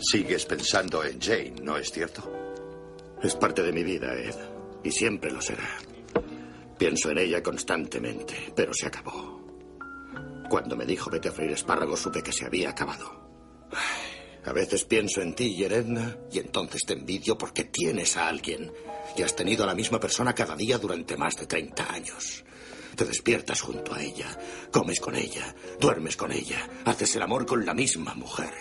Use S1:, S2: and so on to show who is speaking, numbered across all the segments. S1: Sigues pensando en Jane, ¿no es cierto?
S2: Es parte de mi vida, Ed. Y siempre lo será. Pienso en ella constantemente, pero se acabó. Cuando me dijo vete a freír espárragos, supe que se había acabado. A veces pienso en ti, Yeredna, y entonces te envidio porque tienes a alguien. Y has tenido a la misma persona cada día durante más de 30 años. Te despiertas junto a ella, comes con ella, duermes con ella, haces el amor con la misma mujer.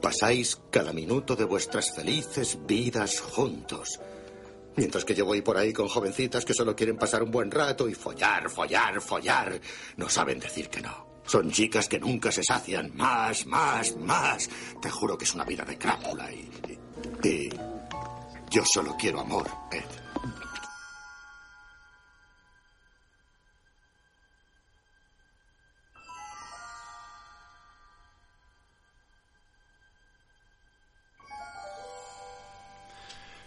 S2: Pasáis cada minuto de vuestras felices vidas juntos. Mientras que yo voy por ahí con jovencitas que solo quieren pasar un buen rato y follar, follar, follar. No saben decir que no. Son chicas que nunca se sacian. Más, más, más. Te juro que es una vida de crápula y... y, y yo solo quiero amor, ¿eh? Ed.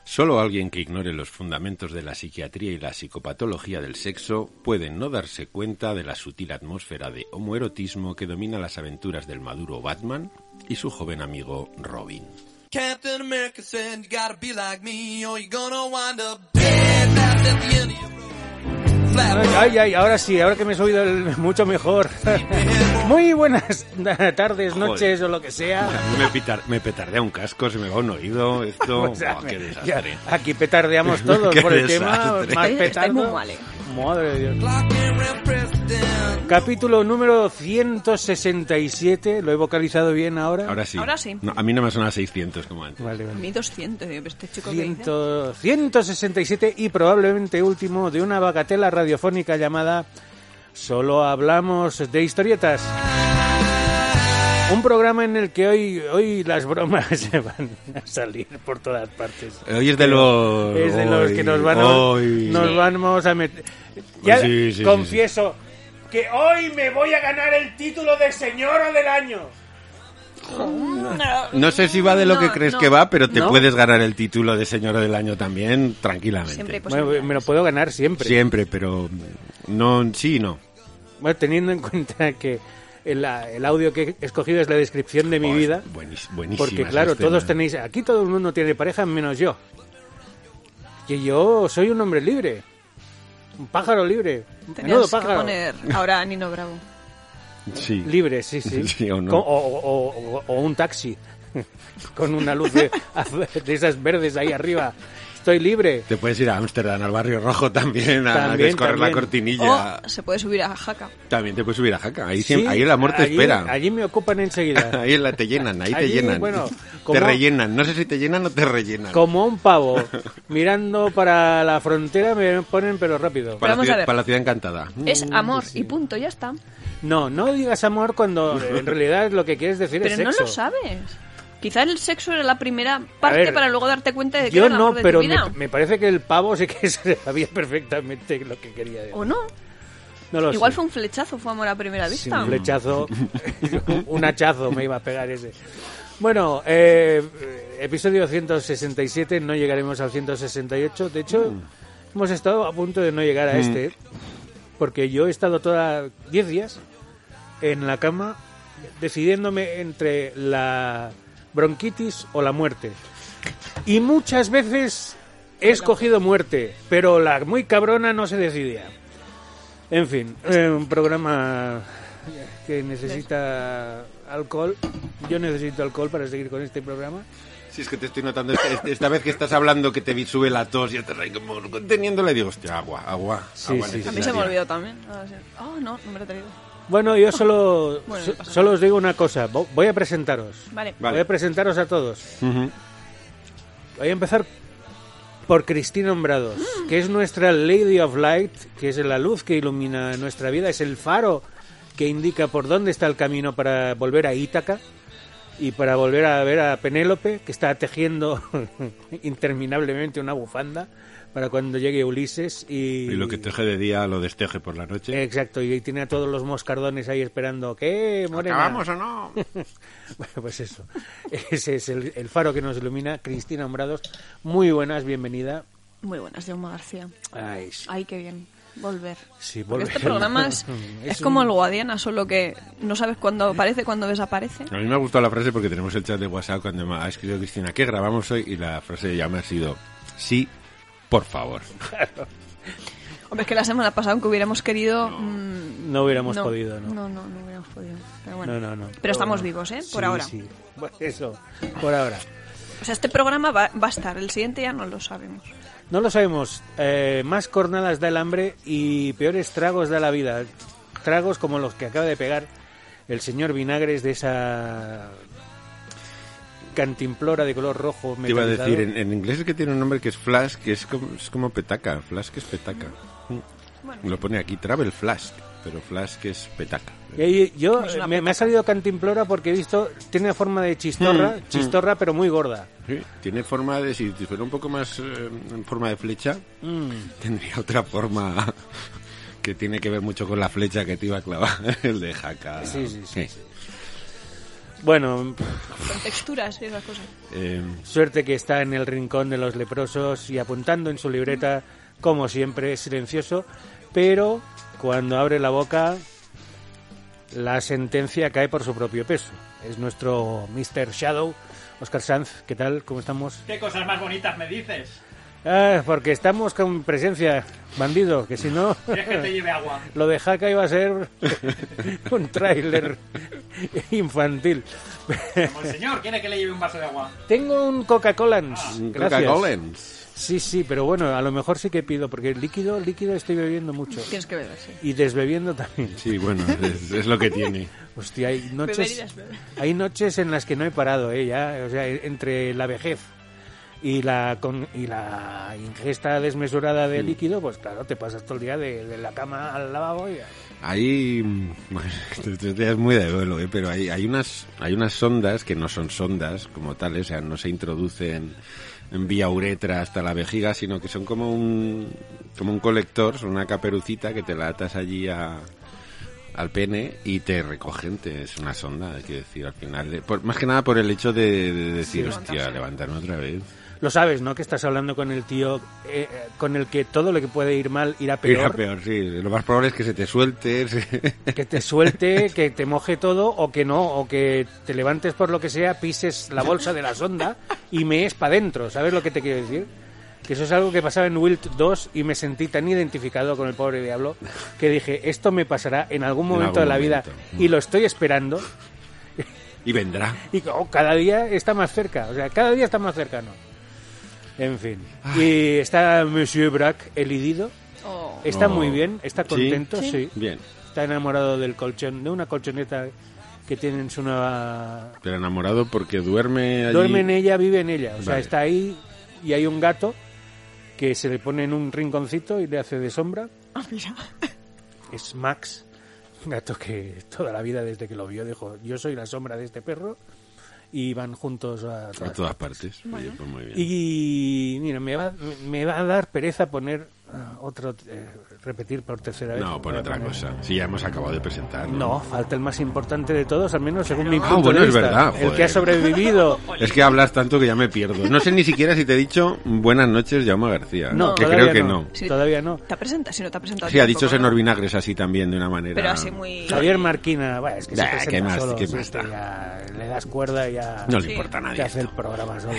S3: Solo alguien que ignore los fundamentos de la psiquiatría y la psicopatología del sexo puede no darse cuenta de la sutil atmósfera de homoerotismo que domina las aventuras del maduro Batman y su joven amigo Robin.
S4: Captain America said, You gotta be like me, or you're gonna wind up dead. That's at the end of your road. Flat
S5: Ay, ay, ay, ahora sí, ahora que me he oído el- mucho mejor. Muy buenas tardes, noches o lo que sea.
S3: Me, pitar, me petardea un casco, se me va un oído, esto...
S5: O sea,
S3: Buah, ¡Qué
S5: Pues, ya,
S3: desastre!
S5: aquí petardeamos todos
S3: Qué
S5: por el tema.
S3: desastre.
S5: Más
S6: Estáis- estáis
S5: petardo.
S6: muy mal, eh.
S5: Madre de Dios.
S4: clock and round president.
S5: Capítulo número 167. Lo he vocalizado bien ahora.
S3: Ahora sí.
S6: Ahora sí.
S3: No, a mí no me suena 600 como antes.
S5: Vale, vale.
S6: 1200, digo, este chico que dice.
S5: 100 167 y probablemente último de una bagatela radiofónica llamada Solo hablamos de historietas. Un programa en el que hoy, hoy las bromas se van a salir por todas partes.
S3: Hoy es de los...
S5: Es de los
S3: hoy,
S5: que nos, van a-
S3: hoy.
S5: nos vamos a meter. Ya
S3: Sí, sí, sí,
S5: confieso que hoy me voy a ganar el título de señora del año.
S3: No sé si va de lo
S6: No,
S3: que crees
S6: no.
S3: que va, pero te
S5: ¿No?
S3: puedes ganar el título de señora del año también tranquilamente.
S6: pues Siempre hay
S5: Bueno,
S6: posibilidades.
S5: me lo puedo ganar siempre.
S3: Siempre, pero no, sí y no.
S5: Bueno, teniendo en cuenta que el, el audio que he escogido es la descripción de mi
S3: Oh, es
S5: vida.
S3: buenis- buenísima
S5: Porque
S3: esa
S5: claro,
S3: escena. eh.
S5: todos tenéis, aquí todo el mundo tiene pareja menos yo. Que yo soy un hombre libre. Un pájaro libre. Menudo
S6: Tenías que
S5: pájaro.
S6: poner ahora a Nino Bravo.
S3: Sí.
S5: Libre, sí, sí.
S3: Sí, o no.
S5: Con- o- o- o un taxi. Con una luz de, de esas verdes ahí arriba. Estoy libre.
S3: Te puedes ir a Ámsterdam, al Barrio Rojo también, a
S5: También,
S3: descorrer
S5: también. Oh.
S3: la cortinilla.
S6: O se puede subir a Jaca.
S3: También te puedes subir a Jaca. Ahí,
S5: Sí,
S3: siempre- ahí el amor te
S5: allí-
S3: espera.
S5: Allí me ocupan enseguida.
S3: Ahí la, te llenan, ahí
S5: Allí,
S3: te llenan.
S5: bueno,
S3: te
S5: como-
S3: rellenan. No sé si te llenan o te rellenan.
S5: Como un pavo. Mirando para la frontera me ponen pero rápido.
S3: Para, la
S6: Vamos a
S3: ciudad,
S6: ver.
S3: para la ciudad encantada.
S5: Uh,
S6: Es amor y punto, ya está.
S5: No, no digas amor cuando eh, en realidad lo que quieres decir
S6: Pero
S5: es
S6: no
S5: sexo.
S6: lo sabes. Quizás el sexo era la primera parte
S5: ver,
S6: para luego darte cuenta de que
S5: Yo
S6: era el
S5: no,
S6: amor de tu
S5: pero me,
S6: vida.
S5: me parece que el pavo sí que sabía perfectamente lo que quería decir.
S6: O no.
S5: No lo
S6: Igual
S5: sé.
S6: fue un flechazo, fue amor a primera
S5: Sí,
S6: vista.
S5: un flechazo, un hachazo me iba a pegar ese. Bueno, eh, episodio 167, no llegaremos al 168. De hecho, hemos estado a punto de no llegar a este, porque yo he estado toda 10 días en la cama decidiéndome entre la bronquitis o la muerte. Y muchas veces he escogido muerte, pero la muy cabrona no se decidía. En fin, eh, un programa que necesita alcohol. Yo necesito alcohol para seguir con este programa.
S3: Si es que te estoy notando, este- este- esta vez que estás hablando que te sube la tos y estás ahí como conteniéndole, digo, hostia, agua, agua.
S5: Sí,
S3: agua
S5: sí, sí.
S6: A mí se me
S3: necesaria.
S6: olvidó también. Ah, sí. Oh, no, no me lo he traído.
S5: Bueno, yo solo,
S6: Bueno,
S5: so-
S6: no pasa
S5: solo os digo una cosa. Vo- Voy a presentaros.
S6: Vale.
S3: Vale.
S5: Voy a presentaros a todos.
S3: Ujú.
S5: Voy a empezar por Cristina Hombrados, que es nuestra Lady of Light, que es la luz que ilumina nuestra vida, es el faro que indica por dónde está el camino para volver a Ítaca y para volver a ver a Penélope, que está tejiendo interminablemente una bufanda para cuando llegue Ulises y... Eh,
S3: Y lo que teje de día lo desteje por la noche.
S5: Exacto, y tiene a todos los moscardones ahí esperando. ¿Qué, Morena?
S3: ¿Acabamos o no?
S5: Bueno, pues eso. Ese es el, el faro que nos ilumina. Cristina Hombrados, muy buenas, bienvenida.
S6: Muy buenas, Jaume García.
S5: Ay, sí.
S6: Ay, qué bien. Volver.
S5: Sí,
S6: Porque
S5: volver.
S6: este programa es,
S5: Es
S6: es, como
S5: un-
S6: el Guadiana, solo que no sabes cuándo aparece, cuándo desaparece.
S3: A mí me ha gustado la frase porque tenemos el chat de WhatsApp cuando me ha escrito Cristina, ¿qué grabamos hoy? Y la frase ya me ha sido, sí, por favor.
S6: Hombre, es que la semana pasada, aunque hubiéramos querido... mm,
S5: No hubiéramos podido, ¿no?
S6: No, no, no hubiéramos podido. Pero bueno.
S5: No, no, no.
S6: Pero estamos
S5: bueno.
S6: vivos, ¿eh? Por
S5: Sí,
S6: ahora.
S5: sí. Bueno, Eso, por ahora.
S6: O sea, este programa va, va a estar, el siguiente ya no lo sabemos.
S5: No lo sabemos. Eh, más cornadas da el hambre y peores tragos da la vida. Tragos como los que acaba de pegar el señor Vinagres de esa cantimplora de color rojo.
S3: Te iba a
S5: metalizado.
S3: decir, en, en inglés es que tiene un nombre que es Flash, que es como, es como petaca, Flash que es petaca.
S6: Bueno,
S3: Lo pone aquí, Travel Flash, pero Flash que es petaca.
S5: Y ahí yo
S6: Es una
S5: me, me ha salido cantimplora porque he visto tiene forma de chistorra,
S3: Mm,
S5: chistorra pero muy gorda.
S3: Sí, tiene forma de, si fuera un poco más eh, en forma de flecha,
S5: Mm.
S3: tendría otra forma que tiene que ver mucho con la flecha que te iba a clavar, el de jaca.
S5: Sí, sí, sí, sí. Bueno,
S6: con texturas y esas cosas.
S3: Eh,
S5: Suerte que está en el rincón de los leprosos y apuntando en su libreta, como siempre, silencioso, pero cuando abre la boca, la sentencia cae por su propio peso. Es nuestro Mr. Shadow, Oscar Sanz. ¿Qué tal? ¿Cómo estamos?
S7: ¿Qué cosas más bonitas me dices?
S5: Ah, porque estamos con presencia, bandido, que si no,
S7: ¿Quieres que te lleve agua?
S5: lo de Jaca iba a ser un tráiler infantil.
S7: Como el señor quiere que le lleve un vaso de agua.
S5: Tengo un Coca-Cola. Ah, Gracias.
S3: Coca-Colans.
S5: Sí, sí, pero bueno, a lo mejor sí que pido, porque líquido, líquido estoy bebiendo mucho.
S6: Tienes que beber, sí.
S5: Y desbebiendo también.
S3: Sí, bueno, es, es lo que tiene.
S5: Hostia, hay
S6: Beber y
S5: noches,
S6: desbeber.
S5: hay noches en las que no he parado, ¿eh? Ya, o sea, entre la vejez y la, con- y la ingesta desmesurada de líquido, pues claro, te pasas todo el día de, de la cama al lavabo y...
S3: Hay, mm, bueno, esto- esto ya es muy de duelo, ¿eh? pero hay, hay unas hay unas sondas que no son sondas como tales, o sea, no se introducen en vía uretra hasta la vejiga, sino que son como un como un colector, son una caperucita que te la atas allí a- al pene y te recogen, te- es una sonda, hay que decir, al final, eh, por- más que nada por el hecho de, de decir, hostia, levantarme otra vez.
S5: Lo sabes, ¿no? Que estás hablando con el tío eh, eh, con el que todo lo que puede ir mal irá
S3: Peor.
S5: peor.
S3: peor, sí, lo más probable es que se te suelte, se-
S5: que te suelte, que te moje todo o que no, o que te levantes por lo que sea, pises la bolsa de la sonda y me es para adentro. ¿Sabes lo que te quiero decir? Que eso es algo que pasaba en Wilt 2 y me sentí tan identificado con el pobre diablo que dije, esto me pasará en algún
S3: En
S5: momento
S3: algún
S5: de la
S3: momento.
S5: vida y lo estoy esperando
S3: y vendrá.
S5: y oh, cada día está más cerca, o sea, cada día está más cercano. En fin. Y está Monsieur Brack, el idido.
S6: Oh.
S5: Está
S3: Oh.
S5: muy bien, está
S3: ¿Sí?
S5: contento,
S6: Sí.
S5: sí.
S3: Bien.
S5: Está enamorado del colchón, de una colchoneta que tiene en su nueva...
S3: Pero enamorado porque duerme allí.
S5: Duerme en ella, vive en ella. O sea,
S3: Vale.
S5: está ahí y hay un gato que se le pone en un rinconcito y le hace de sombra.
S6: Ah, mira.
S5: Es Max, un gato que toda la vida desde que lo vio dijo, yo soy la sombra de este perro. Y van juntos a...
S3: A todas partes. Oye, pues muy bien.
S5: Y mira, me va, me va a dar pereza poner ah, otro... eh, repetir por tercera vez.
S3: No, por
S5: Voy a
S3: otra
S5: poner-
S3: cosa. Si ya hemos acabado de presentar.
S5: No, falta el más importante de todos, al menos según mi
S3: Ah,
S5: punto
S3: bueno,
S5: de
S3: es
S5: vista.
S3: verdad,
S5: el que ha
S3: joder.
S5: sobrevivido.
S3: Es que hablas tanto que ya me pierdo. No sé ni siquiera si te he dicho buenas noches, Jaume García.
S5: No,
S3: que
S5: todavía
S3: creo que
S5: no.
S3: no.
S6: Sí.
S5: Todavía no.
S6: ¿Te ha presentado? Si no te ha presentado.
S3: Sí, ha dicho
S6: tampoco,
S3: Senor
S6: ¿no?
S3: Vinagres así también de una manera.
S6: Pero así muy.
S5: Javier Marquina, bueno, es que se
S3: Nah,
S5: presenta
S3: ¿qué más-
S5: solo,
S3: qué
S5: si
S3: más
S5: es que
S3: da?
S5: ya le das cuerda y ya
S3: No le
S6: Sí.
S3: importa a
S5: te
S3: nadie.
S5: hace el
S3: esto.
S5: programa solo.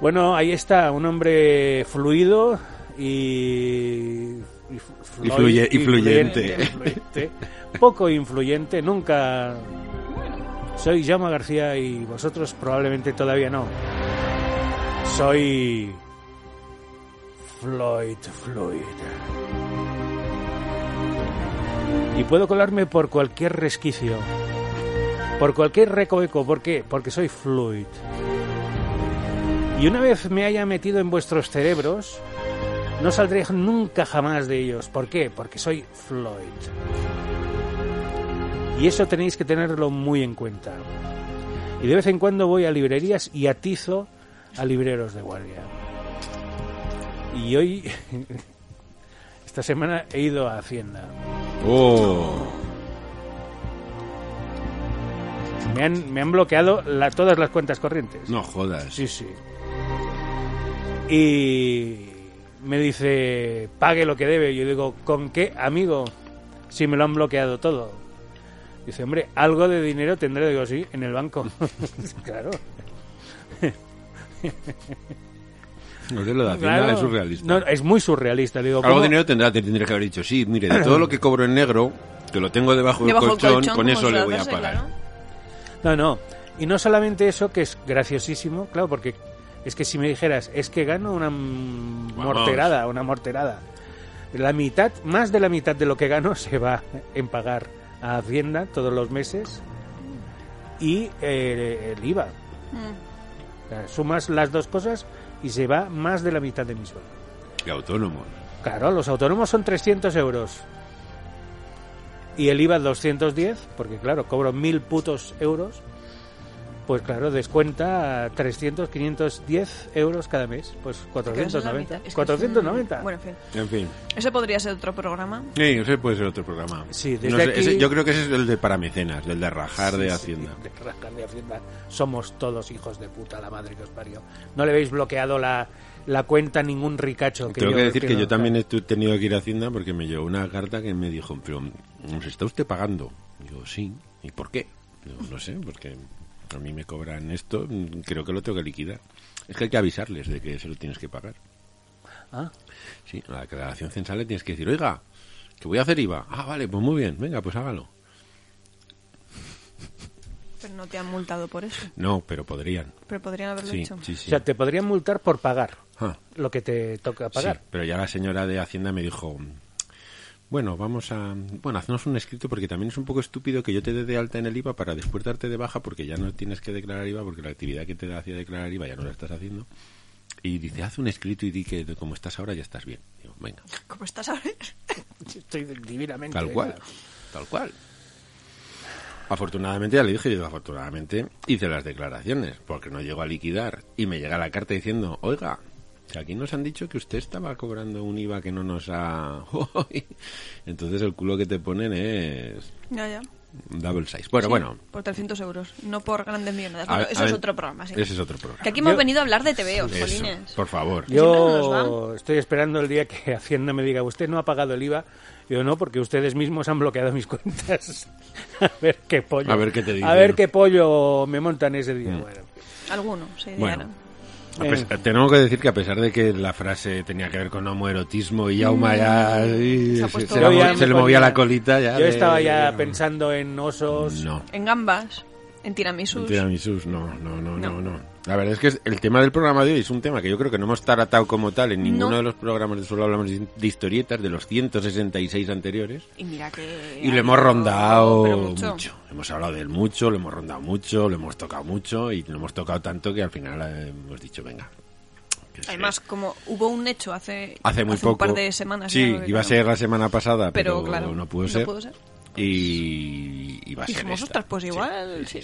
S5: Bueno, ahí está, un hombre fluido y... Y, flu-
S3: Y fluye- y fluyente.
S5: influyente, poco influyente, nunca... Soy Jaume García y vosotros probablemente todavía no. Soy... Floyd Floyd. Y puedo colarme por cualquier resquicio, por cualquier recoveco. ¿Por qué? Porque soy Floyd. Y una vez me haya metido en vuestros cerebros, no saldré nunca jamás de ellos. ¿Por qué? Porque soy Floyd. Y eso tenéis que tenerlo muy en cuenta. Y de vez en cuando voy a librerías y atizo a libreros de guardia. Y hoy, esta semana, he ido a Hacienda.
S3: Oh.
S5: Me han, me han bloqueado la- todas las cuentas corrientes.
S3: No jodas.
S5: Sí, sí. Y me dice, pague lo que debe. Yo digo, ¿con qué, amigo? Si me lo han bloqueado todo. Dice, hombre, algo de dinero tendré. Digo, sí, en el banco. claro.
S3: No sé, lo de Hacienda
S5: Claro.
S3: es surrealista.
S5: No, es muy surrealista. Le digo,
S3: Algo
S5: ¿cómo?
S3: de dinero tendrá, te tendría que haber dicho. Sí, mire, de todo lo que cobro en negro, que lo tengo debajo del
S6: Debajo del
S3: colchón,
S6: colchón,
S3: con
S6: como
S3: eso le
S6: suele
S3: voy a
S6: hacerse,
S3: pagar.
S6: claro.
S5: No, no. Y no solamente eso, que es graciosísimo, claro, porque es que si me dijeras, es que gano una mm,
S3: Vamos.
S5: morterada, una morterada, la mitad, más de la mitad de lo que gano se va en pagar a Hacienda todos los meses y eh, el IVA.
S6: Mm.
S5: O sea, sumas las dos cosas y se va más de la mitad de mi sueldo.
S3: Y autónomos.
S5: Claro, los autónomos son 300 euros. Y el IVA 210, porque claro, cobro mil putos euros. Pues claro, descuenta 300, 510 euros cada mes. Pues
S6: Que no son la
S5: 490.
S6: mitad. Es que es un-
S5: 490.
S6: Bueno, en fin.
S3: En fin.
S6: Ese podría ser otro programa.
S3: Sí, ese puede ser otro programa.
S5: Sí, desde
S3: No sé,
S5: aquí-
S3: ese- yo creo que ese es el de Paramecenas, del de rajar
S5: Sí,
S3: de
S5: sí,
S3: Hacienda.
S5: de rascar de Hacienda. Somos todos hijos de puta, la madre que os parió. No le habéis bloqueado la, la cuenta a ningún ricacho. Que
S3: Tengo
S5: yo
S3: que decir que
S5: no-
S3: yo también he tu- tenido que ir a Hacienda porque me llegó una carta que me dijo, pero ¿nos está usted pagando? Digo, sí. ¿Y por qué? Digo, no sé, porque a mí me cobran esto, mm, creo que lo tengo que liquidar. Es que hay que avisarles de que se lo tienes que pagar.
S5: Ah,
S3: Sí, a la declaración censal le tienes que decir, oiga, que voy a hacer IVA. Ah, vale, pues muy bien, venga, pues hágalo.
S6: Pero no te han multado por eso.
S3: No, pero podrían.
S6: Pero podrían haberlo
S3: Sí,
S6: hecho.
S3: sí, sí.
S5: O sea, te podrían multar por pagar
S3: Ah.
S5: lo que te toca pagar.
S3: Sí, pero ya la señora de Hacienda me dijo, bueno, vamos a... Bueno, haznos un escrito porque también es un poco estúpido que yo te dé de alta en el IVA para después darte de baja porque ya no tienes que declarar IVA porque la actividad que te hacía declarar IVA ya no la estás haciendo. Y dice, haz un escrito y di que de como estás ahora ya estás bien. Digo, venga,
S6: Como estás ahora.
S5: Estoy divinamente.
S3: tal cual, tal cual. Afortunadamente, ya le dije, yo afortunadamente hice las declaraciones porque no llegó a liquidar y me llega la carta diciendo, oiga, que aquí nos han dicho que usted estaba cobrando un IVA que no nos ha... Entonces el culo que te ponen es
S6: Ya, ya.
S3: double size. Bueno,
S6: Sí,
S3: bueno.
S6: Por 300 euros, no por grandes millonadas.
S3: a-
S6: Bueno,
S3: a
S6: eso es
S3: ver,
S6: otro programa, sí.
S3: Ese es otro programa.
S6: Que aquí hemos
S5: Yo-
S6: venido a hablar de TVOs,
S3: Eso,
S6: jolines.
S3: por favor.
S6: Siempre nos
S5: Yo
S6: van.
S5: estoy esperando el día que Hacienda me diga, usted no ha pagado el IVA. Yo no, porque ustedes mismos han bloqueado mis cuentas. a ver qué pollo.
S3: A ver qué te dicen. Mm.
S5: A ver qué pollo me montan ese día. Bueno,
S6: Alguno, sí,
S3: Bueno.
S6: diario.
S3: A
S6: Eh.
S3: pesar- tenemos que decir que a pesar de que la frase tenía que ver con homoerotismo y Yauma ya y
S6: Mm. Se ha
S3: se,
S6: puesto-
S3: se
S5: Yo
S3: le,
S5: ya
S3: mo-
S5: me
S3: se le
S5: ponía-
S3: movía la colita ya.
S5: Yo
S3: de-
S5: estaba ya pensando en osos.
S3: No,
S6: En gambas, en tiramisus.
S3: en tiramisús, no, no, no, no,
S6: No.
S3: no. La verdad es que es- el tema del programa de hoy es un tema que yo creo que no hemos tratado como tal en ninguno
S6: No.
S3: de los programas de solo hablamos de de historietas de los 166 anteriores.
S6: Y mira que...
S3: Y lo hemos rondado
S6: Pero
S3: mucho. Hemos hablado del mucho, lo hemos rondado mucho, lo hemos tocado mucho y lo hemos tocado tanto que al final eh, hemos dicho, venga. que es-
S6: Además, como hubo un hecho hace,
S3: hace muy poco.
S6: un par de semanas.
S3: Sí,
S6: ya,
S3: iba a
S6: claro.
S3: ser la semana pasada, pero,
S6: Pero, claro,
S3: no pudo
S6: no
S3: ser.
S6: pudo ser.
S3: Y iba a ser.
S6: Dijimos,
S3: esta.
S6: "Ostras, pues
S3: Sí,
S6: igual, sí".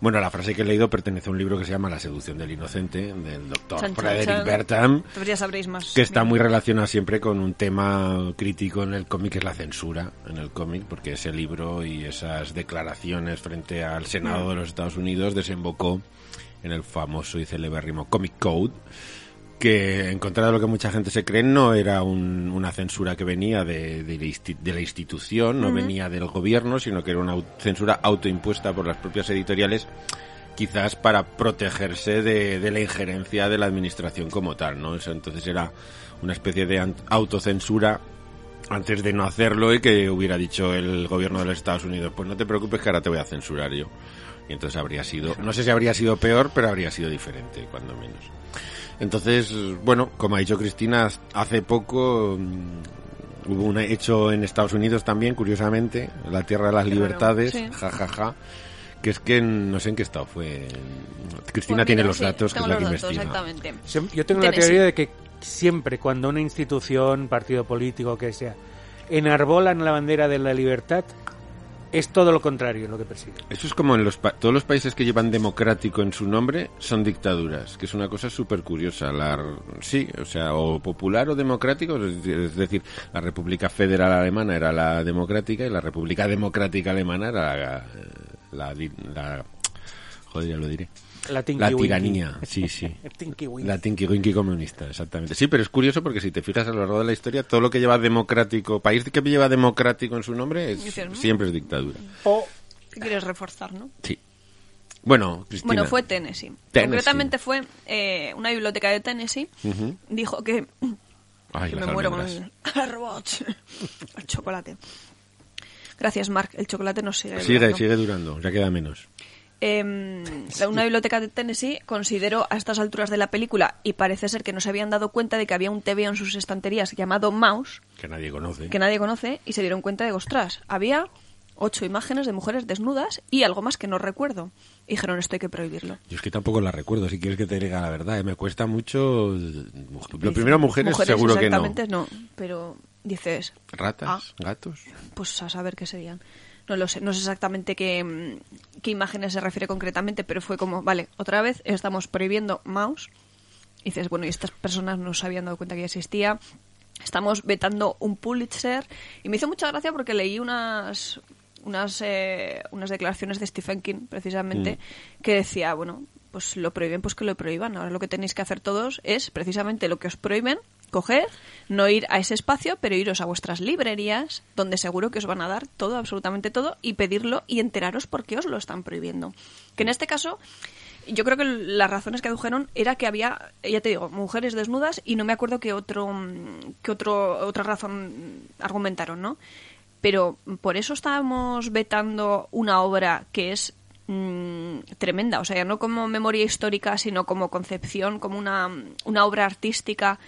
S3: Bueno, la frase que he leído pertenece a un libro que se llama La seducción del inocente, del doctor
S6: Chan, chan,
S3: Frederick
S6: chan.
S3: Bertram,
S6: Entonces ya sabréis más.
S3: que está muy relacionado siempre con un tema crítico en el cómic, que es la censura en el cómic, porque ese libro y esas declaraciones frente al Senado de los Estados Unidos desembocó en el famoso y celebérrimo Comic Code, que en contra de lo que mucha gente se cree no era un- una censura que venía de, de la, insti- de la institución, no venía del gobierno, sino que era una au- censura autoimpuesta por las propias editoriales quizás para protegerse de, de la injerencia de la administración como tal, ¿no? Eso entonces era una especie de an- autocensura antes de no hacerlo y que hubiera dicho el gobierno de los Estados Unidos, pues no te preocupes que ahora te voy a censurar yo. Y entonces habría sido, no sé si habría sido peor, pero habría sido diferente, cuando menos. Entonces, bueno, como ha dicho Cristina, hace poco mm, hubo un hecho en Estados Unidos también, curiosamente, la Tierra de las
S6: Qué raro,
S3: Libertades,
S6: sí.
S3: jajaja, que es que en- no sé en qué estado fue. en-
S6: Pues
S3: Cristina
S6: mira,
S3: tiene los
S6: sí,
S3: datos, que es
S6: tengo
S3: la que
S6: los datos,
S3: investiga.
S6: Exactamente.
S5: Siem- Yo tengo la
S6: Tennessee.
S5: teoría de que siempre cuando una institución, partido político, que sea, enarbolan la bandera de la libertad, es todo lo contrario lo que persiguen.
S3: Eso es como en los pa- todos los países que llevan democrático en su nombre son dictaduras, que es una cosa súper curiosa. La r- sí, o sea, o popular o democrático, es de- es decir, la República Federal Alemana era la democrática y eh, la República Democrática Alemana era la, la di- la- Joder, ya lo diré.
S5: La,
S3: La
S5: tinky-winky.
S3: tiranía, sí, sí.
S5: Tinky-winky.
S3: La Tinky Winky comunista, exactamente. Sí, pero es curioso porque si te fijas a lo largo de la historia, todo lo que lleva democrático, país que lleva democrático en su nombre, es-
S6: Dices, ¿no?
S3: siempre es dictadura.
S5: O-
S6: ¿Qué quieres reforzar, no?
S3: Sí. Bueno, Cristina.
S6: Bueno, fue Tennessee.
S3: Tennessee.
S6: Concretamente fue eh, una biblioteca de Tennessee.
S3: Ujú.
S6: Dijo que,
S3: Ay,
S6: que
S3: las
S6: me muero con
S3: almendras.
S6: el, robots. el chocolate. Gracias, Mark. El chocolate nos sigue.
S3: Sigue,
S6: durando.
S3: sigue durando, ya queda menos.
S6: Eh, la- una biblioteca de Tennessee consideró a estas alturas de la película, y parece ser que no se habían dado cuenta de que había un TV en sus estanterías llamado Mouse,
S3: Que nadie conoce.
S6: que nadie conoce, y se dieron cuenta de, ostras, había ocho imágenes de mujeres desnudas y algo más que no recuerdo. Y dijeron, esto hay que prohibirlo.
S3: Yo es que tampoco la recuerdo, si quieres que te diga la verdad. eh, Me cuesta mucho... Lo primero, mujeres, seguro que no.
S6: exactamente, no. Pero dices,
S3: Ratas, gatos.
S6: pues a saber qué serían. No lo sé, no sé exactamente qué, mm, qué imágenes se refiere concretamente, pero fue como, vale, otra vez estamos prohibiendo mouse. Y dices, bueno, y estas personas no se habían dado cuenta que ya existía. Estamos vetando un Pulitzer. Y me hizo mucha gracia porque leí unas unas, eh, unas declaraciones de Stephen King, precisamente, que decía, bueno, pues lo prohíben, pues que lo prohíban. Ahora lo que tenéis que hacer todos es precisamente lo que os prohíben, coger, no ir a ese espacio, pero iros a vuestras librerías, donde seguro que os van a dar todo, absolutamente todo, y pedirlo y enteraros por qué os lo están prohibiendo. Que en este caso, yo creo que las razones que adujeron era que había, ya te digo, mujeres desnudas y no me acuerdo qué otro, mm, qué otro, otra razón mm, argumentaron, ¿no? Pero por eso estábamos vetando una obra que es mm, tremenda, o sea, ya no como memoria histórica, sino como concepción, como una, una obra artística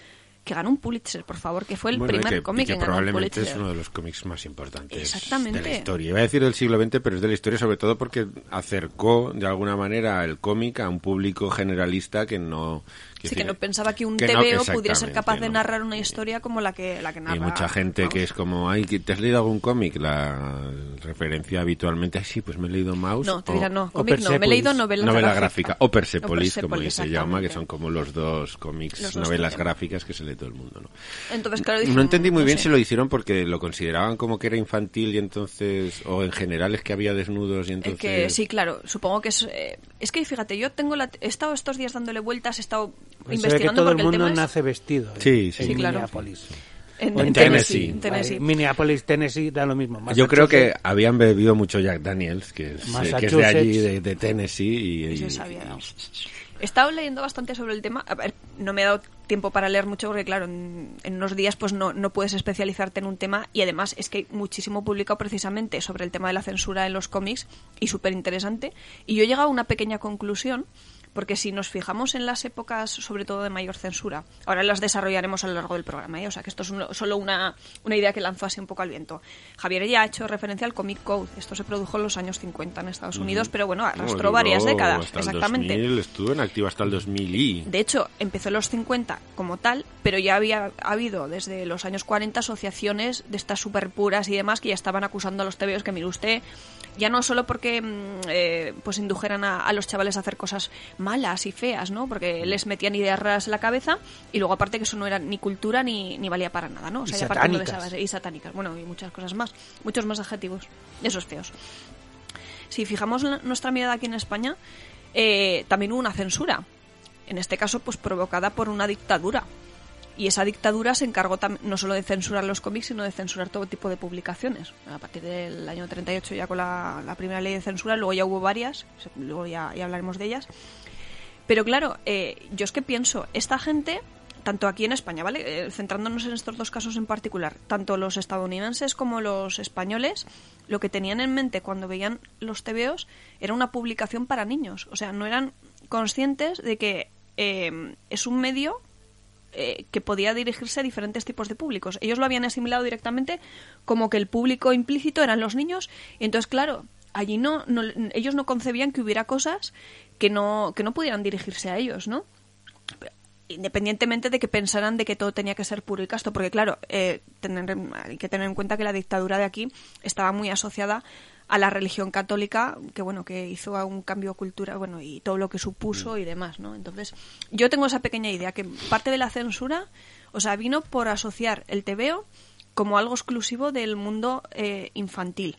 S6: que ganó un Pulitzer, por favor, que fue el
S3: Bueno, y
S6: primer
S3: que, y
S6: cómic
S3: que
S6: que, ganó un
S3: probablemente es
S6: Pulitzer.
S3: uno de los cómics más importantes
S6: Exactamente.
S3: de la historia. Iba a decir del siglo XX, pero es de la historia sobre todo porque acercó de alguna manera el cómic a un público generalista que no...
S6: Así
S3: decir,
S6: que no pensaba que un
S3: que no,
S6: TVO
S3: que
S6: pudiera ser capaz
S3: exactamente,
S6: de
S3: no.
S6: narrar una historia como la que, la que narra.
S3: Hay mucha gente
S6: vamos.
S3: que es como, ay, ¿te has leído algún cómic? La referencia habitualmente, ay, sí, pues me he leído Mouse.
S6: No, te
S3: o-
S6: dirán, no,
S5: o
S6: cómic no, me he
S5: Persepolis.
S6: leído novela,
S3: Novela gráfica o Persepolis,
S6: O
S3: como
S6: Persepolis,
S3: se llama, que
S6: exactamente.
S3: son como los dos cómics,
S6: Los dos
S3: novelas
S6: que-
S3: gráficas que se lee todo el mundo, ¿no?
S6: Entonces, claro,
S3: no
S6: dicen,
S3: entendí muy
S6: no
S3: bien
S6: sé.
S3: si lo hicieron porque lo consideraban como que era infantil y entonces, o en general es que había desnudos y
S6: Eh,
S3: entonces...
S6: Que sí, claro, supongo que es... eh, es que fíjate, yo tengo la, he estado estos días dándole vueltas, he estado
S5: Pues Se ve que
S6: investigando
S5: todo el
S6: porque
S5: mundo
S6: tema es-
S5: nace vestido. ¿eh?
S3: Sí, sí.
S5: En
S6: Sí, claro.
S5: Minneapolis.
S6: en,
S5: O
S6: en
S5: en
S6: Tennessee.
S3: Tennessee.
S6: en Tennessee.
S5: Vale, Minneapolis, Tennessee, da lo mismo.
S3: Yo creo que
S5: Massachusetts.
S3: habían bebido mucho Jack Daniels, que es, eh, que es de
S5: Massachusetts.
S3: allí, de, de Tennessee. Y,
S6: Y se
S3: y-
S6: sabía, ¿no? He estado leyendo bastante sobre el tema. A ver, no me he dado tiempo para leer mucho porque, claro, en, en unos días pues no, no puedes especializarte en un tema y además es que hay muchísimo publicado precisamente sobre el tema de la censura en los cómics y súper interesante. Y yo he llegado a una pequeña conclusión porque si nos fijamos en las épocas, sobre todo de mayor censura, ahora las desarrollaremos a lo largo del programa, ¿eh? o sea que esto es un- solo una, una idea que lanzó así un poco al viento. Javier ya ha hecho referencia al Comic Code, esto se produjo en los años 50 en Estados Unidos, pero bueno,
S3: No,
S6: arrastró
S3: duró
S6: varias décadas,
S3: hasta el
S6: exactamente.
S3: 2000, estuvo en activo hasta el 2000 y...
S6: De hecho, empezó en los 50 como tal, pero ya había habido desde los años 40 asociaciones de estas super puras y demás que ya estaban acusando a los tebeos que mire usted, ya no solo porque mm, eh, pues indujeran a, a los chavales a hacer cosas malas y feas, ¿no? Porque les metían ideas raras en la cabeza y luego aparte que eso no era ni cultura ni, ni valía para nada, ¿no? O
S5: Y
S6: sea, ya partiendo de esa
S5: satánicas.
S6: base- y satánicas, bueno, y muchas cosas más, muchos más adjetivos, esos feos si fijamos la- nuestra mirada aquí en España, eh, también hubo una censura. En este caso, pues provocada por una dictadura. Y esa dictadura se encargó tam- no solo de censurar los cómics, sino de censurar todo tipo de publicaciones. A partir del año 38 ya con la, la primera ley de censura, luego ya hubo varias, se- luego ya- ya hablaremos de ellas. Pero claro, eh, yo es que pienso, esta gente, tanto aquí en España, ¿vale? Eh, centrándonos en estos dos casos en particular, tanto los estadounidenses como los españoles, lo que tenían en mente cuando veían los TVOs era una publicación para niños. O sea, no eran conscientes de que eh, es un medio eh, que podía dirigirse a diferentes tipos de públicos. Ellos lo habían asimilado directamente como que el público implícito eran los niños. Y entonces, claro, allí no, no- ellos no concebían que hubiera cosas que no, que no pudieran dirigirse a ellos, ¿no? independientemente de que pensaran de que todo tenía que ser puro y casto, porque claro, eh, tener, hay que tener en cuenta que la dictadura de aquí estaba muy asociada a la religión católica, que bueno, que hizo a un cambio cultural, bueno, y todo lo que
S3: Mm.
S6: supuso y demás, ¿no? Entonces, yo tengo esa pequeña idea, que parte de la censura, o sea, vino por asociar el tebeo como algo exclusivo del mundo eh, infantil,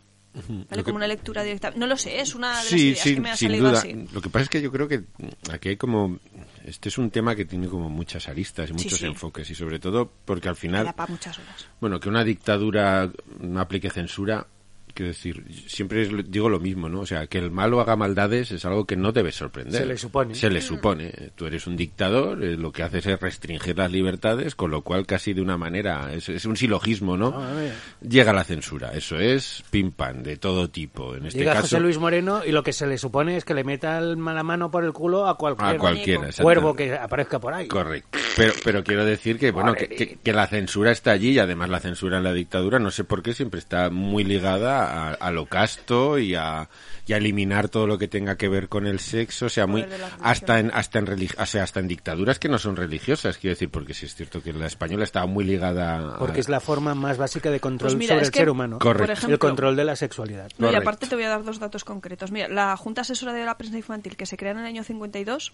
S6: ¿vale? Como una lectura directa. No lo sé, es una de las
S3: Sí,
S6: ideas
S3: sí,
S6: que me ha
S3: sin
S6: salido
S3: duda.
S6: así.
S3: Lo que pasa es que yo creo que aquí hay como... Este es un tema que tiene como muchas aristas y muchos
S6: sí.
S3: enfoques y sobre todo porque al
S6: Me
S3: final...
S6: da para muchas horas.
S3: Bueno, que una dictadura no aplique censura, quiero decir, siempre es- digo lo mismo, ¿no? O sea, que el malo haga maldades es algo que no debe sorprender.
S5: Se le supone.
S3: Se le supone. Tú eres un dictador, eh, lo que haces es restringir las libertades, con lo cual casi de una manera, es, es un silogismo, ¿no?
S5: Madre mía.
S3: Llega la censura, eso es pim pam, de todo tipo. En este
S5: Llega
S3: caso,
S5: José Luis Moreno y lo que se le supone es que le meta el- la mano por el culo a cualquier
S3: a cualquiera.
S5: cuervo
S3: exactamente.
S5: que aparezca por ahí.
S3: Correcto. Pero, pero quiero decir que, bueno, que, que- que la censura está allí y además la censura en la dictadura, no sé por qué, siempre está muy ligada a- al ocasto y a, y a eliminar todo lo que tenga que ver con el sexo, o sea, muy,
S6: Poder de la religión.
S3: hasta en, hasta en relig- o sea, hasta en dictaduras que no son religiosas, quiero decir, porque sí es cierto que la española estaba muy ligada a-
S5: Porque es la forma más básica de control
S6: Pues mira,
S5: sobre
S6: es
S5: el
S6: que,
S5: ser humano.
S3: Correcto. por
S5: El
S6: ejemplo-
S5: control de la sexualidad.
S6: No, y
S3: Correcto.
S6: aparte te voy a dar dos datos concretos. Mira, la Junta Asesora de la Prensa Infantil, que se creó en el año 52,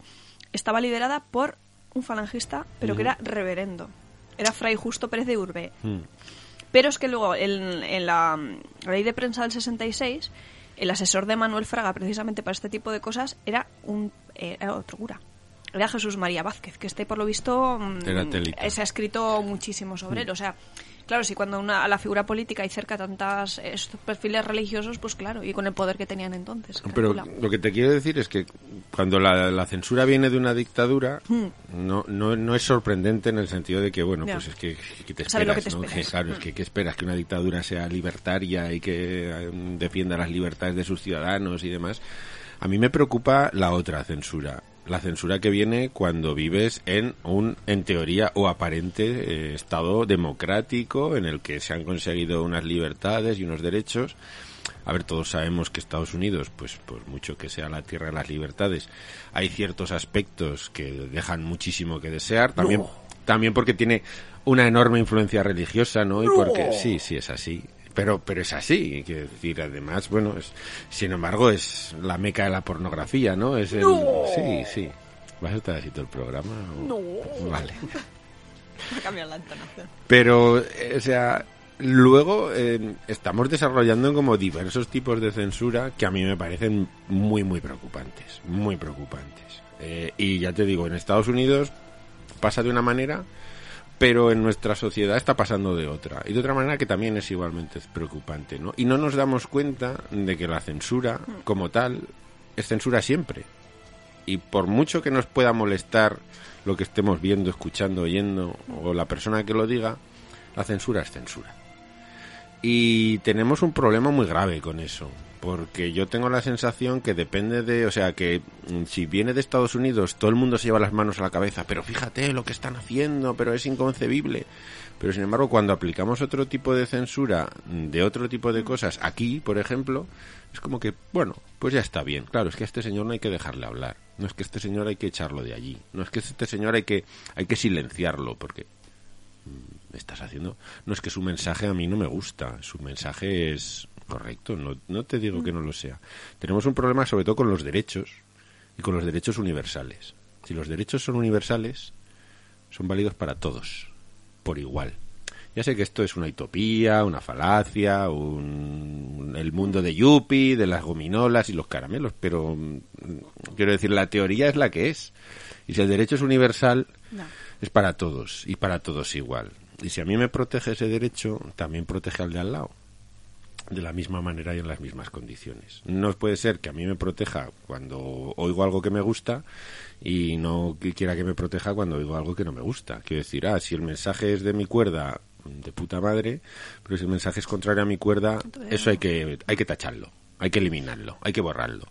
S6: estaba liderada por un falangista, pero que era reverendo. Era Fray Justo Pérez de Urbe.
S3: Hmm.
S6: Pero es que luego, en, en la mm, ley de prensa del 66, el asesor de Manuel Fraga, precisamente para este tipo de cosas, era, un, eh, era otro cura. Era Jesús María Vázquez, que este, por lo visto, mm,
S3: Era telita.
S6: se ha escrito muchísimo sobre él. O sea, claro, si cuando una, a la figura política hay cerca tantas eh, estos perfiles religiosos, pues claro, y con el poder que tenían entonces.
S3: Pero
S6: calcula.
S3: lo que te quiero decir es que cuando la, la censura viene de una dictadura, no, no, no es sorprendente en el sentido de que, bueno,
S6: Hmm. Ya.
S3: pues es que, que te
S6: Sabe
S3: esperas,
S6: lo que te
S3: ¿no?
S6: esperas.
S3: claro, es que, ¿qué esperas? Que una dictadura sea libertaria y que eh, defienda las libertades de sus ciudadanos y demás. A mí me preocupa la otra censura. La censura que viene cuando vives en un, en teoría o aparente, eh, estado democrático en el que se han conseguido unas libertades y unos derechos. A ver, todos sabemos que Estados Unidos, pues por mucho que sea la tierra de las libertades, hay ciertos aspectos que dejan muchísimo que desear. También, también porque tiene una enorme influencia religiosa, ¿no? Y porque sí, sí es así. Pero, pero es así, hay que decir, además, bueno, es, sin embargo, es la meca de la pornografía, ¿no? Es el, Sí, sí. ¿Vas a estar así todo el programa? No. Vale.
S6: Ha cambiado la entonación.
S3: Pero, eh, o sea, luego eh, estamos desarrollando como diversos tipos de censura que a mí me parecen muy, muy preocupantes. Muy preocupantes. Eh, y ya te digo, en Estados Unidos pasa de una manera, pero en nuestra sociedad está pasando de otra. Y de otra manera que también es igualmente preocupante, ¿no? Y no nos damos cuenta de que la censura, como tal, es censura siempre. Y por mucho que nos pueda molestar lo que estemos viendo, escuchando, oyendo, o la persona que lo diga, la censura es censura. Y tenemos un problema muy grave con eso. Porque yo tengo la sensación que depende de, o sea, que mm, si viene de Estados Unidos, todo el mundo se lleva las manos a la cabeza, pero fíjate lo que están haciendo, pero es inconcebible. Pero sin embargo, cuando aplicamos otro tipo de censura mm, de otro tipo de cosas, aquí, por ejemplo, es como que, bueno, pues ya está bien. Claro, es que a este señor no hay que dejarle hablar. No es que a este señor hay que echarlo de allí. No es que a este señor hay que, hay que silenciarlo, porque estás haciendo. No es que su mensaje a mí no me gusta. Su mensaje es correcto. No, no te digo que no lo sea. Tenemos un problema sobre todo con los derechos y con los derechos universales. Si los derechos son universales, son válidos para todos, por igual. Ya sé que esto es una utopía, una falacia, un, el mundo de Yuppie, de las gominolas y los caramelos, pero mm, quiero decir, la teoría es la que es. Y si el derecho es universal,
S6: No.
S3: es para todos y para todos igual. Y si a mí me protege ese derecho, también protege al de al lado. De la misma manera y en las mismas condiciones. No puede ser que a mí me proteja cuando oigo algo que me gusta y no que quiera que me proteja cuando oigo algo que no me gusta. Quiero decir, ah, si el mensaje es de mi cuerda, de puta madre, pero si el mensaje es contrario a mi cuerda,
S6: Entonces,
S3: eso hay que, hay que tacharlo, hay que eliminarlo, hay que borrarlo.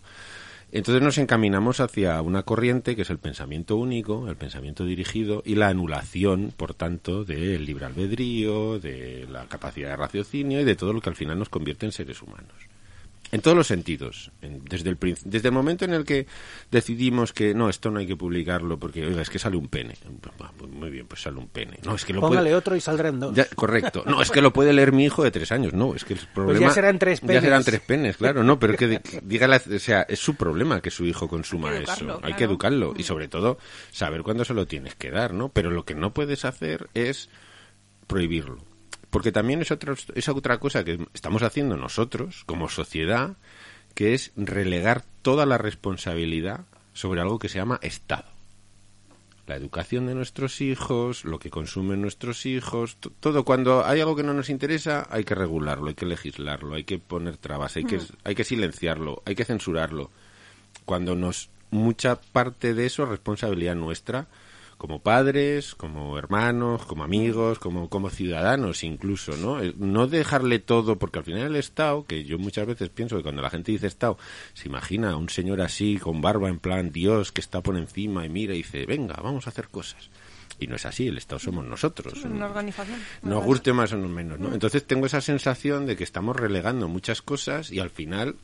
S3: Entonces nos encaminamos hacia una corriente que es el pensamiento único, el pensamiento dirigido y la anulación, por tanto, del libre albedrío, de la capacidad de raciocinio y de todo lo que al final nos convierte en seres humanos. En todos los sentidos. En- desde, el, prin- desde el momento en el que decidimos que no, esto no hay que publicarlo porque, oiga, es que sale un pene. Ah, pues Muy bien, pues sale un pene. No, es que lo
S5: Póngale
S3: puede...
S5: otro y saldrán dos.
S3: Ya, correcto. No, es que lo puede leer mi hijo de tres años. No, es que el problema.
S5: Pues ya serán tres penes.
S3: Ya serán tres penes, claro. No, pero que, de- que diga la- o sea, es su problema que su hijo consuma
S6: Hay que
S3: eso.
S6: educarlo,
S3: Hay que
S6: claro. Mm.
S3: educarlo y sobre todo saber cuándo se lo tienes que dar, ¿no? Pero lo que no puedes hacer es prohibirlo. Porque también es otra, es otra cosa que estamos haciendo nosotros como sociedad, que es relegar toda la responsabilidad sobre algo que se llama Estado. La educación de nuestros hijos, lo que consumen nuestros hijos, to- todo. Cuando hay algo que no nos interesa, hay que regularlo, hay que legislarlo, hay que poner trabas, hay que, hay que silenciarlo, hay que censurarlo cuando nos mucha parte de eso es responsabilidad nuestra como padres, como hermanos, como amigos, como, como ciudadanos incluso, ¿no? El No dejarle todo, porque al final el Estado, que yo muchas veces pienso que cuando la gente dice Estado, se imagina a un señor así, con barba, en plan Dios, que está por encima y mira y dice, venga, vamos a hacer cosas. Y no es así, el Estado somos nosotros.
S6: pues, Una organización.
S3: Nos guste más o nos menos, ¿no? Entonces tengo esa sensación de que estamos relegando muchas cosas y al final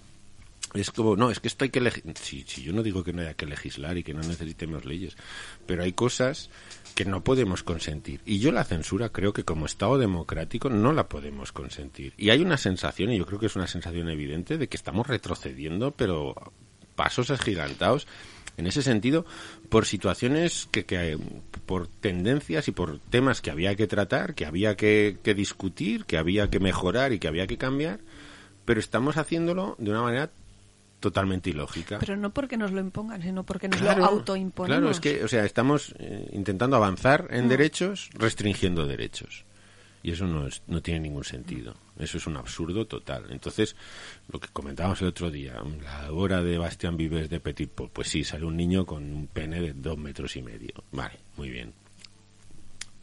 S3: es como, no, es que esto hay que legislar. Si, si yo no digo que no haya que legislar y que no necesitemos leyes, pero hay cosas que no podemos consentir. Y yo la censura creo que como Estado democrático no la podemos consentir. Y hay una sensación, y yo creo que es una sensación evidente, de que estamos retrocediendo, pero pasos agigantados en ese sentido por situaciones que, que por tendencias y por temas que había que tratar, que había que, que discutir, que había que mejorar y que había que cambiar, pero estamos haciéndolo de una manera totalmente ilógica.
S6: Pero no porque nos lo impongan, sino porque nos
S3: Claro,
S6: lo autoimponemos.
S3: Claro, es que, o sea, estamos eh, intentando avanzar en derechos, restringiendo derechos. Y eso no, es- no tiene ningún sentido. Eso es un absurdo total. Entonces, lo que comentábamos el otro día, la obra de Bastián Vives de Petit Paul, pues sí, sale un niño con un pene de dos metros y medio. Vale, muy bien.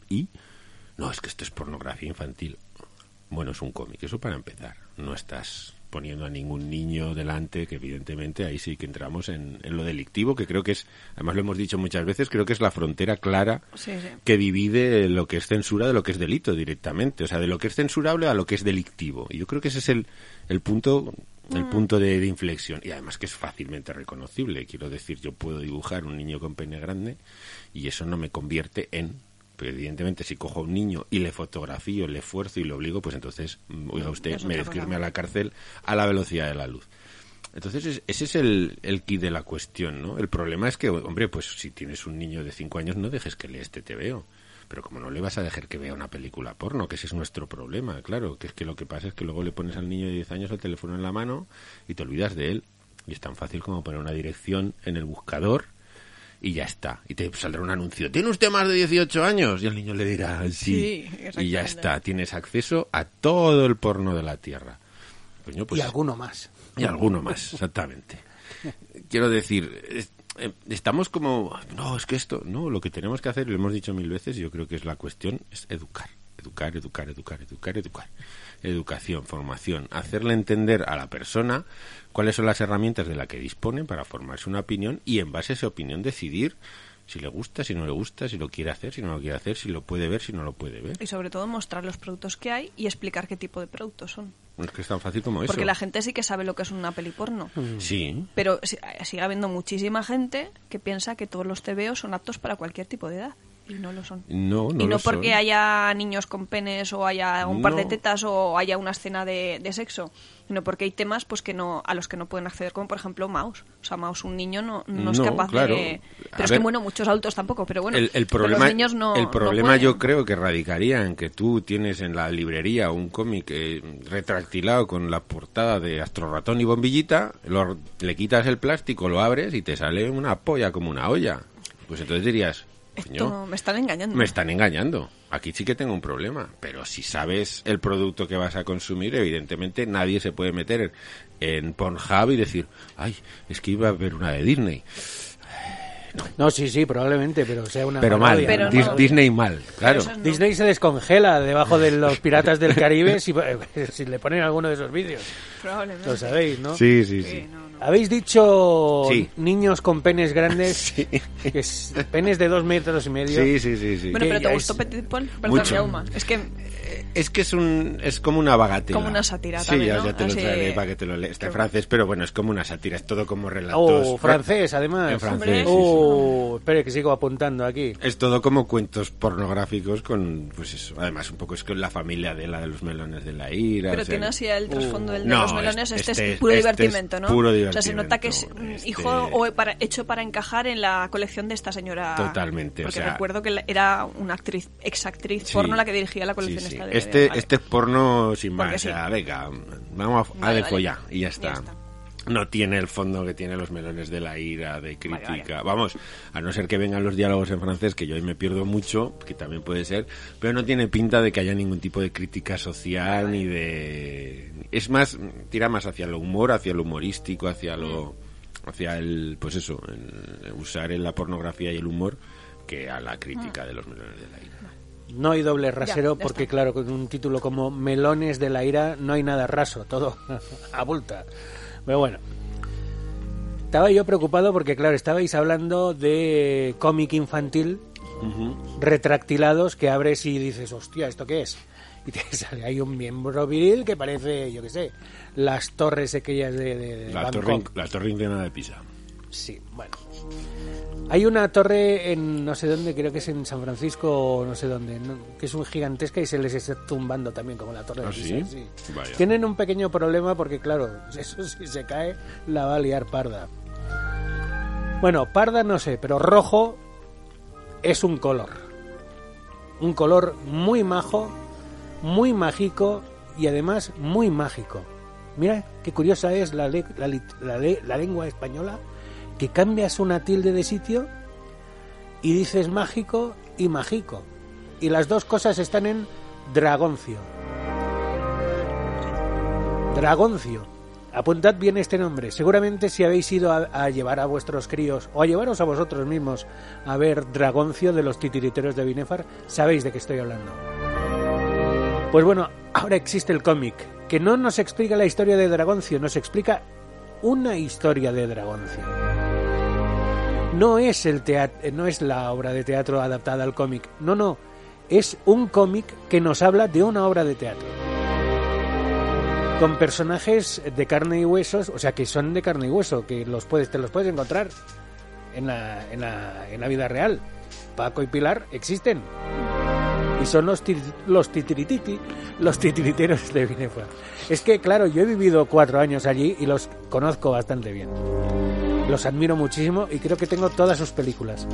S3: ¿Y? No, es que esto es pornografía infantil. Bueno, es un cómic, eso para empezar. No estás poniendo a ningún niño delante, que evidentemente ahí sí que entramos en, en lo delictivo, que creo que es, además lo hemos dicho muchas veces, creo que es la frontera clara
S6: Sí, sí.
S3: que divide lo que es censura de lo que es delito directamente, o sea, de lo que es censurable a lo que es delictivo. Y yo creo que ese es el, el punto el punto de, de inflexión y además que es fácilmente reconocible quiero decir yo puedo dibujar un niño con pene grande y eso no me convierte en pero evidentemente si cojo a un niño y le fotografío le esfuerzo y le obligo pues entonces mm, oiga usted
S6: Es otra
S3: merezco irme
S6: cosa.
S3: a la cárcel a la velocidad de la luz entonces, es- ese es el, el key de la cuestión, ¿no? El problema es que, hombre, pues si tienes un niño de 5 años, no dejes que lea este TVO. Pero como no le vas a dejar que vea una película porno, que ese es nuestro problema, claro, que es que lo que pasa es que luego le pones al niño de 10 años el teléfono en la mano y te olvidas de él. Y es tan fácil como poner una dirección en el buscador y ya está. Y te saldrá un anuncio, ¿tiene usted más de 18 años? Y el niño le dirá, sí.
S6: Sí,
S3: y ya
S6: exactamente.
S3: está, tienes acceso a todo el porno de la Tierra. Coño,
S8: y
S3: pues-
S8: alguno más.
S3: y alguno más, exactamente. Quiero decir, es- eh, estamos como, no, es que esto, no, lo que tenemos que hacer, y lo hemos dicho mil veces, yo creo que es la cuestión, es educar, educar, educar, educar, educar, educar. Educación, formación, hacerle entender a la persona cuáles son las herramientas de la que dispone para formarse una opinión y en base a esa opinión decidir si le gusta, si no le gusta, si lo quiere hacer, si no lo quiere hacer, si lo puede ver, si no lo puede ver.
S6: Y sobre todo mostrar los productos que hay y explicar qué tipo de productos son.
S3: No es que es tan fácil como eso. Mm.
S6: Porque la gente sí que sabe lo que es una peli porno.
S3: Sí,
S6: Pero si- eh, sigue habiendo muchísima gente que piensa que todos los tebeos son aptos para cualquier tipo de edad. Y no lo son.
S3: No, no
S6: y no
S3: lo son.
S6: porque haya niños con penes o haya un par de
S3: No.
S6: tetas o haya una escena de, de sexo. Sino porque hay temas pues que no a los que no pueden acceder, como por ejemplo Maus. O sea, Maus, un niño no, no, es
S3: No,
S6: capaz
S3: claro.
S6: de.
S3: A
S6: Pero es
S3: ver,
S6: que bueno, muchos adultos tampoco. Pero bueno,
S3: el, el
S6: pero
S3: problema,
S6: los niños no.
S3: el
S6: no
S3: problema yo
S6: pueden.
S3: creo que radicaría en que tú tienes en la librería un cómic eh, retractilado con la portada de Astro Ratón y Bombillita, lo- le quitas el plástico, lo abres y te sale una polla como una olla. Pues entonces dirías,
S6: Esto
S3: "Coño,
S6: me están engañando.
S3: me están engañando. Aquí sí que tengo un problema. Pero si sabes el producto que vas a consumir, evidentemente nadie se puede meter en Pornhub y decir, ay, es que iba a ver una de Disney.
S5: No, sí, sí, probablemente, pero sea una.
S3: Pero mal,
S5: parodia,
S6: Pero
S5: ¿no?
S3: Dis-
S6: no.
S3: Disney mal, claro.
S6: eso es-
S5: Disney se descongela debajo de los piratas del Caribe si, si le ponen alguno de esos vídeos.
S6: Probablemente.
S5: Lo sabéis, ¿no?
S3: Sí, sí, sí.
S5: Habéis dicho
S3: Sí.
S5: niños con penes grandes, que es- penes de dos metros y medio.
S3: Sí, sí, sí, sí.
S6: Bueno, pero
S5: Ya es-
S6: ¿te gustó Petit Paul? Perdón,
S3: Mucho.
S6: Jaume. Es que
S3: Es que es un es como una bagatela.
S6: Como una sátira
S3: Sí,
S6: también,
S3: ya,
S6: ¿no?
S3: ya te lo
S6: Así-
S3: traeré para que te lo leas. Está en
S6: Qué-
S3: francés, pero bueno, es como una sátira. Es todo como relatos.
S5: Oh, francés, además.
S3: En francés,
S6: Hombre.
S3: sí, sí.
S5: Oh, espere que sigo apuntando aquí.
S3: Es todo como cuentos pornográficos con, pues eso. Además, un poco es con la familia de la de los melones de la ira.
S6: Pero
S3: o sea,
S6: tiene así el trasfondo del de
S3: no,
S6: los melones.
S3: es-
S6: Este,
S3: este
S6: es puro
S3: este
S6: divertimento,
S3: es
S6: ¿no?
S3: puro de
S6: O sea, se nota que es
S3: Altiventón,
S6: mm,
S3: este-
S6: hijo o para- hecho para encajar en la colección de esta señora.
S3: Totalmente, o
S6: Porque
S3: sea-
S6: recuerdo que la- era una actriz, exactriz
S3: Sí.
S6: porno la que dirigía la colección
S3: Sí, sí.
S6: esta de-
S3: Este,
S6: vale.
S3: este es porno sin más.
S6: Porque
S3: o sea,
S6: sí.
S3: venga, vamos a, a
S6: Vale,
S3: de follar
S6: vale.
S3: y ya está.
S6: Ya está.
S3: No tiene el fondo que tiene los melones de la ira, de crítica. Vamos, a no ser que vengan los diálogos en francés, que yo ahí me pierdo mucho, que también puede ser, pero no tiene pinta de que haya ningún tipo de crítica social ni de... Es más, tira más hacia lo humor, hacia lo humorístico, hacia lo...
S6: Mm.
S3: hacia el... pues eso, el- usar en la pornografía y el humor que a la crítica
S6: Mm.
S3: de los melones de la ira.
S5: No hay doble rasero
S6: ya
S5: porque,
S6: está.
S5: claro, con un título como Melones de la Ira no hay nada raso, todo abulta. Pero bueno. Estaba yo preocupado porque, claro, estabais hablando de cómic infantil retractilados que abres y dices, hostia, ¿esto qué es? Y te sale ahí un miembro viril que parece, yo qué sé, las torres aquellas de, de, de
S3: La
S5: Bangkok.
S3: torre, la torre inclinada de Pisa.
S5: Sí, bueno. Hay una torre en no sé dónde, creo que es en San Francisco o no sé dónde, ¿no? que es un gigantesca y se les está tumbando también como la torre de
S3: ¿Ah,
S5: Pisa,
S3: sí? Vaya.
S5: Tienen un pequeño problema porque claro, eso si se cae la va a liar parda. Bueno, parda no sé, pero rojo es un color. Un color muy majo, muy mágico y además muy mágico. Mira qué curiosa es la, le- la lit- la le- la lengua española que cambias una tilde de sitio y dices mágico y mágico. Y las dos cosas están en dragoncio. Dragoncio. Apuntad bien este nombre. Seguramente si habéis ido a, a llevar a vuestros críos o a llevaros a vosotros mismos a ver Dragoncio de los titiriteros de Binefar, sabéis de qué estoy hablando. Pues bueno, ahora existe el cómic, que no nos explica la historia de Dragoncio, nos explica una historia de Dragoncio. No es, el tea- eh, no es la obra de teatro adaptada al cómic, no, no, es un cómic que nos habla de una obra de teatro con personajes de carne y huesos, o sea, que son de carne y hueso, que los puedes, te los puedes encontrar en la, en la, en la vida real. Paco y Pilar existen. Y son los, tir- los titirititi, los titiriteros de Binefuera. Es que, claro, yo he vivido cuatro años allí y los conozco bastante bien. Los admiro muchísimo y creo que tengo todas sus películas.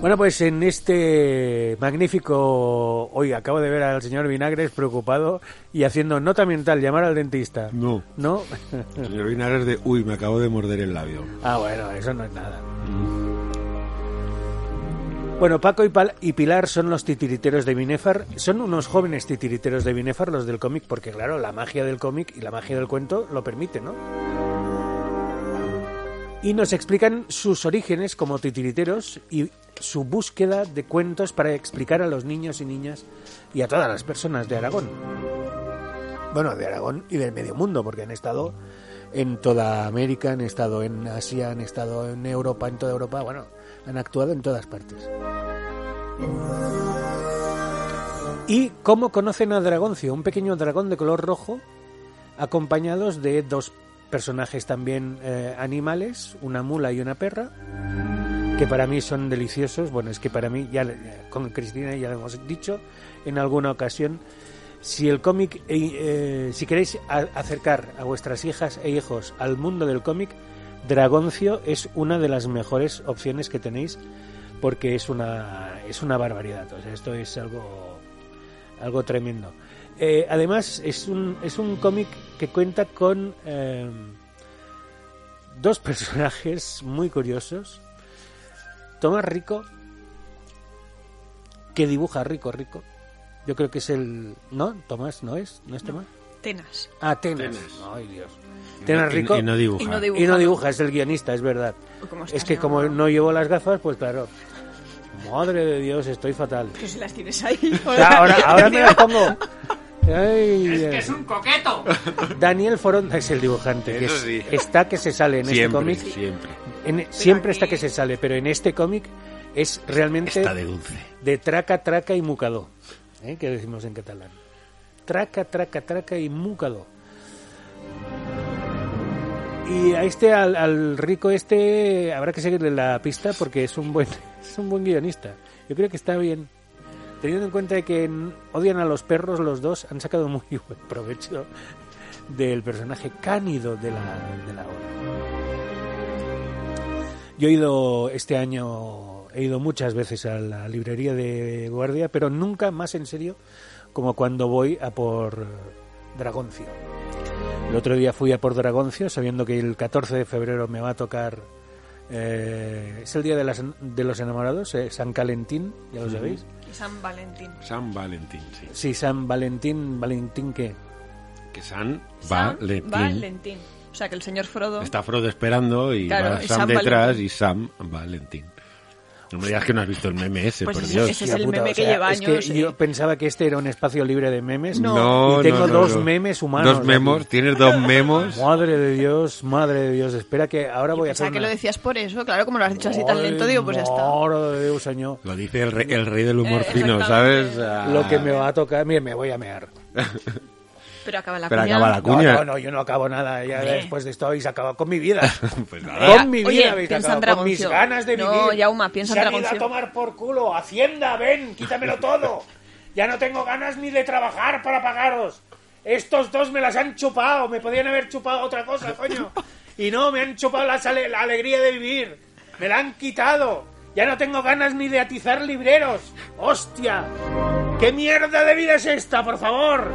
S5: Bueno, pues en este magnífico... Hoy acabo de ver al señor Vinagres preocupado y haciendo nota mental, llamar al dentista.
S3: No.
S5: ¿No?
S3: Señor Vinagres de, uy, me acabo de morder el labio.
S5: Ah, bueno, eso no es nada. Bueno, Paco y, Pal- y Pilar son los titiriteros de Binefar. Son unos jóvenes titiriteros de Binefar, los del cómic, porque claro, la magia del cómic y la magia del cuento lo permite, ¿no? Y nos explican sus orígenes como titiriteros y su búsqueda de cuentos para explicar a los niños y niñas y a todas las personas de Aragón. Bueno, de Aragón y del medio mundo, porque han estado en toda América, han estado en Asia, han estado en Europa, en toda Europa, bueno, han actuado en todas partes. ¿Y cómo conocen a Dragoncio? Un pequeño dragón de color rojo, acompañados de dos personajes también eh, animales, una mula y una perra, que para mí son deliciosos. Bueno, es que para mí, ya le- con Cristina ya lo hemos dicho en alguna ocasión, si el cómic, eh, eh, si queréis a- acercar a vuestras hijas e hijos al mundo del cómic, Dragoncio es una de las mejores opciones que tenéis porque es una es una barbaridad. O sea, esto es algo algo tremendo. Eh, además es un es un cómic que cuenta con eh, dos personajes muy curiosos. Tomás Rico que dibuja rico rico. Yo creo que es el no Tomás no es no es Tomás.
S6: Tenas.
S5: Atenas. Ay Dios. Tenas
S3: Y-
S5: Rico
S3: Y, no dibuja.
S6: Y no
S5: y no
S6: Dibujando.
S5: dibuja, es el guionista, es verdad.
S3: este
S6: Uy, cómo
S5: Es
S6: estás,
S5: que
S6: mi
S5: como
S6: amor.
S5: no llevo las gafas, pues claro. Madre de Dios, estoy fatal.
S6: Que si las tienes ahí.
S5: O sea, ahora, ahora me las pongo. Ay,
S7: Es que
S5: eh.
S7: es un coqueto.
S5: Daniel Foronda es el dibujante. que
S3: Eso
S5: es-
S3: sí.
S5: Está que se sale en este
S3: siempre,
S5: cómic.
S3: siempre.
S5: En- siempre está
S6: aquí-
S5: que se sale, pero en este cómic es realmente
S3: Está de dulce.
S5: de traca, traca y mucado, ¿eh? que decimos en catalán. Traca, traca, traca y mucado. Y a este, al, al rico este, habrá que seguirle la pista porque es un buen, es un buen guionista. Yo creo que está bien. Teniendo en cuenta que en- odian a los perros los dos, han sacado muy buen provecho del personaje cánido de la, de la obra. Yo he ido este año, he ido muchas veces a la librería de Guardia, pero nunca más en serio como cuando voy a por Dragoncio. El otro día fui a por Dragoncio sabiendo que el 14 de febrero me va a tocar. eh, es el día de, las- de los enamorados, eh, San Calentín, ya lo sabéis.
S6: Y San Valentín.
S3: San Valentín, sí.
S5: Sí, San Valentín, Valentín qué.
S3: Que San,
S6: San
S3: Valentín.
S6: Valentín. O sea, que el señor Frodo...
S3: Está Frodo esperando y
S6: Claro,
S3: va
S6: y
S3: Sam
S6: San
S3: detrás
S6: Valentín.
S3: y Sam Valentín. No me digas que no has visto el meme ese,
S6: Pues
S3: por
S6: ese-
S3: Dios.
S6: ese es
S5: Hostia
S6: el
S5: puta,
S6: meme que lleva
S5: es
S6: años, eh.
S5: Yo pensaba que este era un espacio libre de memes.
S6: No.
S5: y tengo dos memes humanos.
S3: Dos memos,
S5: aquí.
S3: tienes dos memos.
S5: Madre de Dios, madre de Dios. Espera que ahora voy a
S6: o sea,
S5: hacer.
S6: que lo
S5: una-
S6: decías por eso. Claro, como lo has dicho así tan
S5: Madre,
S6: lento, digo, pues ya está.
S5: Madre de Dios, señor.
S3: Lo dice el rey, el rey del humor
S6: Eh,
S3: fino,
S6: exactamente.
S3: ¿sabes? Ah,
S5: Lo que me va a tocar. Mire, me voy a mear.
S6: Pero acaba la
S3: Pero
S6: cuña.
S3: acaba la
S5: No,
S3: cuña.
S5: no, no, yo no acabo nada. Ya
S6: Hombre.
S5: después de esto habéis acabado con mi vida.
S3: Pues
S6: Eh,
S3: nada.
S5: Con mi vida
S6: oye,
S5: habéis
S6: piensa en
S5: acabado, con mis
S6: Dragoncio.
S5: ganas de
S6: No,
S5: vivir.
S6: Yauma, piensa en
S5: Se han ido a
S6: Dragoncio.
S5: tomar por culo. Hacienda, ven, quítamelo todo. Ya no tengo ganas ni de trabajar para pagaros. Estos dos me las han chupado. Me podían haber chupado otra cosa, coño. Y no, me han chupado la, sale- la alegría de vivir. Me la han quitado. Ya no tengo ganas ni de atizar libreros. ¡Hostia! ¿Qué mierda de vida es esta, por favor?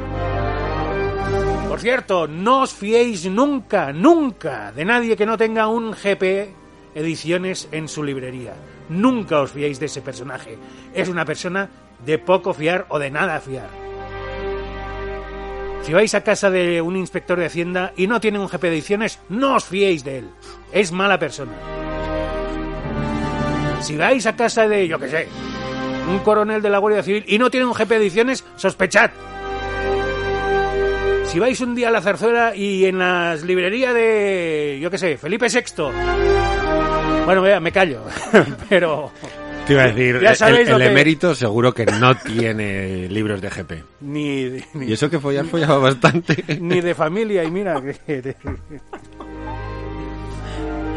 S5: Por cierto, no os fiéis nunca, nunca de nadie que no tenga un GP Ediciones en su librería. Nunca os fiéis de ese personaje. Es una persona de poco fiar o de nada fiar. Si vais a casa de un inspector de Hacienda y no tiene un GP Ediciones, no os fiéis de él. Es mala persona. Si vais a casa de, yo qué sé, un coronel de la Guardia Civil y no tiene un GP Ediciones, sospechad. Si vais un día a la zarzuela y en las librerías de, yo qué sé, Felipe VI. Bueno, vea, me callo. Pero
S3: Te iba a decir,
S5: Ya
S3: el,
S5: sabéis
S3: el
S5: lo que-
S3: emérito seguro que no tiene libros de GP.
S5: ni, de- ni,
S3: Y eso que follar follaba bastante.
S5: ni de familia. Y mira, que-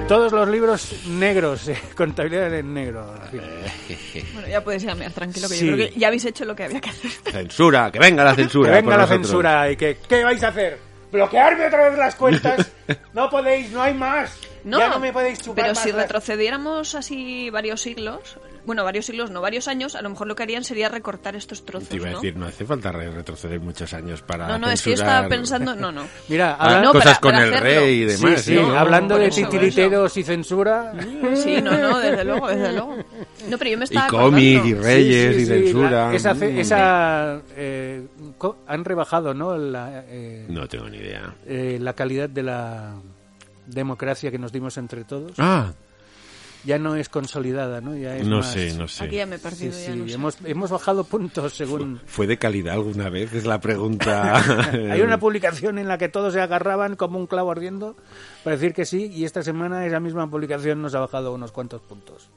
S5: todos los libros negros, eh, contabilidad en negro. en fin.
S6: Bueno, ya podéis ir a mear, tranquilo, que
S5: Sí.
S6: yo creo que ya habéis hecho lo que había que hacer.
S3: Censura, que venga la
S5: Que
S3: censura.
S5: venga
S3: por
S5: la
S3: nosotros.
S5: censura y que, ¿qué vais a hacer? ¿Bloquearme otra vez las cuentas? No podéis, no hay más.
S6: No,
S5: ya no me podéis chupar
S6: pero
S5: más
S6: si
S5: las-
S6: retrocediéramos así varios siglos, bueno, varios siglos, no, varios años, a lo mejor lo que harían sería recortar estos trozos,
S3: Te iba a
S6: ¿no?
S3: decir, no hace falta re- retroceder muchos años para.
S6: no, no, es que yo
S3: censurar
S6: estaba pensando, no, no.
S5: Mira,
S3: Ah,
S5: habla-
S6: no,
S3: cosas
S6: para-
S3: con
S6: para
S3: el
S6: hacerlo.
S3: rey y
S6: Sí,
S3: demás. ¿eh?
S5: sí,
S3: Sí, ¿no?
S5: hablando de
S6: Por eso, por
S5: titiriteros y censura.
S6: Sí, no, no, desde luego, desde luego. No, pero yo
S3: Y
S6: me estaba
S3: cómic, y
S6: acordando.
S3: reyes,
S5: Sí, sí,
S3: y
S5: sí,
S3: censura.
S5: la- esa fe-
S3: Mm.
S5: esa, eh, co- han rebajado, ¿no? La, eh,
S3: No tengo ni idea.
S5: eh, la calidad de la democracia que nos dimos entre todos.
S3: Ah,
S5: Ya no es consolidada, ¿no? Ya es
S3: no
S5: más-
S3: sé, no sé.
S6: Aquí ya me he
S5: Sí,
S6: perdido,
S5: sí,
S6: ya no sé.
S5: Hemos, hemos bajado puntos según.
S3: ¿Fue de calidad alguna vez? Es la pregunta.
S5: Hay una publicación en la que todos se agarraban como un clavo ardiendo para decir que sí, y esta semana esa misma publicación nos ha bajado unos cuantos puntos.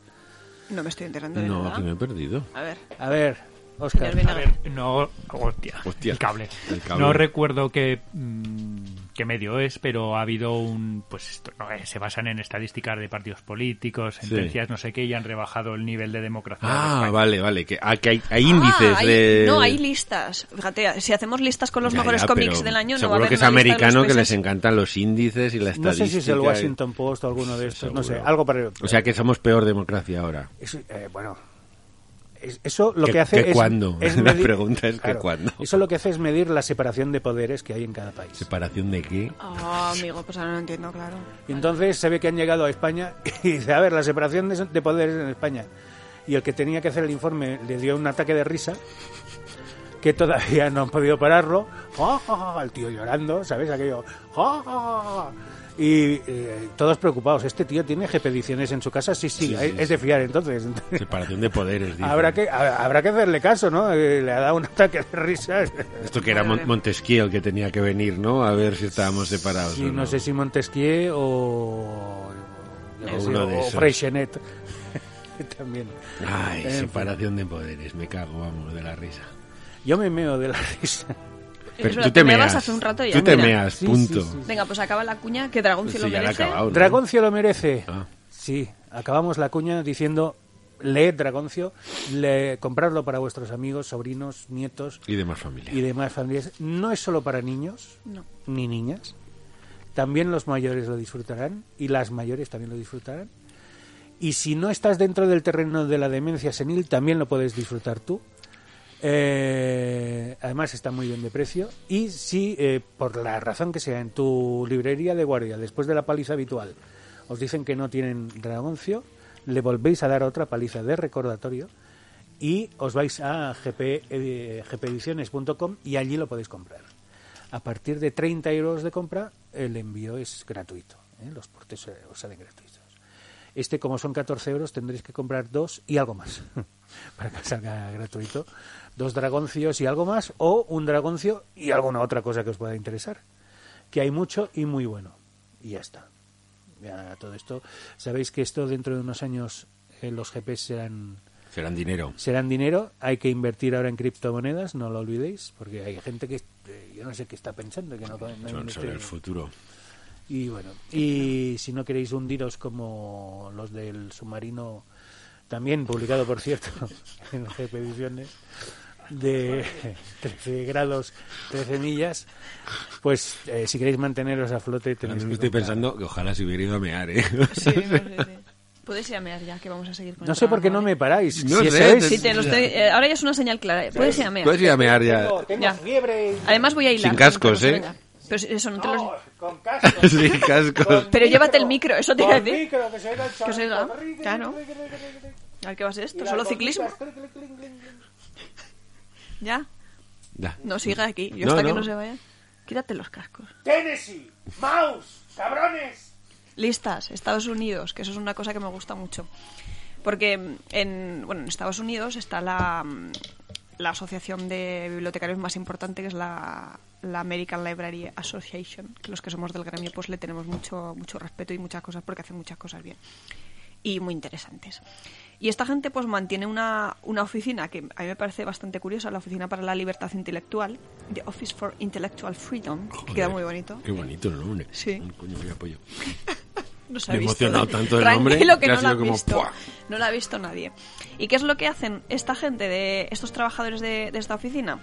S6: No me estoy enterando de
S3: No, que me
S6: nada.
S3: he perdido.
S6: A ver,
S5: A ver, Oscar.
S6: señor Vinagre.
S8: No, hostia,
S3: Hostia,
S8: el cable.
S3: el cable.
S8: No recuerdo qué, mm, qué medio es, pero ha habido un... Pues esto, no, eh, se basan en estadísticas de partidos políticos,
S3: Sí.
S8: sentencias, no sé qué, y han rebajado el nivel de democracia. en
S3: Ah,
S8: España.
S3: vale, vale. Que, ah, que hay, hay índices
S6: Ah, hay-
S3: de.
S6: No, hay listas. Fíjate, si hacemos listas con los
S3: Ya,
S6: mejores
S3: ya,
S6: cómics
S3: pero
S6: del año, no va a
S3: Seguro
S6: haber
S3: que es
S6: una lista de
S3: americano
S6: los
S3: que les
S6: países.
S3: encantan los índices y la estadística.
S5: No sé si es el
S3: y-
S5: Washington Post o alguno de estos, no sé,
S3: Seguro.
S5: algo para
S3: O sea que somos peor democracia ahora.
S5: Eso, eh, bueno, es- eso lo
S3: ¿Qué-
S5: que, hace
S3: qué
S5: es...
S3: cuándo?
S5: es
S3: La pregunta es, ¿qué cuándo?
S5: Eso lo que hace es medir la separación de poderes que hay en cada país.
S3: ¿Separación de qué?
S6: Ah, amigo, pues ahora no entiendo, claro.
S5: Y entonces se ve que han llegado a España y dice, a ver, la separación de, de poderes en España. Y el que tenía que hacer el informe le dio un ataque de risa que todavía no han podido pararlo. Ja, ja, ja, ja, el tío llorando, ¿sabes? Aquello. ja, ja, ja, ja. Y eh, todos preocupados. Este tío tiene gepediciones en su casa. Sí, sí,
S3: Sí,
S5: es,
S3: sí,
S5: es de fiar entonces.
S3: Separación de poderes. dice.
S5: Habrá que, ha- habrá que hacerle caso, ¿no? Eh, Le ha dado un ataque de risas.
S3: Esto que era Mon- Montesquieu el que tenía que venir, ¿no? A ver si estábamos separados.
S5: Y
S3: o
S5: no
S3: no.
S5: sé si Montesquieu o, yo qué sé,
S3: Uno de
S5: o
S3: esos.
S5: Freixenet también.
S3: Ay,
S5: En fin.
S3: separación de poderes. Me cago, vamos, de la risa.
S5: Yo me meo de la risa.
S6: Es
S3: Pero
S6: verdad,
S3: tú te
S6: meabas
S3: meas.
S6: hace un rato y ya,
S3: tú te
S6: mira.
S3: meas,
S5: Sí,
S3: punto.
S5: sí, sí.
S6: Venga, pues acaba la cuña, que Dragón sí
S3: Sí,
S6: lo
S3: ya la ha
S6: merece.
S3: acabado. ¿no?
S5: Dragoncio lo merece.
S3: Ah.
S5: Sí, acabamos la cuña diciendo leed Dragoncio, le, comprarlo para vuestros amigos, sobrinos, nietos
S3: Y demás familia.
S5: y demás familias. No es solo para niños
S6: No.
S5: ni niñas, también los mayores lo disfrutarán y las mayores también lo disfrutarán. Y si no estás dentro del terreno de la demencia senil, también lo puedes disfrutar tú. Eh, además está muy bien de precio y si eh, por la razón que sea en tu librería de guardia después de la paliza habitual os dicen que no tienen dragoncio le volvéis a dar otra paliza de recordatorio y os vais a gp, eh, gpediciones.com y allí lo podéis comprar a partir de 30 euros de compra el envío es gratuito ¿eh? los portes eh, os salen gratuitos este, como son 14 euros, tendréis que comprar dos y algo más. para que salga gratuito. Dos dragoncios y algo más. O un dragoncio y alguna otra cosa que os pueda interesar. Que hay mucho y muy bueno. Y ya está. Ya todo esto. Sabéis que esto dentro de unos años eh, los GPs serán
S3: Serán dinero.
S5: serán dinero, hay que invertir ahora en criptomonedas, no lo olvidéis, porque hay gente que eh, yo no sé qué está pensando, que no, no
S3: Son
S5: invierte
S3: sobre el
S5: en-
S3: futuro.
S5: y bueno, y si no queréis hundiros como los del submarino, también publicado por cierto en GP Ediciones, de 13 grados, 13 millas, pues eh, si queréis manteneros a flote
S3: Ahora
S5: tenéis
S3: mismo
S5: que
S3: estoy
S5: comprar.
S3: pensando que ojalá se hubiera ido a mear, ¿eh?
S6: Sí, no, sí, sí. Puedes ir a mear ya, que vamos a seguir con el
S5: No sé por qué no
S6: programa,
S5: me paráis.
S3: No
S5: si
S3: sé,
S5: eso es-
S6: ¿vale? Sí, te lo estoy- eh, ahora ya es una señal clara. ¿eh? Puedes ir a mear.
S3: Puedes ir a mear ya.
S5: Tengo- tengo
S6: Ya.
S5: fiebre.
S6: Además voy a hilar.
S3: Sin cascos,
S6: Venga,
S3: ¿eh?
S6: venga. Pero si- eso no te los...
S5: No, con casco.
S3: Sin cascos.
S5: Con
S6: Pero llévate el micro, eso te iba a
S5: Con
S6: decir.
S5: micro, que se oiga el
S6: Que se oiga,
S5: chorrito.
S6: claro. A ver qué va a ser
S5: Y
S6: esto.
S5: las
S6: Solo ciclismo.
S5: gotitas, clic, clic, clic, clic.
S6: Ya.
S3: Ya.
S6: No siga aquí. Yo
S3: No,
S6: hasta que
S3: no.
S6: no se vaya. Quítate los cascos.
S5: Tennessee, Mouse, cabrones.
S6: listas, Estados Unidos, que eso es una cosa que me gusta mucho. Porque mm, en, bueno, en Estados Unidos está la, mm, la asociación de bibliotecarios más importante, que es la, la American Library Association, que los que somos del gremio pues le tenemos mucho, mucho respeto y muchas cosas porque hacen muchas cosas bien y muy interesantes. Y esta gente pues mantiene una, una oficina que a mí me parece bastante curiosa, la Oficina para la Libertad Intelectual, The Office for Intellectual Freedom, que queda
S3: Joder,
S6: muy bonito.
S3: Qué bonito el nombre.
S6: Sí.
S3: Coño, qué apoyo.
S6: No se
S3: Me
S6: ha
S3: he
S6: visto.
S3: emocionado tanto del
S6: Tranquilo,
S3: nombre
S6: que
S3: que ha
S6: no lo ha
S3: sido como,
S6: visto.
S3: ¡pua!
S6: No lo ha visto nadie. ¿Y qué es lo que hacen esta gente, de estos trabajadores de, de esta oficina?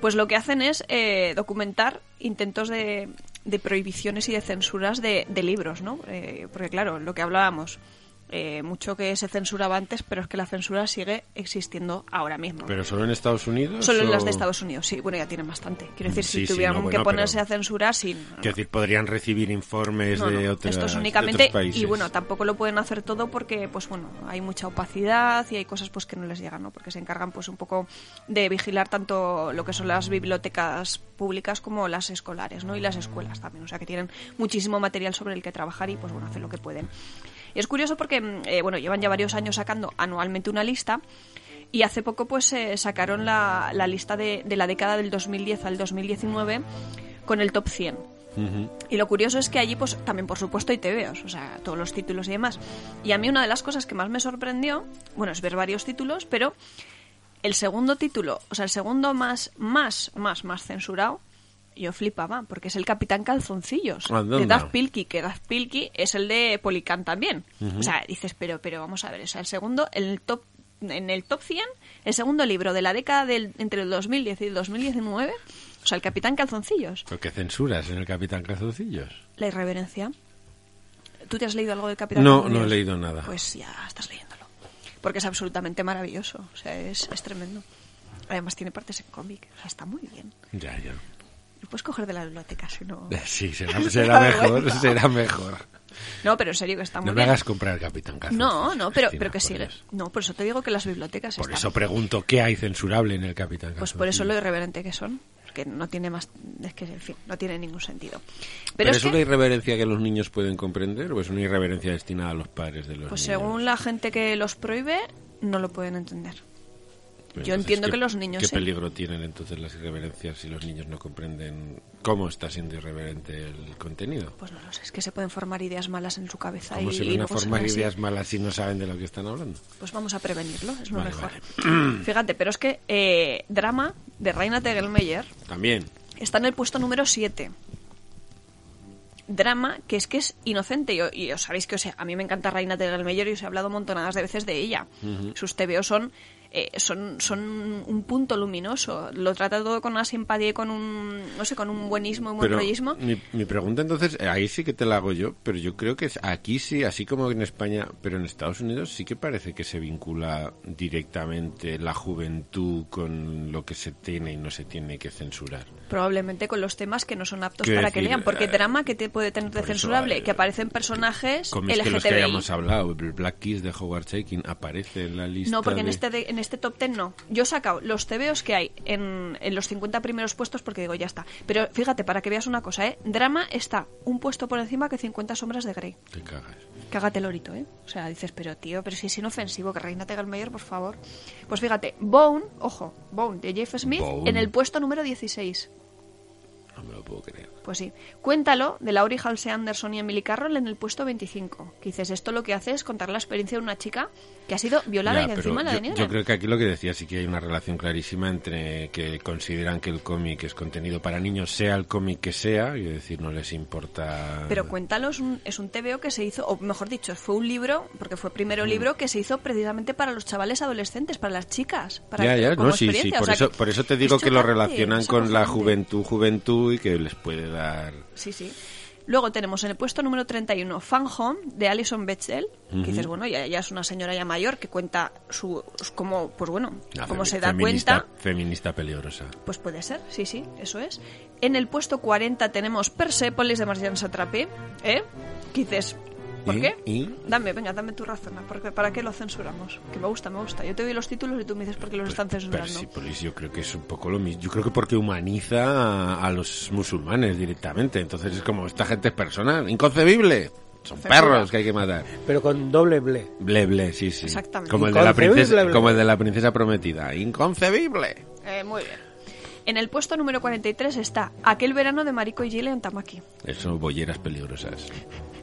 S6: Pues lo que hacen es eh, documentar intentos de, de prohibiciones y de censuras de, de libros, ¿no? Eh, porque claro, lo que hablábamos, eh, mucho que se censuraba antes, pero es que la censura sigue existiendo ahora mismo.
S3: ¿Pero solo en Estados Unidos?
S6: Solo en
S3: o-
S6: las de Estados Unidos, sí. Bueno, ya tienen bastante. Quiero decir,
S3: Sí,
S6: si
S3: sí,
S6: tuvieran
S3: no,
S6: que
S3: bueno,
S6: ponerse
S3: pero-
S6: a censurar, sin
S3: Quiero decir, podrían recibir informes
S6: no,
S3: de
S6: no,
S3: otras-
S6: esto es
S3: de
S6: únicamente
S3: otros países.
S6: y bueno tampoco lo pueden hacer todo porque pues bueno hay mucha opacidad y hay cosas pues que no les llegan no porque se encargan pues un poco de vigilar tanto lo que son las bibliotecas públicas como las escolares no y las escuelas también o sea que tienen muchísimo material sobre el que trabajar y pues bueno hacen lo que pueden y es curioso porque mm, eh, bueno llevan ya varios años sacando anualmente una lista y hace poco pues eh, sacaron la, la lista de, de la década del 2010 al 2019 con el top 100 y lo curioso es que allí, pues también, por supuesto, hay TVOs, o sea, todos los títulos y demás. Y a mí una de las cosas que más me sorprendió, bueno, es ver varios títulos, pero el segundo título, o sea, el segundo más, más, más, más censurado, yo flipaba, porque es el Capitán Calzoncillos,
S3: Anda,
S6: de
S3: anda.
S6: Daft Pilki, que Daft Pilki es el de Policán también. O sea, dices, pero, pero vamos a ver, o sea, el segundo, en el top, en el top 100, el segundo libro de la década del, entre el 2010 y el 2019, o sea, el Capitán Calzoncillos.
S3: ¿Pero qué censuras en el Capitán Calzoncillos?
S6: La irreverencia. ¿Tú te has leído algo de Capitán
S3: No,
S6: Junior?
S3: no he leído nada.
S6: Pues ya estás leyéndolo. Porque es absolutamente maravilloso. O sea, es, es tremendo. Además, tiene partes en cómic. O sea, está muy bien.
S3: Ya, ya.
S6: Lo puedes coger de la biblioteca si no.
S3: Sí, será, será mejor, será mejor.
S6: No, pero en serio que está muy
S3: No me
S6: bien.
S3: hagas comprar Capitán Calzoncillos.
S6: no, no, pero,
S3: Cristina,
S6: pero que
S3: por
S6: sigue.
S3: Dios.
S6: No, por eso te digo que las bibliotecas
S3: Por
S6: están.
S3: eso Mm. pregunto, ¿qué hay censurable en el Capitán
S6: pues
S3: Calzoncillos?
S6: por eso lo irreverente que son. Porque no tiene más. Es que, en fin, no tiene ningún sentido. Pero,
S3: ¿Pero
S6: es,
S3: es
S6: que.
S3: una irreverencia que los niños pueden comprender o es una irreverencia destinada a los padres de los
S6: Pues
S3: niños?
S6: según la gente que los prohíbe, no lo pueden entender.
S3: Pero
S6: yo
S3: entonces,
S6: entiendo
S3: ¿qué-
S6: que los niños
S3: Pues ¿Qué
S6: sí.
S3: peligro tienen entonces las irreverencias si los niños no comprenden cómo está siendo irreverente el contenido?
S6: Pues no lo sé, es que se pueden formar ideas malas en su cabeza
S3: ¿Cómo
S6: y,
S3: se
S6: y
S3: van a
S6: luego se
S3: formar
S6: ven así.
S3: ideas malas si no saben de lo que están hablando?
S6: Pues vamos a prevenirlo, es lo
S3: Vale,
S6: mejor. Fíjate, pero es que eh, Drama de Reina Tegelmeyer
S3: También.
S6: está en el puesto número 7. drama que es que es inocente. Y, y os sabéis que o sea, a mí me encanta Reina Telgelmeyer y os he hablado montonadas de veces de ella. Sus TVO son, eh, son, son un punto luminoso. Lo trata todo con una simpatía y con un, no sé, con un buenismo y un buen
S3: Pero
S6: rollismo.
S3: mi, mi pregunta entonces, eh, ahí sí que te la hago yo, pero yo creo que es- aquí sí, así como en España, pero en Estados Unidos sí que parece que se vincula directamente la juventud con lo que se tiene y no se tiene que censurar.
S6: Probablemente con los temas que no son aptos
S3: Quiero
S6: para que
S3: decir,
S6: lean. Porque
S3: eh,
S6: drama que te puede tener de
S3: por eso,
S6: censurable,
S3: eh,
S6: que aparecen personajes
S3: Como es que los que
S6: LGTBI.
S3: habíamos hablado, el Black Kiss de Howard Shaking aparece en la lista.
S6: No, porque en
S3: de-
S6: este, de- en este top ten no. Yo he sacado los TVOs que hay en, en los 50 primeros puestos porque digo, ya está. Pero fíjate, para que veas una cosa, ¿eh? Drama está un puesto por encima que 50 sombras de Grey.
S3: Te cagas.
S6: Cágate lorito, ¿eh? O sea, dices, pero tío, pero si es inofensivo, que Reina Tegelmeyer, por favor. Pues fíjate, Bone, ojo, Bone de Jeff Smith
S3: Bone.
S6: en el puesto número 16.
S3: No me lo puedo creer.
S6: Pues sí. Cuéntalo, de Laurie Halsey Anderson y Emily Carroll en el puesto 25. Que dices, esto lo que hace es contar la experiencia de una chica que ha sido violada
S3: Ya,
S6: y que
S3: pero
S6: encima la
S3: yo-
S6: deniegan.
S3: yo, creo que aquí lo que decía sí que hay una relación clarísima entre que consideran que el cómic es contenido para niños, sea el cómic que sea, y decir, no les importa.
S6: Pero cuéntalo, es un, es un TVO que se hizo, o mejor dicho, fue un libro, porque fue primero
S3: Mm.
S6: libro que se hizo precisamente para los chavales adolescentes, para las chicas. Para
S3: ya, ya,
S6: como
S3: no, sí, sí.
S6: experiencia, o
S3: Por,
S6: sea
S3: eso,
S6: que
S3: por eso te
S6: es
S3: digo que lo
S6: chocante,
S3: relacionan
S6: es
S3: con la
S6: acojonante.
S3: juventud, juventud y que les puede dar.
S6: Sí, sí. Luego tenemos en el puesto número 31 Fan Home de Alison Bechdel, que dices, bueno, ya, ya es una señora ya mayor que cuenta su, su- cómo, pues bueno,
S3: una
S6: cómo
S3: femi-
S6: se da
S3: feminista,
S6: cuenta.
S3: Feminista peligrosa.
S6: Pues puede ser, sí, sí, eso es. En el puesto 40 tenemos Persepolis de Marjan Satrapi, ¿eh? Que dices, ¿por
S3: ¿Y?
S6: qué?
S3: ¿Y?
S6: Dame, venga, dame tu razón, ¿no? ¿Por qué- ¿para qué lo censuramos? Que me gusta, me gusta. Yo te doy los títulos y tú me dices por qué los
S3: Pues
S6: están censurando.
S3: Persepolis yo creo que es un poco lo mismo. Yo creo que porque humaniza a, a los musulmanes directamente. Entonces es como, esta gente es persona, inconcebible. Son
S6: Censura.
S3: perros que hay que matar.
S5: Pero con doble ble.
S3: Ble, ble, sí, sí.
S6: Exactamente.
S3: Como el, de la
S5: Inconcebible,
S3: princesa,
S5: ble, ble.
S3: como el de la princesa prometida. Inconcebible.
S6: Eh, muy bien. En el puesto número 43 está Aquel verano de Mariko y Gile en Tamaki.
S3: Eso son bolleras peligrosas.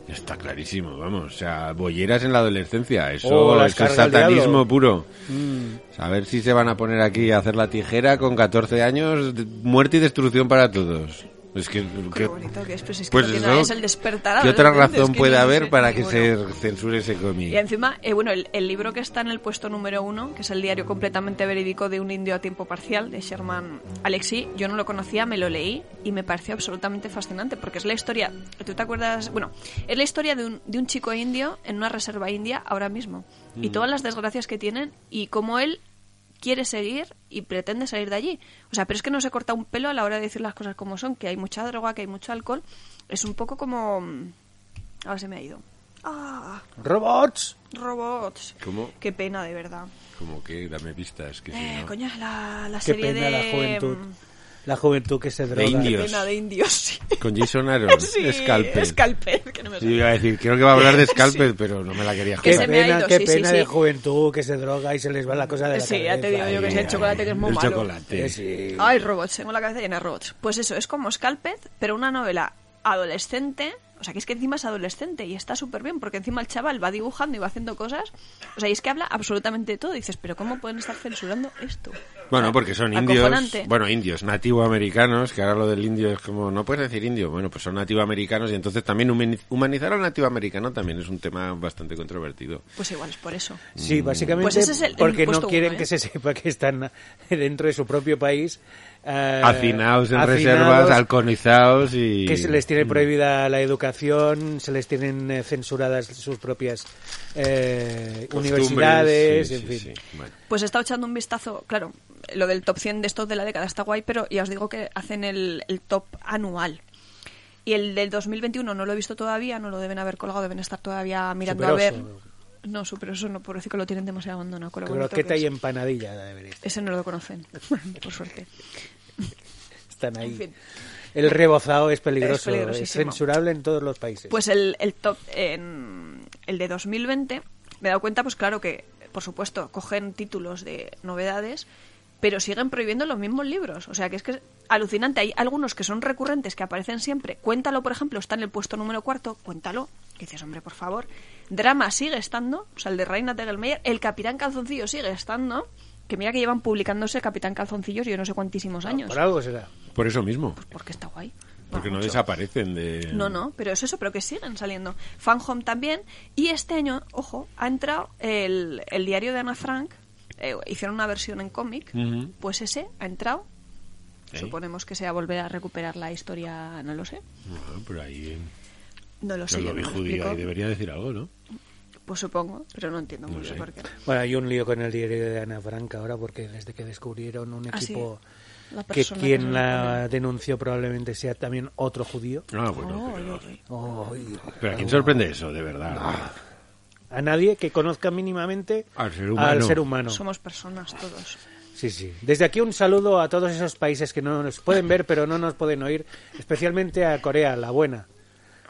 S3: Está clarísimo, vamos. O sea, bolleras en la adolescencia. Eso,
S5: Oh, las
S3: eso es
S5: carga el
S3: satanismo
S5: diablo. Mm.
S3: puro. A ver si se van a poner aquí a hacer la tijera con 14 años. de- Muerte y destrucción para todos. Es que...
S6: Qué
S3: que-
S6: bonito que es, pues es que
S3: pues
S6: no tiene
S3: eso,
S6: nada, es el despertar.
S3: ¿Qué otra
S6: adolescente,
S3: razón
S6: es que
S3: puede
S6: no
S3: haber
S6: sé,
S3: para que
S6: ninguno.
S3: se censure ese cómic?
S6: Y encima, eh, bueno, el, el libro que está en el puesto número uno, que es el diario completamente verídico de un indio a tiempo parcial, de Sherman Alexi, yo no lo conocía, me lo leí y me pareció absolutamente fascinante, porque es la historia, ¿tú te acuerdas? Bueno, es la historia de un, de un chico indio en una reserva india ahora mismo, y todas las desgracias que tienen y cómo él quiere seguir y pretende salir de allí. O sea, pero es que no se corta un pelo a la hora de decir las cosas como son, que hay mucha droga, que hay mucho alcohol. Es un poco como... mm, Ahora se me ha ido. Ah,
S5: ¡Robots!
S6: robots.
S3: ¿Cómo?
S6: Qué pena, de verdad.
S3: Como que, dame pistas. Que si
S6: Eh,
S3: no-
S6: coño, la, la
S5: Qué
S6: serie
S5: pena
S6: de...
S5: la juventud.
S6: mm,
S5: La juventud que se droga.
S3: indio.
S6: Qué
S3: Dios.
S6: pena de indios, sí.
S3: Con Jason Aaron.
S6: sí,
S3: Scalpel.
S6: Scalpel, que no me
S3: Yo
S6: sale.
S3: iba a decir, creo que va a hablar de Scalpel, pero no me la quería
S6: Que
S5: Qué
S3: jugar.
S6: se me ha
S5: pena,
S6: ido,
S5: qué
S6: sí, sí,
S5: pena de
S6: sí.
S5: juventud que se droga y se les va la cosa de la
S6: Sí, ya te digo
S5: cabeza.
S6: yo que sí, el chocolate Ah. que es muy
S3: el
S6: malo.
S3: chocolate.
S5: Eh, sí.
S6: Ay, robots, tengo la cabeza llena de robots. Pues eso, es como Scalped, pero una novela adolescente. O sea, que es que encima es adolescente y está súper bien, porque encima el chaval va dibujando y va haciendo cosas. O sea, y es que habla absolutamente de todo. Y dices, pero ¿cómo pueden estar censurando esto?
S3: Bueno, porque son indios,
S6: Acojonante.
S3: bueno, indios nativoamericanos, que ahora lo del indio es como, no puedes decir indio, bueno, pues son nativoamericanos y entonces también humani- humanizar al nativoamericano también es un tema bastante controvertido.
S6: Pues igual es por eso.
S5: Sí,
S3: Mm.
S5: básicamente
S6: Pues ese es el- el
S5: porque no
S6: puesto
S5: quieren
S6: uno, ¿eh?
S5: que se sepa que están dentro de su propio país. eh,
S3: Hacinaos en
S5: hacinados,
S3: reservas, alconizados y... mm.
S5: que se les tiene prohibida la educación, se les tienen eh, censuradas sus propias eh,
S3: Costumbres,
S5: universidades,
S3: sí,
S5: en
S3: sí,
S5: fin.
S3: sí, bueno.
S6: Pues he estado echando un vistazo, claro, lo del top 100 de estos de la década está guay, pero ya os digo que hacen el, el top anual. Y el del 2021 no lo he visto todavía, no lo deben haber colgado, deben estar todavía mirando a ver.
S5: Superoso.
S6: No, super eso no, por decir que lo tienen demasiado abandonado. con lo bonito que
S5: Croqueta
S6: es.
S5: y empanadilla debería estar.
S6: Ese no lo conocen, por suerte.
S5: están ahí.
S6: En fin.
S5: El rebozado es peligroso, es,
S6: peligrosísimo.
S5: censurable en todos los países.
S6: Pues el, el top, en, el de 2020, me he dado cuenta, pues claro que, por supuesto, cogen títulos de novedades, pero siguen prohibiendo los mismos libros. O sea, que es que es alucinante. Hay algunos que son recurrentes, que aparecen siempre. Cuéntalo, por ejemplo, está en el puesto número cuarto. Cuéntalo. Que dices, hombre, por favor. Drama sigue estando. O sea, el de Reina Tegelmeyer. El Capitán Calzoncillo sigue estando. Que mira que llevan publicándose Capitán Calzoncillos yo no sé cuantísimos años.
S5: Por algo será.
S3: Por eso mismo.
S6: Porque está guay.
S3: Ah, Porque no
S6: muchos.
S3: desaparecen de...
S6: No, no, pero es eso, pero que siguen saliendo. Fan Home también. Y este año, ojo, ha entrado el, el diario de Ana Frank. eh, hicieron una versión en cómic.
S3: Ujú.
S6: Pues ese ha entrado.
S3: Sí.
S6: Suponemos que sea volver a recuperar la historia, no lo sé.
S3: Bueno, pero ahí... eh,
S6: No lo sé.
S3: Yo lo
S6: yo
S3: vi
S6: no lo
S3: judío ahí
S6: explico.
S3: debería decir algo, ¿no?
S6: Pues supongo, pero no entiendo
S3: No
S6: mucho
S3: sé.
S6: por qué.
S5: Bueno, hay un lío con el diario de Ana Franca ahora porque desde que descubrieron un
S6: Ah, sí.
S5: equipo
S6: La
S5: que
S6: persona
S5: quien
S6: que-
S5: la denunció probablemente sea también otro judío.
S3: Ah, bueno,
S6: Oh,
S3: pero...
S6: oye, oye.
S5: Ay,
S3: Pero ¿a quién sorprende eso, de verdad?
S6: Ah,
S5: A nadie que conozca mínimamente
S3: Al ser humano.
S5: ser humano.
S6: Somos personas todos.
S5: Sí, sí. Desde aquí un saludo a todos esos países que no nos pueden ver pero no nos pueden oír, especialmente a Corea, la buena.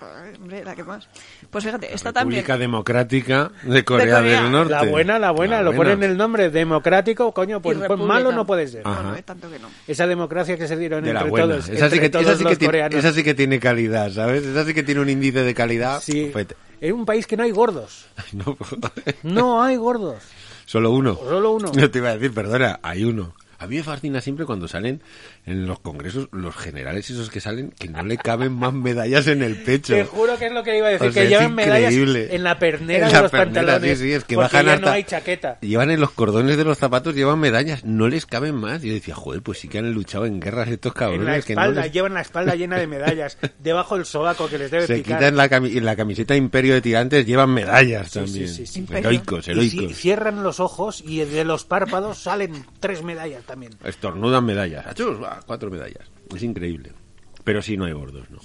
S6: Ay, hombre, la que más. Pues fíjate,
S3: La
S6: está también.
S3: República Democrática de Corea,
S6: Corea.
S3: del Norte.
S5: La buena, la buena, lo ponen el nombre democrático, coño, pues,
S6: y
S5: pues
S6: República.
S5: malo no puede ser.
S6: No,
S3: Ajá.
S6: no, hay tanto que no.
S5: Esa democracia que se dieron
S3: Ah. De la
S5: entre
S3: buena.
S5: todos,
S3: esa, sí que,
S5: entre todos
S3: esa sí que
S5: los
S3: tiene,
S5: coreanos.
S3: esa sí que tiene calidad, ¿sabes? Esa sí que tiene un índice de calidad.
S5: Sí.
S3: Vete.
S5: Es un país que no hay gordos.
S3: No,
S5: No hay gordos.
S3: solo uno.
S5: Solo uno.
S3: No te iba a decir, perdona, hay uno. A mí me fascina siempre cuando salen en los congresos los generales esos que salen que no le caben más medallas en el pecho.
S5: Te juro que es lo que iba a decir,
S3: O sea,
S5: que
S3: es
S5: llevan medallas
S3: increíble.
S5: en la
S3: En
S5: pernera de
S3: la
S5: los
S3: pernera,
S5: pantalones.
S3: sí, sí, es que
S5: porque
S3: bajan
S5: ya
S3: hasta-
S5: no hay chaqueta.
S3: Llevan en los cordones de los zapatos, llevan medallas, no les caben más. Yo decía, joder, pues sí que han luchado en guerras estos cabrones.
S5: En la
S3: que no
S5: espalda,
S3: les-
S5: llevan la espalda llena de medallas, debajo del sobaco que les debe
S3: Se
S5: picar.
S3: quitan la, cami- la camiseta Imperio de Tirantes, llevan medallas
S5: Sí,
S3: también.
S5: sí, sí, sí.
S6: Imperio.
S3: Heroicos,
S5: Y ci-
S3: heroicos.
S5: cierran los ojos y de los párpados salen tres medallas también.
S3: Estornudan medallas. Achus, va, cuatro medallas. Es increíble. Pero sí, no hay gordos, ¿no?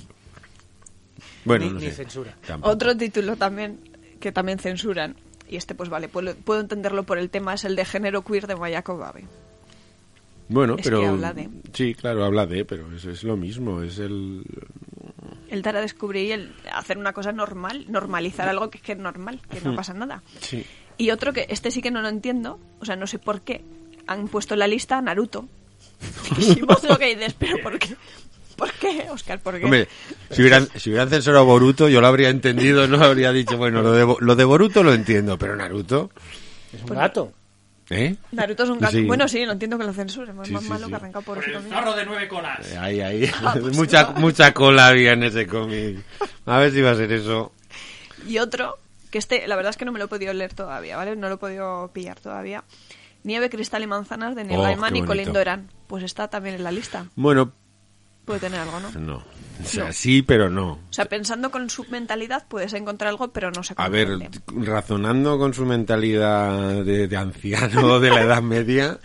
S3: Bueno,
S5: Ni-
S3: no
S5: ni
S3: sé.
S5: censura.
S3: Tampoco.
S6: Otro título tamén que tamén censuran, y este pues vale, puedo, puedo entenderlo por el tema, es el de género queer de Mayako Babe.
S3: Bueno,
S6: es
S3: pero.
S6: que habla de-
S3: Sí, claro, habla de, pero es, es lo mismo. Es el.
S6: El dar a descubrir y el hacer una cosa normal, normalizar algo que es que es normal, que no pasa nada.
S3: Hmm. Sí.
S6: Y otro que este sí que no lo entiendo, o sea, no sé por qué han puesto en la lista a Naruto. Hicimos lo que dices, pero ¿por qué? ¿Por qué, Oscar? ¿Por qué?
S3: Hombre, si hubieran, si hubieran censurado Boruto, yo lo habría entendido, no habría dicho, bueno, lo de, Bo- lo de Boruto lo entiendo, pero Naruto.
S5: Es un gato.
S3: ¿Eh?
S6: Naruto es un gato.
S3: Sí.
S6: Bueno, sí, lo entiendo que lo censuren, es
S3: Sí,
S6: más
S3: sí,
S6: malo
S3: sí.
S6: que arrancado por
S7: Por
S6: otro
S7: el
S6: camino.
S7: zorro de nueve colas.
S3: Ahí, ahí.
S6: Ah, pues
S3: mucha, mucha cola había en ese cómic. A ver si va a ser eso.
S6: Y otro, que este, la verdad es que no me lo he podido leer todavía, ¿vale? No lo he podido pillar todavía. Nieve, cristal y manzanas de Neil
S3: Oh,
S6: Gaiman
S3: qué
S6: y Colin
S3: bonito.
S6: Doran. Pues está también en la lista.
S3: Bueno,
S6: Puede tener algo, ¿no? O
S3: no. O sea,
S6: No.
S3: sí, pero no.
S6: sea, pensando con su mentalidad puedes encontrar algo, pero no sé cómo.
S3: A ver,
S6: hacerle.
S3: razonando con su mentalidad de, de anciano de la Edad Media,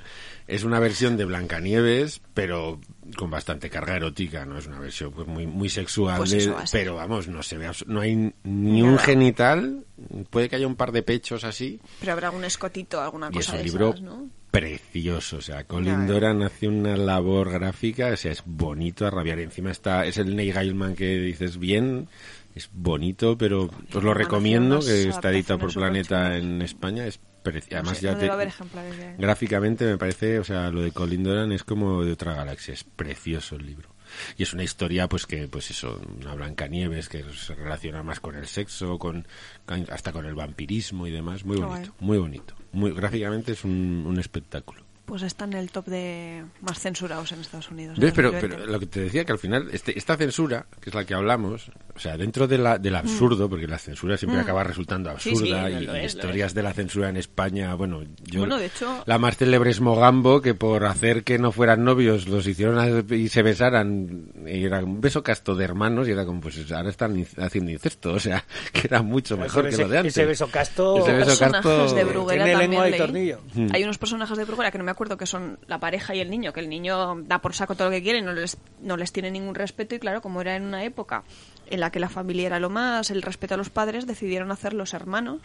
S3: es una versión de Blancanieves, pero con bastante carga erótica, ¿no? Es una versión pues, muy, muy sexual,
S6: Pues
S3: de-
S6: eso va a ser.
S3: pero vamos, no se ve, abs- no hay ni un
S6: Nada.
S3: genital, puede que haya un par de pechos así,
S6: Pero habrá algún escotito, alguna
S3: y es
S6: cosa
S3: un
S6: de
S3: libro
S6: esas, ¿no?
S3: precioso. O sea,
S6: Ya,
S3: Colin
S6: ya.
S3: Doran hace una labor gráfica, o sea, es bonito a rabiar. Encima está, es el Neil Gaiman que dices bien, es bonito, pero os lo
S6: Han
S3: recomiendo,
S6: hecho unas
S3: que está editado por
S6: adaptaciones
S3: Planeta
S6: superchulas.
S3: en España. Es preci- Además,
S6: sé,
S3: ya
S6: no
S3: te-
S6: debe haber ejemplares de-
S3: gráficamente me parece, o sea, lo de Colin Doran es como de otra galaxia, es precioso el libro. Y es una historia, pues que, pues eso, una Blancanieves que se relaciona más con el sexo, con con- hasta con el vampirismo y demás. Muy
S6: Qué
S3: bonito, muy bonito. Muy, gráficamente es un, un espectáculo.
S6: Pues está en el top de más censurados en Estados Unidos. en
S3: ¿Ves? Pero,
S6: 2020.
S3: pero lo que te decía que al final este- esta censura, que es la que hablamos, o sea, dentro de la, del absurdo, porque la censura siempre acaba resultando
S6: Mm. Sí, sí,
S3: absurda
S6: lo
S3: y,
S6: es,
S3: y
S6: lo es.
S3: historias de la censura en España, bueno, yo
S6: Bueno, de hecho-
S3: la más célebre es Mogambo que por hacer que no fueran novios los hicieron a- y se besaran y era un beso casto de hermanos y era como pues ahora están in- haciendo incesto, o sea, que era mucho mejor
S5: Ese-
S3: que lo de antes.
S5: ese beso casto-
S3: Ese beso
S6: personajes
S3: casto-
S6: de Bruguera
S5: Tiene
S6: también
S5: lengua de
S6: leí.
S5: tornillo.
S6: Hay unos personajes de Bruguera que no me acuerdo que son la pareja y el niño, que el niño da por saco todo lo que quiere, no les, no les tiene ningún respeto y claro, como era en una época en la que la familia era lo más, el respeto a los padres, decidieron hacer los hermanos.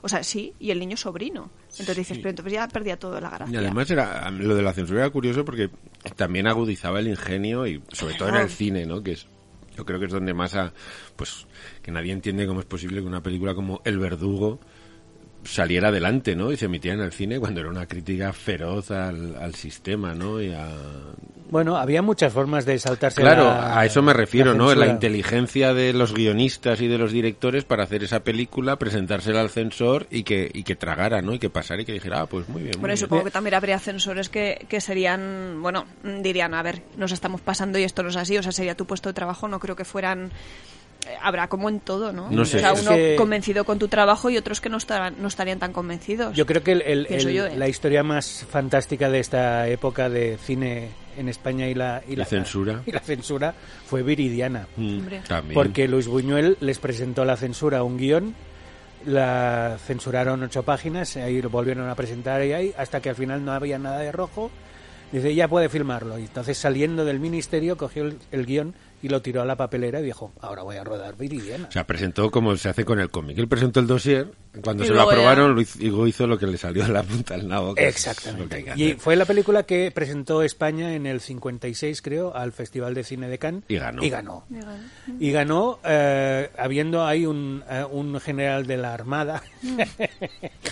S6: O sea, sí, y el niño sobrino. Entonces dices, pero entonces ya perdía toda la gracia.
S3: Y además era lo de la censura era curioso porque también agudizaba el ingenio y sobre todo en el cine, ¿no? Que es yo creo que es donde más a, pues que nadie entiende cómo es posible que una película como El verdugo saliera adelante, ¿no? Y se emitía en el cine cuando era una crítica feroz al, al sistema, ¿no? Y a...
S5: Bueno, había muchas formas de saltarse
S3: Claro,
S5: la-
S3: a eso me refiero, ¿no? La
S5: censura.
S3: inteligencia de los guionistas y de los directores para hacer esa película, presentársela al censor y que, y que tragara, ¿no? Y que pasara y que dijera, ah, pues muy bien. muy
S6: Bueno, y
S3: bien.
S6: supongo que también habría censores que, que serían, bueno, mm, dirían, a ver, nos estamos pasando y esto no es así, o sea, sería tu puesto de trabajo, no creo que fueran... eh, Habrá como en todo, ¿no?
S3: No sé,
S6: o sea,
S3: es
S6: uno
S5: que-
S6: convencido con tu trabajo y otros que no estarán, no estarían tan convencidos.
S5: Yo creo que el- el-
S6: Pienso
S5: el-
S6: yo, ¿eh?
S5: la historia más fantástica de esta época de cine en España y la, y
S3: La censura.
S5: y la censura fue Viridiana.
S3: Mm,
S6: Hombre.
S3: También.
S5: Porque Luis Buñuel les presentó a la censura un guión, la censuraron ocho páginas, ahí lo volvieron a presentar y ahí, hasta que al final no había nada de rojo. Dice, ya puede filmarlo. Y entonces saliendo del ministerio cogió el, el guión y lo tiró a la papelera y dijo, ahora voy a rodar Viridiana.
S3: O sea, presentó como se hace con el cómic. Él presentó el dossier, cuando
S6: Y
S3: se lo
S6: luego ya-
S3: aprobaron, lo hizo- luego hizo lo que le salió a la punta del nabo. que es lo que hay
S5: Exactamente.
S3: que
S5: Y
S3: hacer.
S5: fue la película que presentó España en el 56, creo, al Festival de Cine de Cannes.
S3: Y ganó.
S5: Y ganó.
S6: Digo,
S5: Y ganó eh, habiendo ahí un, eh, un general de la Armada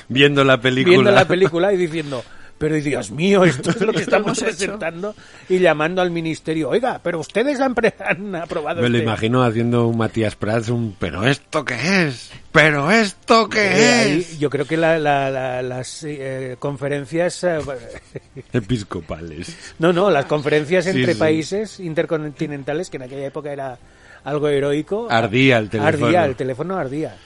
S3: Viendo la película.
S5: viendo la película y diciendo, pero Dios mío, esto es lo que estamos
S6: hemos hecho.
S5: presentando. Y llamando al ministerio, oiga, pero ustedes han, pre- han aprobado
S3: Me lo
S5: este".
S3: imagino haciendo un Matías Prats, un ¿pero esto qué es? ¿Pero esto qué
S5: Eh, ahí
S3: es?
S5: yo creo que la- la- la- las eh, conferencias eh,
S3: Episcopales.
S5: No, no, las conferencias
S3: Sí,
S5: entre
S3: sí.
S5: países intercontinentales, que en aquella época era algo heroico.
S3: Ardía el teléfono.
S5: Ardía, el teléfono ardía.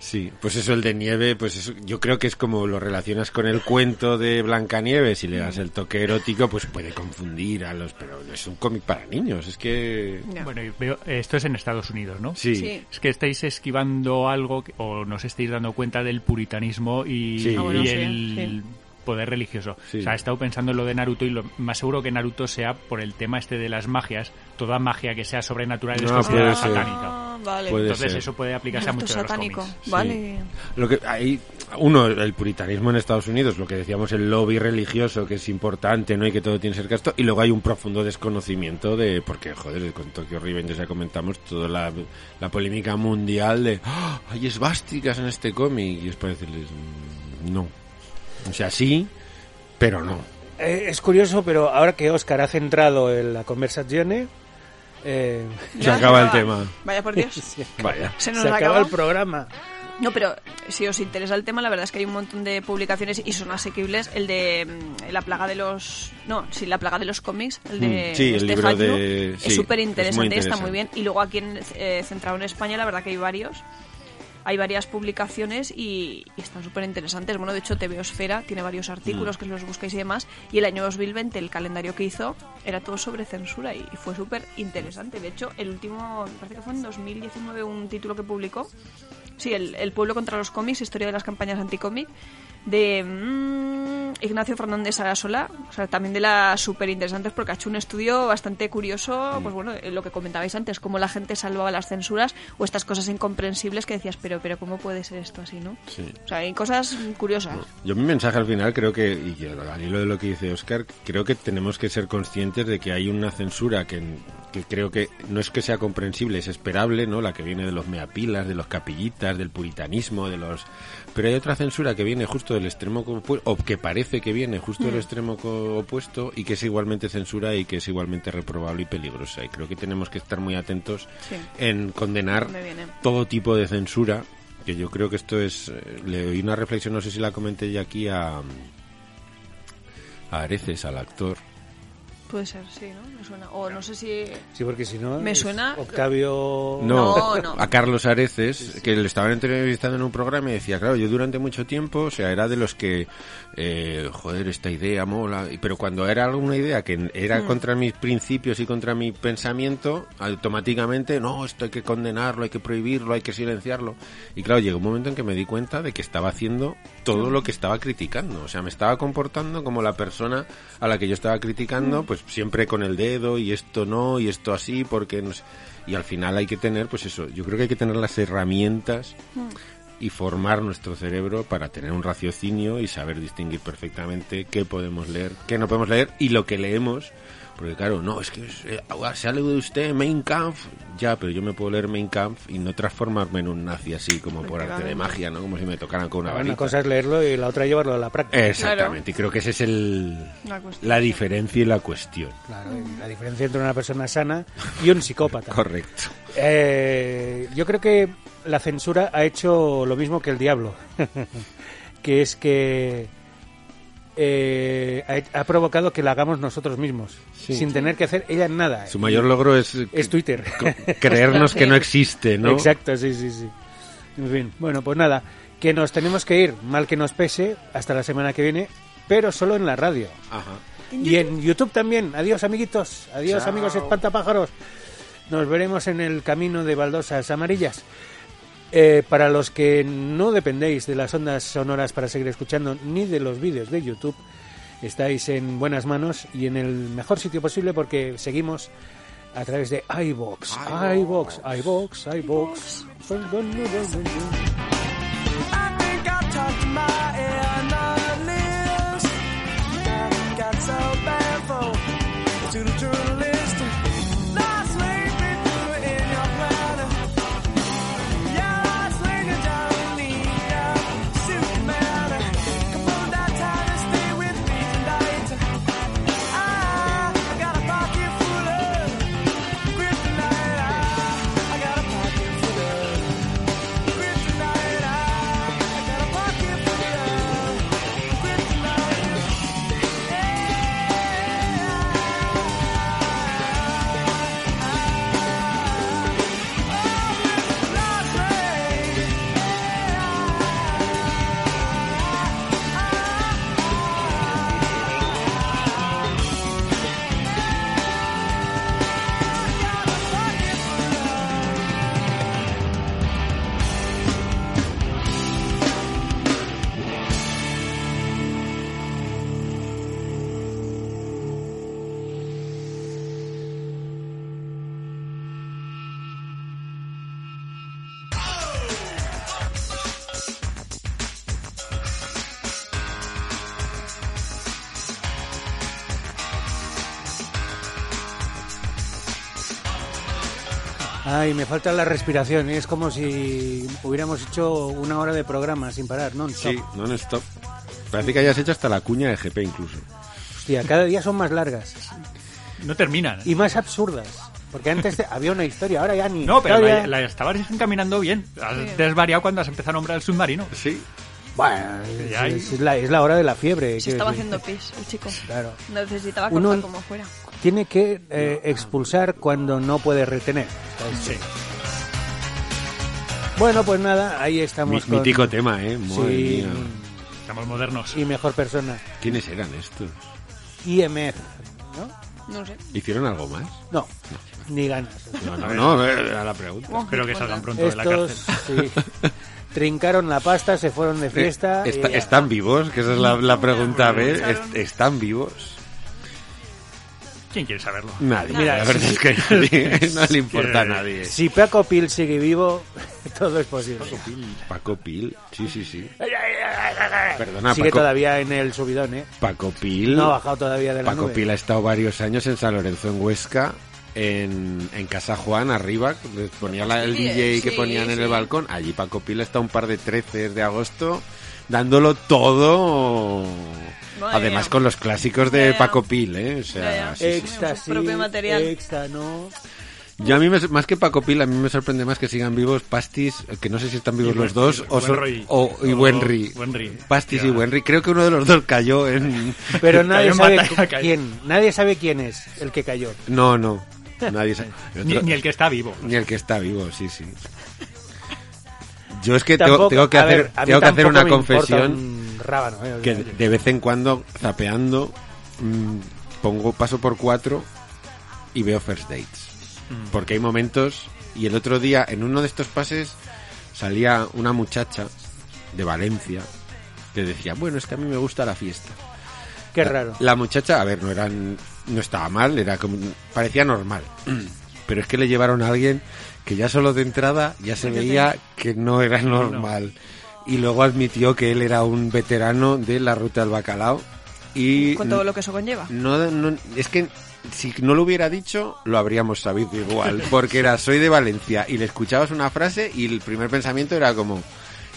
S3: Sí, pues eso, el de nieve, pues eso, yo creo que es como lo relacionas con el cuento de Blancanieves, si le das el toque erótico, pues puede confundir a los... Pero es un cómic para niños, es que...
S6: ya.
S8: Bueno, y veo- esto es en Estados Unidos, ¿no?
S3: Sí.
S6: Sí.
S8: Es que estáis esquivando algo que- o nos estáis dando cuenta del puritanismo y,
S3: Sí. Ah, bueno,
S8: y
S6: sí,
S8: el poder religioso.
S3: Sí.
S8: O sea, he estado pensando en lo de Naruto y lo más seguro que Naruto sea por el tema este de las magias. Toda magia que sea sobrenatural es
S3: No,
S8: considerada
S3: puede ser.
S8: satánica.
S6: Ah, vale.
S3: Puede
S8: Entonces
S3: ser.
S8: eso puede aplicarse a
S6: Acto
S8: muchos de los
S6: satánico.
S8: cómics.
S6: Vale.
S3: Lo que hay uno el puritanismo en Estados Unidos, lo que decíamos el lobby religioso que es importante, no y que todo tiene que ser casto, y luego hay un profundo desconocimiento de porque joder, con Tokyo Revengers ya comentamos toda la, la polémica mundial de "Ah, hay esvásticas en este cómic y es para decirles "Mm, no. O sea, sí, pero no.
S5: Eh, es curioso, pero ahora que Oscar ha centrado en la conversación, eh,
S3: Se acaba el tema.
S6: Vaya por Dios.
S3: Vaya.
S6: Se nos
S5: se acaba el
S6: acaba.
S5: programa.
S6: No, pero si os interesa el tema, la verdad es que hay un montón de publicaciones y son asequibles. El de mm, La plaga de los. No, sí, La plaga de los cómics. El de.
S3: Mm, sí, el
S6: Stefan
S3: libro de-
S6: Yu,
S3: sí,
S6: es súper
S3: es muy
S6: interesante, está
S3: interesante.
S6: muy bien. Y luego aquí en, eh, centrado en España, la verdad que hay varios. Hay varias publicaciones y, y están súper interesantes. Bueno, de hecho, TV Esfera tiene varios
S3: Mm.
S6: artículos que los buscáis y demás. Y el año 2020, el calendario que hizo, era todo sobre censura y, y fue súper interesante. De hecho, el último, me parece que fue en 2019, un título que publicó. Sí, el, El pueblo contra los cómics, historia de las campañas anticómic, de mm, Ignacio Fernández Arasola, o sea, también de las súper interesantes, porque ha hecho un estudio bastante curioso, pues bueno, eh, lo que comentabais antes, cómo la gente salvaba las censuras o estas cosas incomprensibles que decías, pero, pero ¿cómo puede ser esto así, no?
S3: Sí.
S6: O sea, hay cosas curiosas.
S3: Yo mi mensaje al final creo que, y que al hilo de lo que dice Oscar, creo que tenemos que ser conscientes de que hay una censura que, que creo que no es que sea comprensible, es esperable, ¿no? La que viene de los meapilas, de los capillitas, del puritanismo, de los... Pero hay otra censura que viene justo del extremo opuesto, o que parece que viene justo del extremo co- opuesto, y que es igualmente censura y que es igualmente reprobable y peligrosa. Y creo que tenemos que estar muy atentos
S6: Sí.
S3: en condenar
S6: Me viene.
S3: todo tipo de censura, que yo creo que esto es... eh, le oí una reflexión, no sé si la comenté ya aquí a, a Areces, al actor.
S6: Puede ser, sí, ¿no? Me suena. O no sé si...
S5: Sí, porque si no.
S6: Me
S5: es
S6: suena-
S5: Octavio.
S3: No,
S6: No, no.
S3: a Carlos Areces, que le estaban entrevistando en un programa y decía, claro, yo durante mucho tiempo, o sea, era de los que, eh, joder, esta idea mola, y- pero cuando era alguna idea que era
S6: Hmm.
S3: contra mis principios y contra mi pensamiento, automáticamente, no, esto hay que condenarlo, hay que prohibirlo, hay que silenciarlo. Y claro, llegó un momento en que me di cuenta de que estaba haciendo todo lo que estaba criticando, o sea, me estaba comportando como la persona a la que yo estaba
S6: Hmm.
S3: criticando, pues siempre con el dedo y esto no, y esto así, porque no sé y al final hay que tener, pues eso, yo creo que hay que tener las herramientas y formar nuestro cerebro para tener un raciocinio y saber distinguir perfectamente qué podemos leer, qué no podemos leer y lo que leemos Porque claro, no, es que es- eh, ahora sale de usted Mein Kampf. Ya, pero yo me puedo leer Mein Kampf y no transformarme en un nazi así
S6: Pues
S3: como por arte de magia, ¿no? Como si me tocaran con una Eh.
S5: Una
S3: varita.
S5: cosa es leerlo y la otra llevarlo a la práctica.
S3: Exactamente, y creo que esa es el,
S6: La cuestión.
S3: la diferencia y la cuestión.
S5: Claro, y la diferencia entre una persona sana y un psicópata.
S3: Correcto.
S5: Eh, yo creo que la censura ha hecho lo mismo que el diablo, que es que eh, ha, ha provocado que la hagamos nosotros mismos,
S3: Sí.
S5: sin tener que hacer ella nada.
S3: Su mayor logro es, eh,
S5: Es Twitter.
S3: c- creernos que no existe, ¿no?
S5: Exacto, sí, sí, sí. En fin, bueno, pues nada, que nos tenemos que ir, mal que nos pese, hasta la semana que viene, pero solo en la radio.
S3: Ajá.
S5: Y en YouTube también. Adiós, amiguitos. Adiós, amigos espantapájaros. Nos veremos en el camino de baldosas amarillas. Eh, para los que no dependéis de las ondas sonoras para seguir escuchando ni de los vídeos de YouTube, estáis en buenas manos y en el mejor sitio posible porque seguimos a través de iBox, iBox, iBox, iBox.
S4: I think I talked to my analyst. Got, got so bad for to the journalist. Not sleeping through it in your planner. Yeah, I sling a Johnny. Yeah, Superman. Come on, that time and stay with me tonight. I, I got a pocket full of kryptonite. Ah, I, I got a pocket full of. Ah,
S5: Ay, me falta la respiración. Es como si hubiéramos hecho una hora de programa sin parar, non
S3: Sí, non-stop. Parece que hayas hecho hasta la cuña de GP incluso.
S5: Hostia, cada día son más largas.
S8: No terminan.
S5: y más absurdas. Porque antes te- había una historia, ahora ya ni.
S8: No, pero
S5: historia.
S8: la, la estabas encaminando bien. Has desvariado cuando has empezado a nombrar el submarino.
S3: Sí.
S5: Bueno, es,
S8: Ya hay-
S5: es- es la, es la hora de la fiebre.
S6: Se
S5: quiero
S6: estaba
S5: decir.
S6: haciendo pis, el chico.
S5: Claro.
S6: Necesitaba
S5: Uno-
S6: cortar como fuera.
S5: Tiene que eh, expulsar cuando no puede retener. ¿sabes? Bueno, pues nada, ahí
S3: Mi,
S5: estamos. con-
S3: mítico tema, ¿eh? Madre
S5: Sí,
S3: mía.
S8: Estamos modernos.
S5: y mejor persona.
S3: ¿Quiénes eran estos?
S5: IMF, ¿no?
S6: No sé.
S3: ¿Hicieron algo más?
S5: No, ni ganas.
S3: No, no, no, era la pregunta.
S8: Espero que salgan pronto de la
S5: Estos
S8: cárcel.
S5: sí, trincaron la pasta, se fueron de fiesta. y
S3: Eh, Está-
S5: ya.
S3: ¿Están vivos? Que esa es la, la pregunta, a ver. ¿est- ¿Están vivos?
S8: ¿Quién quiere saberlo?
S3: Nadie.
S5: Mira,
S3: la verdad es que nadie, eh, no le importa a
S8: que-
S3: nadie.
S5: Si Paco Pil sigue vivo, todo es posible.
S3: Paco Pil, sí, sí, sí. Perdona,
S5: Sigue
S3: Paco,
S5: todavía en el subidón, ¿eh?
S3: Paco Pil.
S5: No ha bajado todavía de la
S3: Paco
S5: nube.
S3: Pil ha estado varios años en San Lorenzo, en Huesca, en, en Casa Juan, arriba, les ponía la- el
S6: Sí,
S3: DJ que
S6: sí,
S3: ponían en
S6: sí.
S3: el balcón. Allí Paco Pil está un par de 13 de agosto, dándolo todo.
S6: Madre
S3: Además
S6: mía.
S3: con los clásicos de
S6: Ya, ya.
S3: Paco Pil, ¿eh? O sea,
S6: Ya, ya.
S3: sí, sí.
S5: Éxtasis,
S6: Su propio material.
S5: exta, no.
S3: Yo a mí, me- más que Paco Pil, a mí me sorprende más que sigan vivos Pastis, que no sé si están vivos
S8: Y
S3: los
S8: Buen-
S3: dos, o, son-
S8: Buenroy.
S3: o- y
S8: O-
S3: Buenri.
S8: Buenri.
S3: Pastis y
S8: Ya.
S3: Buenri. Creo que uno de los dos cayó en...
S5: Pero
S8: Cayó
S5: nadie
S8: en
S5: sabe
S8: batalla,
S5: cu-
S8: cayó.
S5: quién. Nadie sabe quién es el que cayó.
S3: No, no. Nadie sabe.
S8: Ni, ni el que está vivo.
S3: Ni el que está vivo, sí, sí. Yo es que tengo,
S5: Tampoco-
S3: tengo que
S5: a ver,
S3: hacer,
S5: a mí
S3: tengo que hacer
S5: tampoco
S3: una
S5: me importa
S3: confesión
S5: un rábano, ¿eh?
S3: que de vez en cuando, zapeando, mm, pongo paso por cuatro y veo first dates.
S5: Mm.
S3: Porque hay momentos, y el otro día en uno de estos pases salía una muchacha de Valencia que decía, bueno, es que a mí me gusta la fiesta.
S5: Qué
S3: La-
S5: raro.
S3: La muchacha, a ver, no eran, no estaba mal, era como, parecía normal. Pero es que le llevaron a alguien que ya solo de entrada ya se veía que no era normal. Y luego admitió que él era un veterano de la ruta del bacalao y
S6: con todo lo que eso conlleva.
S3: no, no- es que si no lo hubiera dicho, lo habríamos sabido igual, porque era soy de Valencia y le escuchabas una frase y el primer pensamiento era como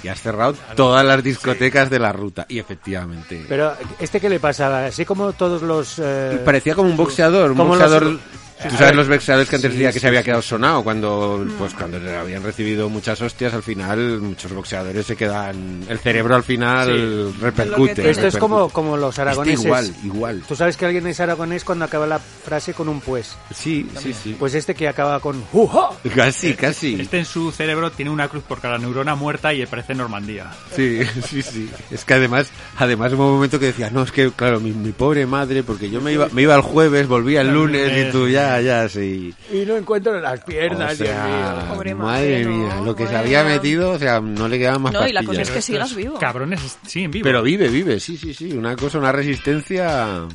S3: y has cerrado todas las discotecas de la ruta y efectivamente
S5: Pero, ¿este qué le pasa? Así como todos los... eh,
S3: parecía como un boxeador, un
S5: como los-
S3: boxeador
S5: Sí,
S3: Tú
S5: a ver.
S3: sabes los boxeadores que antes
S5: Sí,
S3: decía que
S5: sí,
S3: se había
S5: sí. Mm.
S3: quedado sonado cuando pues cuando le habían recibido muchas hostias al final muchos boxeadores se quedan el cerebro al final
S6: Es lo
S3: repercute.
S6: que
S5: Esto es
S3: repercute.
S5: como, como los
S3: Está
S5: aragoneses.
S3: igual, igual.
S5: Tú sabes que alguien es aragonés cuando acaba la frase con un pues.
S3: Sí, sí, sí.
S5: Pues este que acaba con ¡Juja!
S3: Casi, casi.
S8: Este en su cerebro tiene una cruz por cada neurona muerta y parece Normandía.
S3: Sí, sí, sí. Es que además, además hubo un momento que decía, no, es que claro, mi, mi pobre madre, porque yo me iba, me iba el jueves, volvía el
S8: El
S3: lunes y
S8: lunes.
S3: tú ya, ya, sí.
S5: Y no encuentro las piernas,
S3: O sea,
S5: Dios mío.
S6: Pobre
S3: madre
S6: madre, no,
S3: mía, lo que se
S6: bueno.
S3: había metido, o sea, no le quedaba más
S6: No, y la cosa
S3: pastillas.
S6: es que sigas vivo.
S8: Cabrones, sí, en vivo.
S3: Pero vive, vive, sí, sí, sí. Una cosa, una resistencia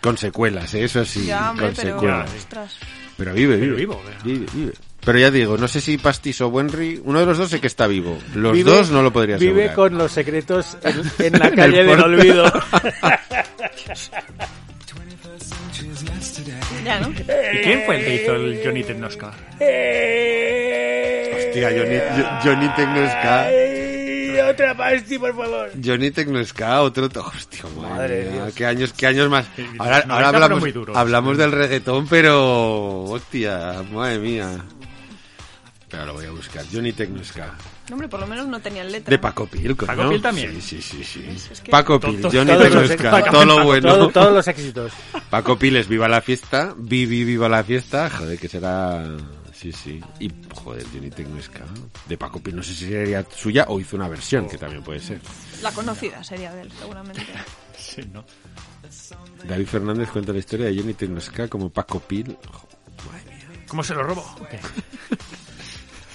S3: con secuelas, ¿eh? eso sí,
S6: Ya, hombre,
S3: con
S6: pero.
S3: secuelas.
S6: ostras.
S3: Pero vive, vive.
S8: Pero vivo, pero-
S3: Vive, vive. Pero ya digo, no sé si Pastis o Buenry, uno de los dos sé que está vivo. Los
S5: Vive-
S3: dos no lo podría asegurar.
S5: Vive con los secretos en, en la
S3: En el
S5: calle del
S3: puerto.
S5: olvido.
S6: Ya, ¿no?
S8: ¿Y quién fue el que hizo el Johnny Tecnosca?
S3: Hostia, Johnny, Jo- Johnny Tecnosca.
S5: Ay, otra pasti, por favor.
S3: Johnny Tecnosca, otro... to- Hostia, madre,
S5: Madre
S3: mía,
S5: Dios.
S3: qué años, qué años más.
S8: Sí,
S3: Ahora,
S8: los 90
S3: ahora
S8: fueron
S3: hablamos,
S8: muy duros.
S3: hablamos del reggaetón, pero... Hostia, madre mía. Pero lo voy a buscar. Johnny Tecnosca.
S6: No, hombre, por lo menos no tenían letra.
S3: De Paco Pil, coño.
S8: ¿Paco Pil también?
S3: Sí, sí, sí. sí.
S6: es que-
S3: Paco Pil,
S8: Todos-
S3: Johnny
S5: todos los-
S3: Tecnosca, todo lo bueno.
S5: Todo- todos los éxitos.
S3: Paco Piles, viva la fiesta. Vivi, viva la fiesta. Joder, que será. Sí, sí. Y, joder, Johnny Tecnosca. De Paco Pil, no sé si sería suya o hizo una versión, que también puede ser.
S6: La conocida sería de él, seguramente.
S8: Sí, ¿no?
S3: David Fernández cuenta la historia de Johnny Tecnosca como Paco Pil. Jo, madre mía.
S8: ¿Cómo se lo robo?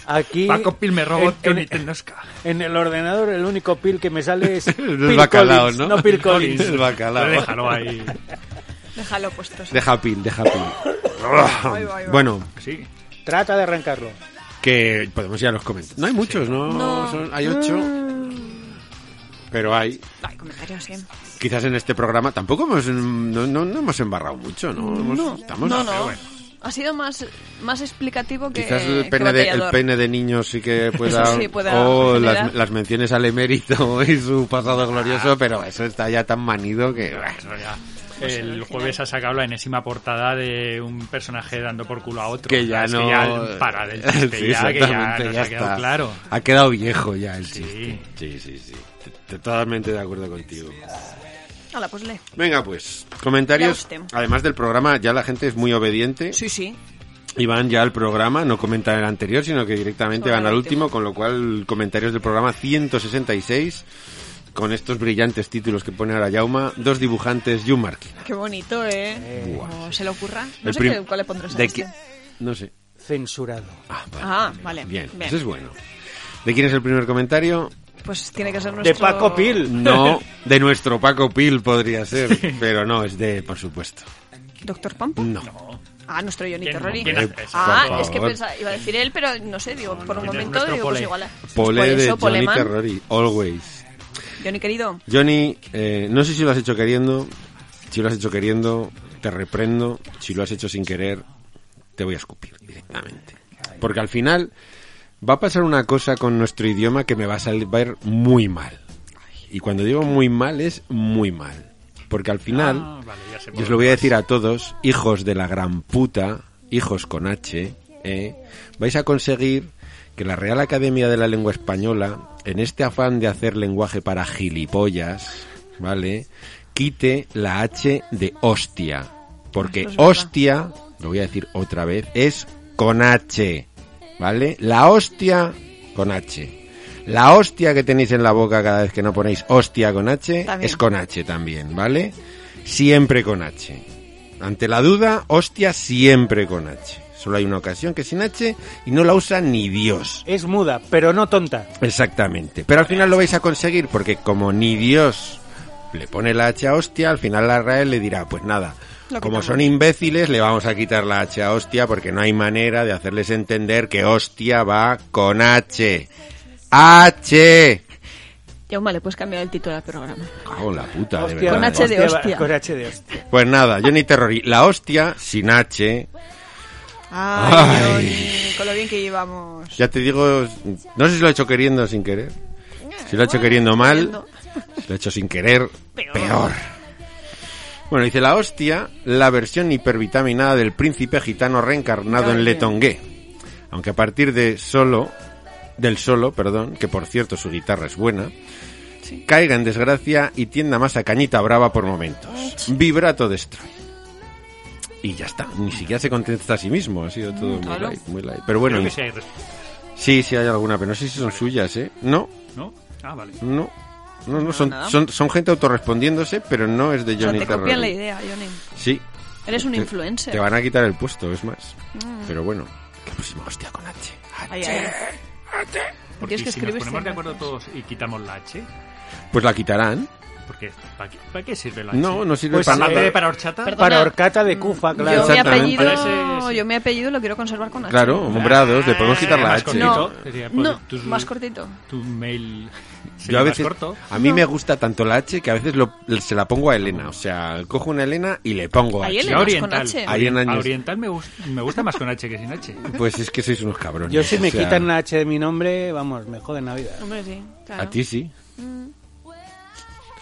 S5: Aquí,
S8: Paco Pil me robó
S5: en,
S8: Johnny
S5: en-
S8: Tecnosca.
S5: en el ordenador, el único pil que me sale es.
S3: El
S5: Phil
S3: bacalao,
S5: Collins,
S3: ¿no?
S5: No Phil Collins.
S3: El bacalao.
S8: Déjalo ahí.
S6: Déjalo puesto. sí.
S3: Deja Pil, deja
S6: Ahí
S3: Pil.
S6: va, ahí va.
S3: bueno,
S8: Sí.
S5: Trata de arrancarlo.
S3: que podemos ir a los comentarios. No hay muchos, ¿no?
S6: No.
S3: Son- hay ocho.
S5: Mm.
S3: Pero hay.
S6: Ay, comentarios sí.
S3: Quizás en este programa tampoco hemos, no, no- no hemos embarrado mucho, ¿no? Hemos- estamos,
S6: no,
S3: pero
S6: no.
S3: bueno.
S6: Ha sido más, más explicativo que. eh,
S3: Quizás el
S6: que
S3: pene, de, el
S6: batallador.
S3: pene de niños sí que pueda...
S6: Eso sí, pueda
S3: o
S6: generar.
S3: las, las menciones al emérito y su pasado glorioso, pero eso está ya tan manido que...
S8: Eso ya. El jueves ha sacado la enésima portada de un personaje dando por culo a otro.
S3: Que ya
S8: Es
S3: no...
S8: ya para del chiste,
S3: Sí,
S8: ya, que ya
S3: exactamente,
S8: nos
S3: ya
S8: ha quedado
S3: está.
S8: claro.
S3: Ha quedado viejo ya el
S8: Sí.
S3: chiste. Sí, sí, sí. T- Totalmente de acuerdo contigo.
S6: Hala, pues lee.
S3: Venga, pues,
S6: Ya
S3: comentarios.
S6: usted.
S3: Además del programa, ya la gente es muy obediente.
S6: Sí, sí.
S3: Y van ya al programa, no comentan el anterior, sino que directamente
S6: Sobre
S3: van al
S6: el
S3: último,
S6: último.
S3: con lo cual comentarios del programa 166, con estos brillantes títulos que pone ahora Yauma, dos dibujantes y un marquina.
S6: Qué bonito, ¿eh?
S3: Buah.
S6: Como se le ocurra. No
S3: El
S6: sé
S3: prim-
S6: qué- cuál le pondrás a
S3: de
S6: este.
S3: qui- No sé.
S5: Censurado.
S3: Ah, vale.
S6: Ah, vale.
S3: Bien,
S6: Bien.
S3: eso es bueno. ¿De quién es el primer comentario?
S6: Pues tiene que ser
S5: De
S6: nuestro...
S5: Paco Pil.
S3: No, de nuestro Paco Pil podría ser, pero no, es de, por supuesto.
S6: ¿Doctor Pampo?
S3: No.
S6: Ah, nuestro Johnny
S8: ¿Quién-
S6: Terrori.
S8: quién hace eso?
S6: Ah,
S3: Por
S6: es que
S3: favor.
S6: pensaba, iba a decir él, pero no sé, digo, por un
S8: no,
S6: momento,
S8: nuestro
S6: digo, pues
S8: Pole.
S6: igual.
S3: Pole
S6: pues
S3: de
S6: eso,
S3: Johnny
S6: Poleman.
S3: Terrori, Always.
S6: Johnny querido,
S3: Johnny, eh, no sé si lo has hecho queriendo, si lo has hecho queriendo, te reprendo, si lo has hecho sin querer, te voy a escupir directamente. Porque al final va a pasar una cosa con nuestro idioma que me va a salir va a ir muy mal. Y cuando digo muy mal es muy mal. Porque al final...
S8: Ah, vale, ya
S3: Yo os
S8: sé por dónde
S3: lo voy a
S8: vas.
S3: decir a todos, hijos de la gran puta, hijos con H, ¿eh? vais a conseguir que la Real Academia de la Lengua Española, en este afán de hacer lenguaje para gilipollas, ¿vale? Quite la H de hostia. Porque
S6: Eso es verdad.
S3: hostia, lo voy a decir otra vez, es con H, ¿vale? La hostia con H. La hostia que tenéis en la boca cada vez que no ponéis hostia con H
S6: También.
S3: es con H también, ¿vale? Siempre con H. Ante la duda, hostia siempre con H. Solo hay una ocasión que es sin H y no la usa ni Dios.
S5: Es muda, pero no tonta.
S3: Exactamente. Pero al final lo vais a conseguir porque como ni Dios le pone la H a hostia, al final la RAE le dirá, pues nada,
S6: Lo
S3: como
S6: quitamos.
S3: son imbéciles le vamos a quitar la H a hostia porque no hay manera de hacerles entender que hostia va con H. H.
S6: Ya, Uma, le puedes cambiar el título al programa.
S3: Cago en la puta, de
S5: Hostia,
S3: verdad.
S6: Con H de
S5: hostia,
S6: hostia.
S5: Con H de hostia.
S3: Pues nada, Johnny Terrori, la hostia sin H.
S6: Ay,
S3: Ay.
S6: Johnny, con lo bien que llevamos.
S3: Ya te digo, no sé si lo he hecho queriendo o sin querer. Si lo he hecho
S6: Bueno,
S3: queriendo mal,
S6: queriendo.
S3: si lo he hecho sin querer, peor. Bueno, dice la hostia, la versión hipervitaminada del príncipe gitano reencarnado en
S6: Ay,
S3: Letongué. Aunque a partir de solo, del solo, perdón, que por cierto su guitarra es buena, caiga en desgracia y tienda más a cañita brava por momentos. Vibrato destro. Y ya está, ni siquiera se contesta a sí mismo, ha sido todo muy
S6: Mm, claro.
S3: light, muy light. Pero bueno,
S8: Creo que
S3: in-
S8: sí hay respuesta,
S3: Sí, sí hay alguna, pero no sé si son suyas, ¿eh? No,
S8: ¿no? Ah, vale.
S3: no. No, no, son,
S6: nada.
S3: son, son gente autorrespondiéndose, pero no es de
S6: O sea,
S3: Johnny
S6: te
S3: Terror.
S6: copian la idea, Johnny.
S3: Sí.
S6: Eres un
S3: Te-
S6: influencer. Mm.
S3: Te van a quitar el puesto, es más. Pero bueno, que pusimos hostia con H. H.
S6: Ay, ay.
S8: Porque
S6: Tienes que este
S8: si nos
S6: escribir
S8: ponemos de
S6: siempre.
S8: acuerdo todos y quitamos la H,
S3: Pues la quitarán.
S8: porque ¿para qué, para qué sirve la H?
S3: No, no sirve
S5: Pues,
S3: para nada.
S8: ¿Sirve para horchata?
S6: Perdón.
S5: Para
S6: Una-
S5: Orcata de Cufa, claro.
S6: Mm, Yo mi
S3: Exactamente.
S6: apellido,
S8: Parece- sí.
S6: yo mi apellido lo quiero conservar con H.
S3: Claro, hombrados, le podemos quitar la
S8: Más
S3: H.
S8: cortito.
S6: No,
S8: Sería, pues,
S6: no,
S8: tus-
S6: más cortito.
S8: Tu mail
S3: Yo
S8: sería
S3: a
S8: más
S3: veces,
S8: corto.
S3: a mí me gusta tanto la H que a veces lo- se la pongo a Elena. O sea, cojo una Elena y le pongo
S6: Hay
S3: H.
S6: Elenas
S8: oriental.
S6: con H.
S3: Hay en
S8: A
S3: años.
S8: oriental me, gus- me gusta más con H que sin H.
S3: Pues es que sois unos cabrones.
S5: Yo si me
S3: o sea,
S5: quitan la H de mi nombre, vamos, me joden la vida.
S6: Hombre, sí, claro.
S3: A ti sí.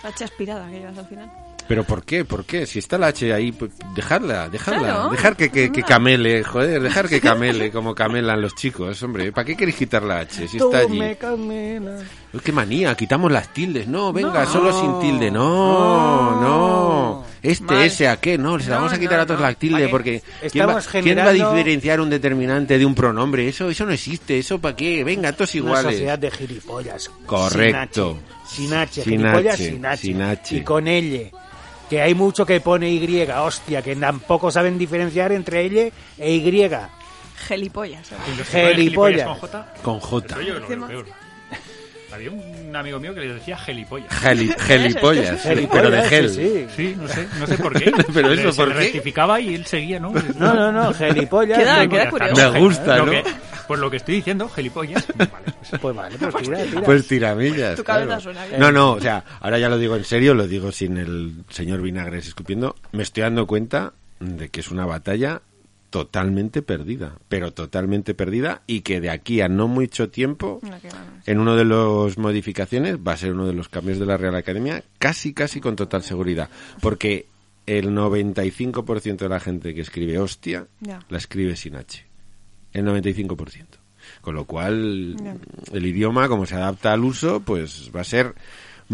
S6: H aspirada que llevas al final.
S3: ¿Pero por qué? ¿Por qué? Si está la H ahí, pues, dejarla, dejarla.
S6: Claro.
S3: Dejar que, que- que
S6: Ah.
S3: camele, joder, dejar que camele como camelan los chicos, hombre. ¿Para qué queréis quitar la H si
S5: Tú
S3: está allí?
S5: me camelas.
S3: Uy, ¡Qué manía! Quitamos las tildes. No, venga, solo sin tilde. No,
S5: No.
S3: no. Este,
S6: Mal.
S3: ese, a qué, no. Les
S6: No,
S3: vamos a quitar
S6: no,
S3: a todos
S6: no.
S3: las tildes
S5: Vale.
S3: porque ¿quién va,
S5: Estamos
S3: quién va a
S5: generando-
S3: diferenciar un determinante de un pronombre? Eso eso no existe. ¿Eso para qué? Venga, todos
S5: Una
S3: iguales.
S5: sociedad de gilipollas.
S3: Correcto.
S5: Sin H. Sin H.
S3: Sin
S5: gilipollas
S3: H,
S5: sin H.
S3: sin H.
S5: Y con L. Que hay mucho que pone Y, hostia, que tampoco saben diferenciar entre L e Y.
S6: Gelipollas. ¿sabes?
S8: Y los que ponen
S5: Gilipollas.
S8: con J,
S3: Con J.
S8: eso yo lo veo
S6: Encima.
S8: peor. Había un amigo mío que le decía gelipollas.
S3: Geli- Gelipollas. Pero de
S5: Gilipollas,
S3: gel.
S5: sí, sí.
S8: Sí, no sé, no sé por qué.
S3: Pero
S8: Le-
S3: eso,
S8: se
S3: ¿por
S8: le
S3: qué?
S8: rectificaba y él seguía, ¿no?
S5: No, no, no, gilipollas.
S6: Queda-
S5: pues-
S6: queda
S8: Gilipollas,
S6: curioso.
S8: claro,
S3: Me gusta,
S8: lo
S3: ¿no?
S8: que- pues lo que estoy diciendo, gelipollas. Vale, pues
S5: Pues vale, pues tira, tira.
S3: Pues tiramillas.
S6: Tu cabeza
S3: claro.
S6: suena bien.
S3: No, no, o sea, ahora ya lo digo en serio, lo digo sin el señor Vinagres escupiendo. Me estoy dando cuenta de que es una batalla totalmente perdida, pero totalmente perdida y que de aquí a no mucho tiempo,
S6: No, que vamos.
S3: en uno de los modificaciones, va a ser uno de los cambios de la Real Academia, casi, casi con total seguridad, porque el 95% de la gente que escribe hostia,
S6: Ya.
S3: la escribe sin H. El 95%. Con lo cual,
S6: Ya.
S3: el idioma, como se adapta al uso, pues va a ser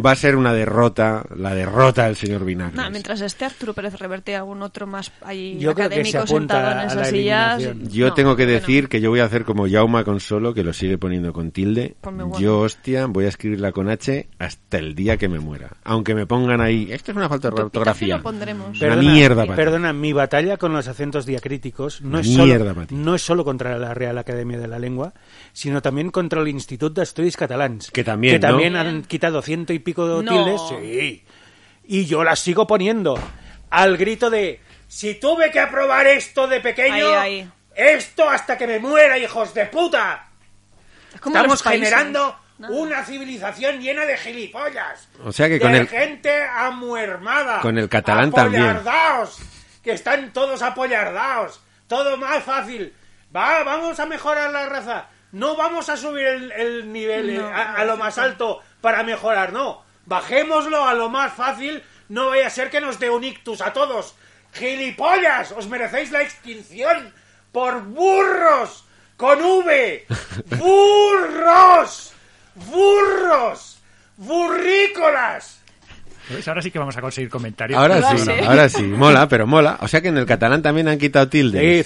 S3: va a ser una derrota, la derrota del señor Vinagres.
S6: Nada, mientras esté Arturo Pérez Reverte algún otro más ahí
S5: Yo creo que se
S6: académico
S5: apunta
S6: sentado
S5: a
S6: en
S5: la
S6: esas sillas.
S5: eliminación.
S3: Yo
S6: No,
S3: tengo que
S6: bueno.
S3: decir que yo voy a hacer como Yauma Consolo, que lo sigue poniendo con tilde.
S6: Ponme guapo.
S3: Yo, hostia, voy a escribirla con H hasta el día que me muera. Aunque me pongan ahí, esto es una falta de
S6: Tu epitafio
S3: ortografía.
S6: lo pondremos.
S3: Pero- Una mierda, Pati.
S5: perdona, mi batalla con los acentos diacríticos no
S3: Una
S5: es,
S3: mierda,
S5: solo,
S3: Pati.
S5: no es solo contra la Real Academia de la Lengua, sino también contra el Institut d'Estudis Catalans.
S3: Que también, ¿no?
S5: también han quitado ciento y pico
S6: No.
S5: tildes. Sí. Y yo las sigo poniendo. Al grito de: Si tuve que aprobar esto de pequeño,
S6: Ahí, ahí.
S5: esto hasta que me muera, hijos de puta.
S6: Es como los
S5: Estamos
S6: países.
S5: generando
S6: Nada.
S5: una civilización llena de gilipollas.
S3: O sea que
S5: de
S3: con el-
S5: gente amuermada.
S3: con el catalán también.
S5: Apoyardaos. Que están todos apoyardaos. Todo más fácil. Va, vamos a mejorar la raza. No vamos a subir el, el nivel eh,
S6: No,
S5: a, a lo más alto para mejorar, no. Bajémoslo a lo más fácil. No vaya a ser que nos dé un ictus a todos. ¡Gilipollas! Os merecéis la extinción por burros con V. ¡Burros! ¡Burros! ¡Burrícolas!
S8: ¿Ves? pues Ahora sí que vamos a conseguir comentarios.
S3: Ahora
S6: Ahora
S3: sí,
S6: sí.
S3: ahora sí, mola, pero mola. O sea que en el catalán también han quitado
S5: Sí,
S3: tildes.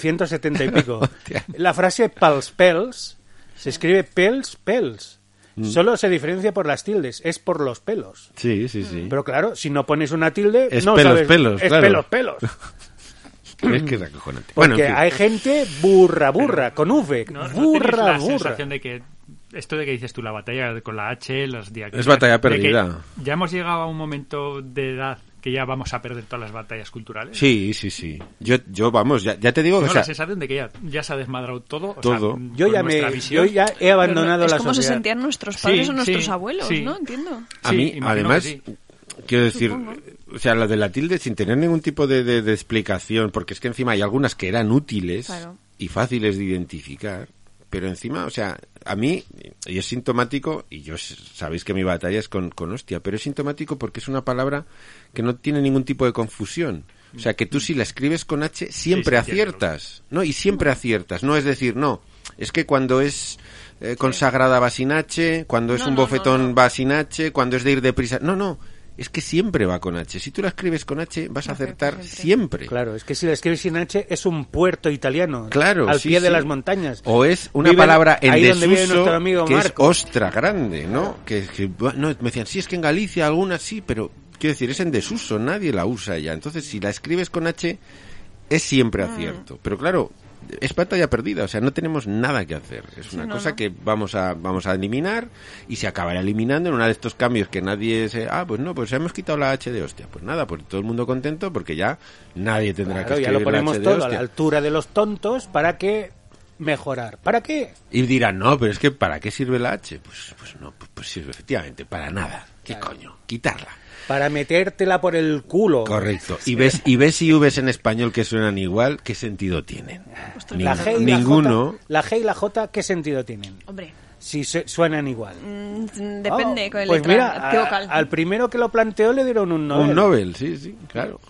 S5: 170 y pico.
S3: Hostia.
S5: la frase pals pels se escribe pels pels.
S3: Mm.
S5: Solo se diferencia por las tildes, es por los pelos.
S3: Sí, sí, sí.
S5: Pero claro, si no pones una tilde,
S3: Es
S5: no
S3: pelos,
S5: sabes-
S3: pelos,
S5: es
S3: claro.
S5: pelos, pelos.
S3: Es que es acojonante.
S5: Porque
S3: Bueno, en fin.
S5: hay gente burra, burra, con V,
S8: ¿No, ¿no tenéis
S5: burra,
S8: la
S5: burra.
S8: sensación de que esto de que dices tú, la batalla con la H, las diacríticas...
S3: Es batalla
S8: de que
S3: perdida.
S8: Ya hemos llegado a un momento de edad que ya vamos a perder todas las batallas culturales.
S3: Sí, sí, sí. Yo, yo vamos, ya, ya te digo que
S8: No,
S3: o sea,
S8: la sensación de que ya, ya se ha desmadrado todo. o
S3: Todo.
S8: sea,
S5: Yo
S8: con
S5: ya,
S8: nuestra
S5: me, yo
S8: visión.
S5: ya he abandonado
S6: es
S5: la
S6: como se
S5: sociedad.
S6: sentían nuestros padres
S8: Sí,
S6: o nuestros
S8: sí,
S6: abuelos,
S8: sí.
S6: ¿no? Entiendo.
S3: A
S8: Sí,
S3: mí,
S8: imagino
S3: además,
S8: que sí.
S3: quiero decir,
S6: Supongo.
S3: o sea, la de la tilde sin tener ningún tipo de, de- de explicación, porque es que encima hay algunas que eran útiles
S6: Claro.
S3: y fáciles de identificar, pero encima, o sea, a mí, y es sintomático, y yo s- sabéis que mi batalla es con, con hostia, pero es sintomático porque es una palabra que no tiene ningún tipo de confusión. O sea, que tú si la escribes con H siempre
S8: Sí, sí, entiendo.
S3: aciertas, ¿no? Y siempre aciertas, no es decir, no, es que cuando es eh, consagrada va sin H, cuando es
S6: No,
S3: un
S6: no, no,
S3: bofetón
S6: no.
S3: va sin H, cuando es de ir deprisa. No, no. Es que siempre va con H. Si tú la escribes con H, vas a
S6: Acierta
S3: acertar
S6: siempre.
S3: siempre.
S5: Claro, es que si la escribes sin H es un puerto italiano.
S3: Claro,
S5: Al
S3: sí,
S5: pie de
S3: sí.
S5: las montañas.
S3: O es una
S5: Viven
S3: palabra en
S5: ahí donde vive
S3: desuso
S5: nuestro amigo
S3: que
S5: Marco.
S3: es ostra grande, ¿no? Que, que, bueno, me decían, sí, es que en Galicia alguna sí, pero quiero decir, es en desuso, nadie la usa ya. Entonces, si la escribes con H, es siempre
S6: Ah.
S3: acierto. Pero claro, es batalla perdida, o sea, no tenemos nada que hacer. Es una
S6: no,
S3: cosa
S6: no.
S3: que vamos a, vamos a eliminar y se acabará eliminando en uno de estos cambios que nadie se... Ah, pues no, pues hemos quitado la H de hostia. Pues nada, pues todo el mundo contento porque ya nadie tendrá
S5: Claro,
S3: que
S5: ya lo
S3: escribir la
S5: ponemos
S3: H de
S5: todo a
S3: hostia.
S5: la altura de los tontos para que mejorar. ¿Para qué?
S3: Y dirán, no, pero es que ¿para qué sirve la H? Pues, pues no, pues, pues sirve efectivamente, para nada. ¿Qué coño? Quitarla.
S5: Para metértela por el culo.
S3: Correcto. Y ves, y ves y Vs en español que suenan igual, ¿qué sentido tienen?
S6: Ostras,
S3: Ni-
S5: La G y la
S3: ninguno.
S5: J, la G y la J, ¿qué sentido tienen?
S6: Hombre,
S5: Si se- suenan igual.
S6: mm, depende
S5: Oh,
S6: con el
S5: pues
S6: letra,
S5: mira,
S6: qué
S5: a-
S6: vocal.
S5: al primero que lo planteó le dieron un Nobel.
S3: Un Nobel, sí, sí, claro.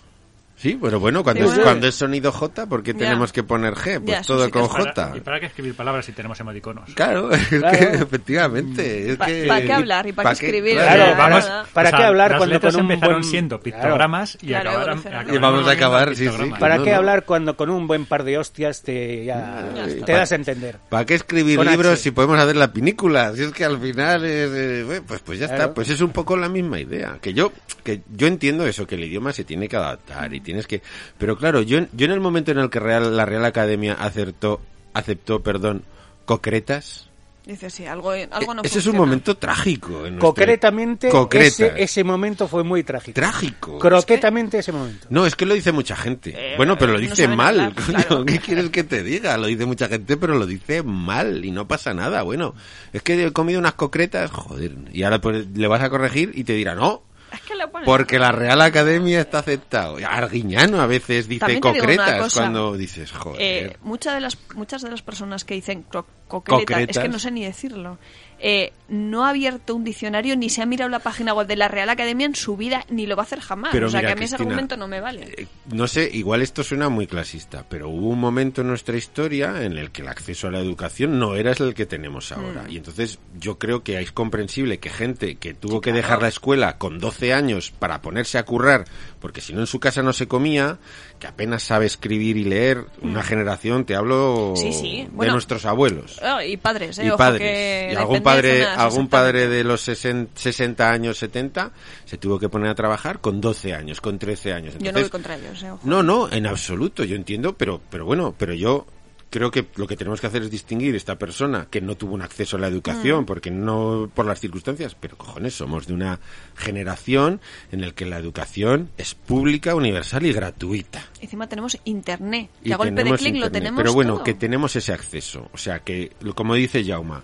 S3: Sí, pero bueno, cuando,
S6: Sí,
S3: es,
S6: bueno.
S3: cuando es sonido J, ¿por qué
S6: Ya.
S3: tenemos que poner G? Pues
S6: Ya, eso
S3: todo
S6: sí que
S3: con
S6: es
S8: Para-
S3: J.
S8: ¿Y para qué escribir palabras si tenemos emoticonos?
S3: Claro, es que
S5: Claro.
S3: efectivamente. es
S6: Pa-
S3: que-
S6: ¿pa' qué hablar y pa' qué escribir?
S3: claro.
S5: Claro,
S8: Eh,
S5: vamos-
S6: nada.
S5: ¿para qué hablar
S8: las
S5: cuando
S8: letras
S5: con un
S8: empezaron
S5: buen-
S8: siendo
S5: Claro.
S8: pictogramas y
S6: Claro,
S8: acabaron,
S6: evolucionaron.
S8: acabaron
S3: Y vamos a
S8: siendo
S3: acabar, sí, sí,
S8: pictogramas.
S5: ¿Para
S3: No,
S5: qué
S3: no. Mm,
S5: hablar cuando con un buen par de hostias te, ya-
S3: Ya
S5: te
S3: está.
S5: das a entender?
S3: ¿Para qué escribir
S5: Con
S3: libros
S5: H.
S3: si podemos hacer la película? Si es que al final es, eh, bueno, pues pues ya está,
S5: Claro.
S3: pues es un poco la misma idea. Que yo que yo entiendo eso que el idioma se tiene que adaptar y tienes que, pero claro, yo en- yo en el momento en el que Real- la Real Academia acertó aceptó, perdón, concretas e,
S6: Dices, sí, algo, algo no
S3: ese es un
S6: funciona.
S3: momento trágico. en nuestro-
S5: Concretamente,
S3: Concretas.
S5: ese, ese momento fue muy trágico.
S3: trágico.
S5: Croquetamente ese momento.
S3: No, es que lo dice mucha gente. bueno, pero lo
S6: Eh, no
S3: dice
S6: saben
S3: mal.
S6: hablar,
S3: coño,
S6: claro.
S3: ¿Qué quieres que te diga? Lo dice mucha gente, pero lo dice mal y no pasa nada. Bueno, es que he comido unas concretas, joder. Y ahora pues, le vas a corregir y te dirá, no,
S6: Es que le ponen-
S3: porque la Real Academia está aceptado. Y Arguiñano a veces dice
S6: También te digo una
S3: concretas
S6: cosa.
S3: cuando dices,
S6: Eh,
S3: joder.
S6: muchas de las muchas de las personas que dicen cro- coqueleta,
S3: Concretas.
S6: es que no sé ni decirlo. eh, no ha abierto un diccionario ni se ha mirado la página web de la Real Academia en su vida ni lo va a hacer jamás.
S3: Pero
S6: o sea
S3: mira,
S6: que a mí ese
S3: Cristina,
S6: argumento no me vale.
S3: Eh, no sé, igual esto suena muy clasista, pero hubo un momento en nuestra historia en el que el acceso a la educación no era el que tenemos ahora.
S6: Hmm.
S3: Y entonces yo creo que es comprensible que gente que tuvo que dejar la escuela con 12 años para ponerse a currar, porque si no en su casa no se comía, que apenas sabe escribir y leer, una generación, te hablo
S6: Hmm. Sí, sí.
S3: de
S6: Bueno,
S3: nuestros abuelos.
S6: Ah, y padres, eh,
S3: y
S6: ojo,
S3: padres.
S6: que
S3: Y
S6: la
S3: algún
S6: dependencia
S3: padre,
S6: nada,
S3: algún
S6: exactamente.
S3: padre de los 60, 60 años, 70, se tuvo que poner a trabajar con 12 años, con 13 años.
S6: Yo no voy
S3: Entonces,
S6: contra ellos, eh, ojo.
S3: no, no, en absoluto, yo entiendo, pero, pero bueno, pero yo creo que lo que tenemos que hacer es distinguir esta persona que no tuvo un acceso a la educación, porque no por las circunstancias, pero cojones, somos de una generación en la que la educación es pública, universal y gratuita.
S6: Encima tenemos internet.
S3: Y
S6: Que a golpe de
S3: tenemos
S6: clic lo
S3: internet,
S6: tenemos.
S3: Pero bueno,
S6: todo.
S3: que tenemos ese acceso. O sea que, lo- como dice Jauma,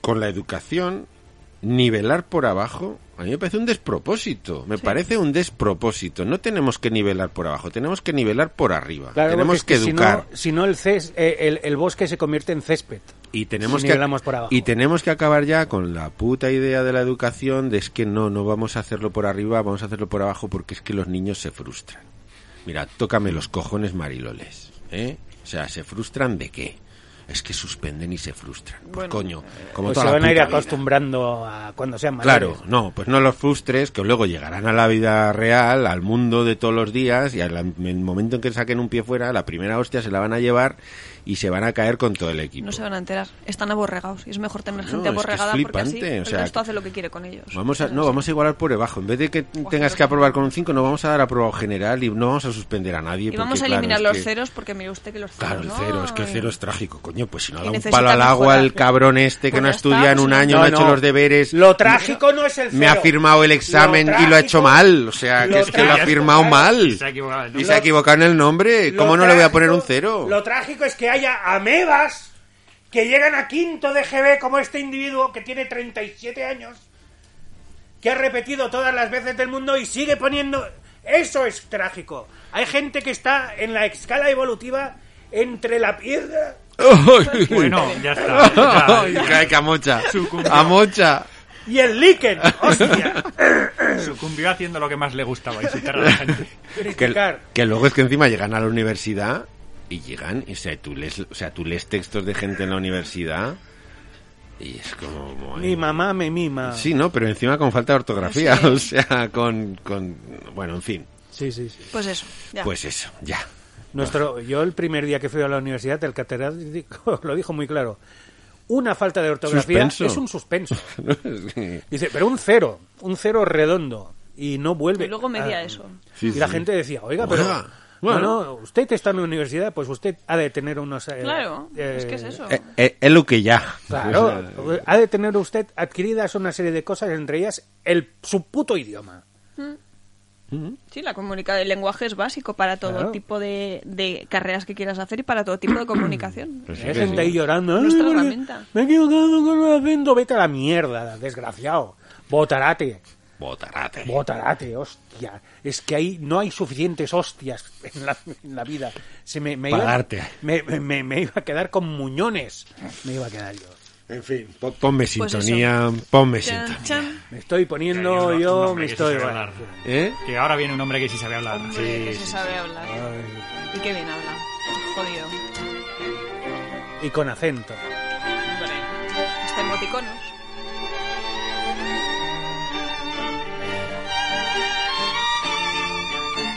S3: con la educación, nivelar por abajo, a mí me parece un despropósito. Me parece un despropósito. No tenemos que nivelar por abajo, tenemos que nivelar por arriba.
S5: Claro, porque
S3: tenemos
S5: es
S3: que
S5: si no-
S3: educar.
S5: Si no, el, ces- eh, el, el bosque se convierte en césped.
S3: Y tenemos,
S5: Si
S3: que,
S5: nivelamos por abajo.
S3: y tenemos que acabar ya con la puta idea de la educación de es que no, no vamos a hacerlo por arriba, vamos a hacerlo por abajo porque es que los niños se frustran. Mira, tócame los cojones mariloles, ¿eh? O sea, ¿se frustran de qué? Es que suspenden y se frustran. Pues coño, como
S5: Pues
S3: toda
S5: se
S3: la
S5: van a ir
S3: puta vida.
S5: acostumbrando a cuando sean mayores.
S3: Claro, no, pues no los frustres, que luego llegarán a la vida real, al mundo de todos los días, y al el momento en que saquen un pie fuera, la primera hostia se la van a llevar y se van a caer con todo el equipo.
S6: No se van a enterar. Están aborregados. Y es mejor tener
S3: No,
S6: gente
S3: es que es
S6: aborregada porque así
S3: flipante, o
S6: el
S3: sea,
S6: resto hace lo que quiere con ellos.
S3: Vamos a,
S6: Entonces,
S3: no, vamos a igualar por debajo. En vez de que tengas
S6: pero-
S3: que aprobar con un 5, no vamos a dar aprobado general y no vamos a suspender a nadie.
S6: Y vamos
S3: porque,
S6: a eliminar
S3: claro,
S6: los
S3: es que-
S6: ceros porque mire usted que los ceros.
S3: Claro, el
S6: no
S3: cero, es que el
S6: hay.
S3: cero es trágico, coño. Pues si no
S6: Y
S3: da un
S6: necesita
S3: palo al agua
S6: mejorar.
S3: el cabrón este que
S6: Pues
S3: no
S6: ya
S3: estudia
S6: está,
S3: en
S6: pues
S3: un
S6: ya
S3: año, no,
S5: No,
S3: ha hecho
S5: no.
S3: los deberes.
S5: Lo trágico no es el cero.
S3: me ha firmado el examen y lo ha hecho
S5: trágico-
S3: mal. O sea,
S5: lo
S3: que es que lo ha
S5: trágico,
S3: firmado
S5: claro,
S3: mal.
S8: Se ha equivocado. ¿no?
S3: Y se ha equivocado en el nombre.
S5: Lo
S3: ¿Cómo no le voy a
S5: trágico-
S3: poner un cero?
S5: Lo trágico es que haya amebas que llegan a quinto de GB como este individuo que tiene 37 años, que ha repetido todas las veces del mundo y sigue poniendo... Eso es trágico. Hay gente que está en la escala evolutiva entre la piedra...
S8: Bueno, ya está. Ya,
S3: Ay, cae que a mocha.
S8: Sucumbió.
S3: A mocha.
S5: Y el líquen, hostia.
S8: Sucumbió haciendo lo que más le gustaba, insultar a la gente.
S3: que,
S5: Criticar.
S3: que luego es que encima llegan a la universidad y llegan, y, o, sea, tú lees, o sea, tú lees textos de gente en la universidad y es como... madre
S5: Mi mamá me mima.
S3: Sí, no, pero encima con falta de ortografía, o sea, con, con... Bueno, en fin,
S5: sí, sí. sí.
S6: Pues eso. ya.
S3: pues eso, ya.
S5: Nuestro, yo el primer día que fui a la universidad, el catedrático lo dijo muy claro. Una falta de ortografía
S3: Suspenso.
S5: es un suspenso.
S3: Eh,
S5: Dice, pero un cero, un cero redondo. Y no vuelve.
S6: Y luego media
S5: Ah,
S6: eso.
S3: Sí,
S5: y la
S3: sí.
S5: gente decía, oiga, pero...
S3: Oiga,
S5: Bueno,
S3: bueno.
S5: usted está en la universidad, pues usted ha de tener unos... eh,
S6: Claro, es que es
S5: eh,
S6: eso.
S3: Eh, eh, es lo que ya.
S5: Claro, ha de tener usted adquiridas una serie de cosas, entre ellas el, su puto idioma.
S6: Sí, la comunicación, el lenguaje es básico para todo
S5: Claro.
S6: tipo de, de carreras que quieras hacer y para todo tipo de comunicación.
S3: Pues sí
S5: Hay
S3: que
S5: gente
S3: sí.
S5: ahí llorando. "Ay,
S6: Nuestra
S5: porque
S6: herramienta.
S5: Me he equivocado con el acento. Vete a la mierda, desgraciado. Botarate,
S3: Botarate.
S5: botarate, hostia. Es que ahí no hay suficientes hostias en la, en la vida. Se me, me,
S3: Pa'
S5: iba,
S3: darte.
S5: me, me- me- me iba a quedar con muñones. Me iba a quedar yo.
S1: En fin.
S3: Po- Ponme
S6: Pues
S3: sintonía, ponme
S6: Chan,
S3: sintonía.
S6: chan.
S5: Me estoy poniendo
S8: Hay un- un
S5: yo,
S8: hombre
S5: me
S8: que
S5: estoy...
S8: se sabe
S5: bueno.
S8: hablar.
S3: ¿Eh?
S8: Que ahora viene un hombre que sí sabe hablar.
S5: Ah,
S6: Hombre, que se sabe hablar.
S5: Ay,
S6: Y qué bien habla. Jodido.
S5: Y con acento.
S6: Hasta emoticonos.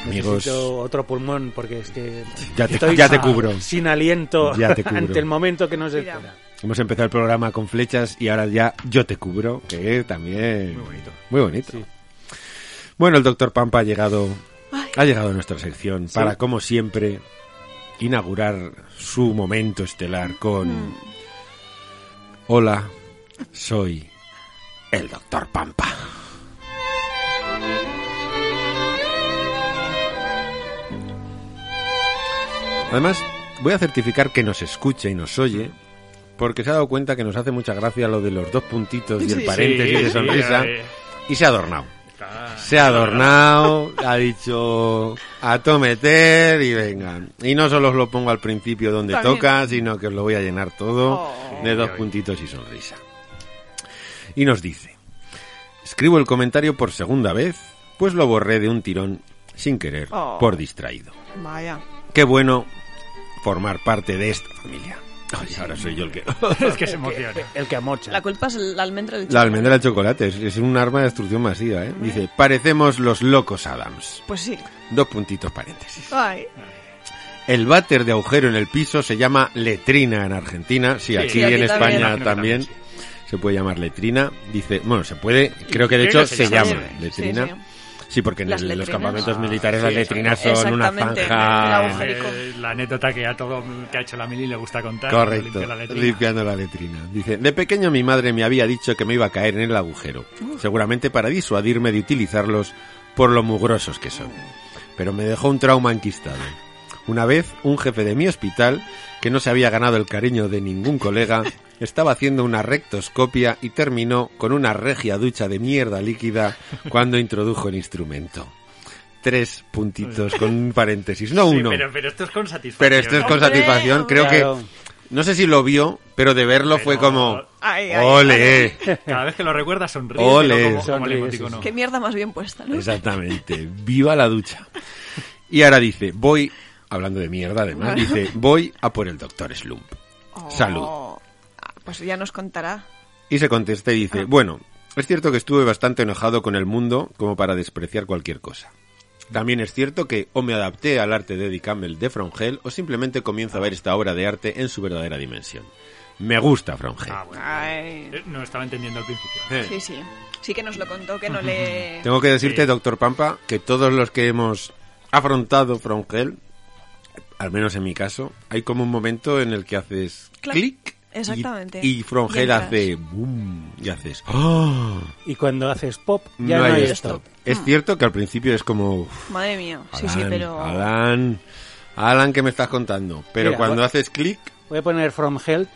S3: Amigos,
S5: Necesito otro pulmón porque es que...
S3: Ya te-
S5: estoy
S3: ya te cubro.
S5: Sin aliento
S3: Ya te cubro.
S5: ante el momento que nos
S6: Mira.
S5: espera.
S3: hemos empezado el programa con flechas y ahora ya yo te cubro, que también... Muy bonito. Muy bonito. Bueno, el doctor Pampa ha llegado,
S6: Ay.
S3: ha llegado a nuestra sección para, como siempre, inaugurar su momento estelar con...
S8: Mm.
S3: Hola, soy el doctor Pampa. Además, voy a certificar que nos escucha y nos oye, porque se ha dado cuenta que nos hace mucha gracia lo de los dos puntitos y el paréntesis de
S8: sí,
S3: sonrisa,
S8: eh,
S3: y se ha adornado. Se ha adornado, ha dicho a tometer y venga. Y no solo os lo pongo al principio donde
S6: También.
S3: toca, sino que os lo voy a llenar todo
S6: Oh.
S3: de dos puntitos y sonrisa. Y nos dice, escribo el comentario por segunda vez, pues lo borré de un tirón sin querer,
S6: Oh.
S3: por distraído.
S6: Vaya.
S3: Qué bueno formar parte de esta familia. Ay, ahora soy yo el que...
S8: Es que se emociona.
S5: El que amocha.
S6: La culpa es la almendra del
S3: La
S6: chico.
S3: almendra del chocolate es, es un arma de destrucción masiva, ¿eh? Dice, parecemos los locos Adams.
S6: Pues sí.
S3: Dos puntitos paréntesis.
S6: Ay.
S3: El váter de agujero en el piso se llama letrina en Argentina. Sí, aquí
S6: Sí,
S3: en
S6: aquí también.
S3: España
S8: Imagino que
S3: también.
S8: también,
S3: Se puede llamar letrina. Dice, bueno, se puede, creo que de
S8: Creo
S3: hecho
S8: que
S3: se,
S8: se
S3: llama
S8: llama,
S6: sí.
S3: letrina. Sí,
S6: Sí, sí.
S3: porque en
S6: Las
S3: el- los
S6: letrinas.
S3: campamentos
S6: Ah,
S3: militares
S8: sí,
S3: las letrinas son una
S6: exactamente. El
S3: zanja.
S6: agujero.
S8: Eh, la anécdota que a todo que ha hecho la mili le gusta contar.
S3: Correcto,
S8: Limpia la letrina.
S3: limpiando la letrina. Dice, de pequeño mi madre me había dicho que me iba a caer en el agujero, seguramente para disuadirme de utilizarlos por lo mugrosos que son. Pero me dejó un trauma enquistado. Una vez, un jefe de mi hospital, que no se había ganado el cariño de ningún colega, estaba haciendo una rectoscopia y terminó con una regia ducha de mierda líquida cuando introdujo el instrumento. Tres puntitos con un paréntesis, no
S8: Sí,
S3: uno.
S8: pero, pero esto es con satisfacción.
S3: Pero esto es con
S6: Hombre,
S3: satisfacción, creo
S5: Claro.
S3: que... No sé si lo vio, pero de verlo fue
S8: Pero-
S3: como...
S6: Ay, ay,
S3: ¡Ole!
S8: Cada vez que lo recuerdas sonríe.
S3: Ole.
S8: pero Como, como el
S5: Sonríe,
S8: emoticono.
S6: Qué mierda más bien puesta, ¿no?
S3: Exactamente. ¡Viva la ducha! Y ahora dice, voy... Hablando de mierda, además, dice, voy a por el doctor Slump.
S6: Oh.
S3: Salud.
S6: Ah, Pues ya nos contará.
S3: Y se contesta y dice, bueno, es cierto que estuve bastante enojado con el mundo como para despreciar cualquier cosa. También es cierto que o me adapté al arte de Eddie Campbell de Frongel o simplemente comienzo a ver esta obra de arte en su verdadera dimensión. Me gusta Frongel.
S8: Ah, bueno.
S6: Ay,
S8: Eh, No estaba entendiendo al principio.
S3: Eh.
S6: sí, sí. Sí que nos lo contó, que no le...
S3: Tengo que decirte,
S8: Sí.
S3: doctor Pampa, que todos los que hemos afrontado Frongel, al menos en mi caso, hay como un momento en el que haces
S6: Clac.
S3: clic. y-
S6: Exactamente.
S3: Y, Frongel
S6: Y entras.
S3: hace boom y haces ¡oh!
S5: Y cuando haces pop, ya no, hay stop.
S3: Es cierto que al principio es como uf,
S6: Madre mía. Ah. Sí,
S3: Alan,
S6: sí, pero...
S3: Alan, Alan, ¿qué me estás contando? Pero
S5: Mira,
S3: cuando
S5: va-
S3: haces clic,
S5: Voy a poner From Hell,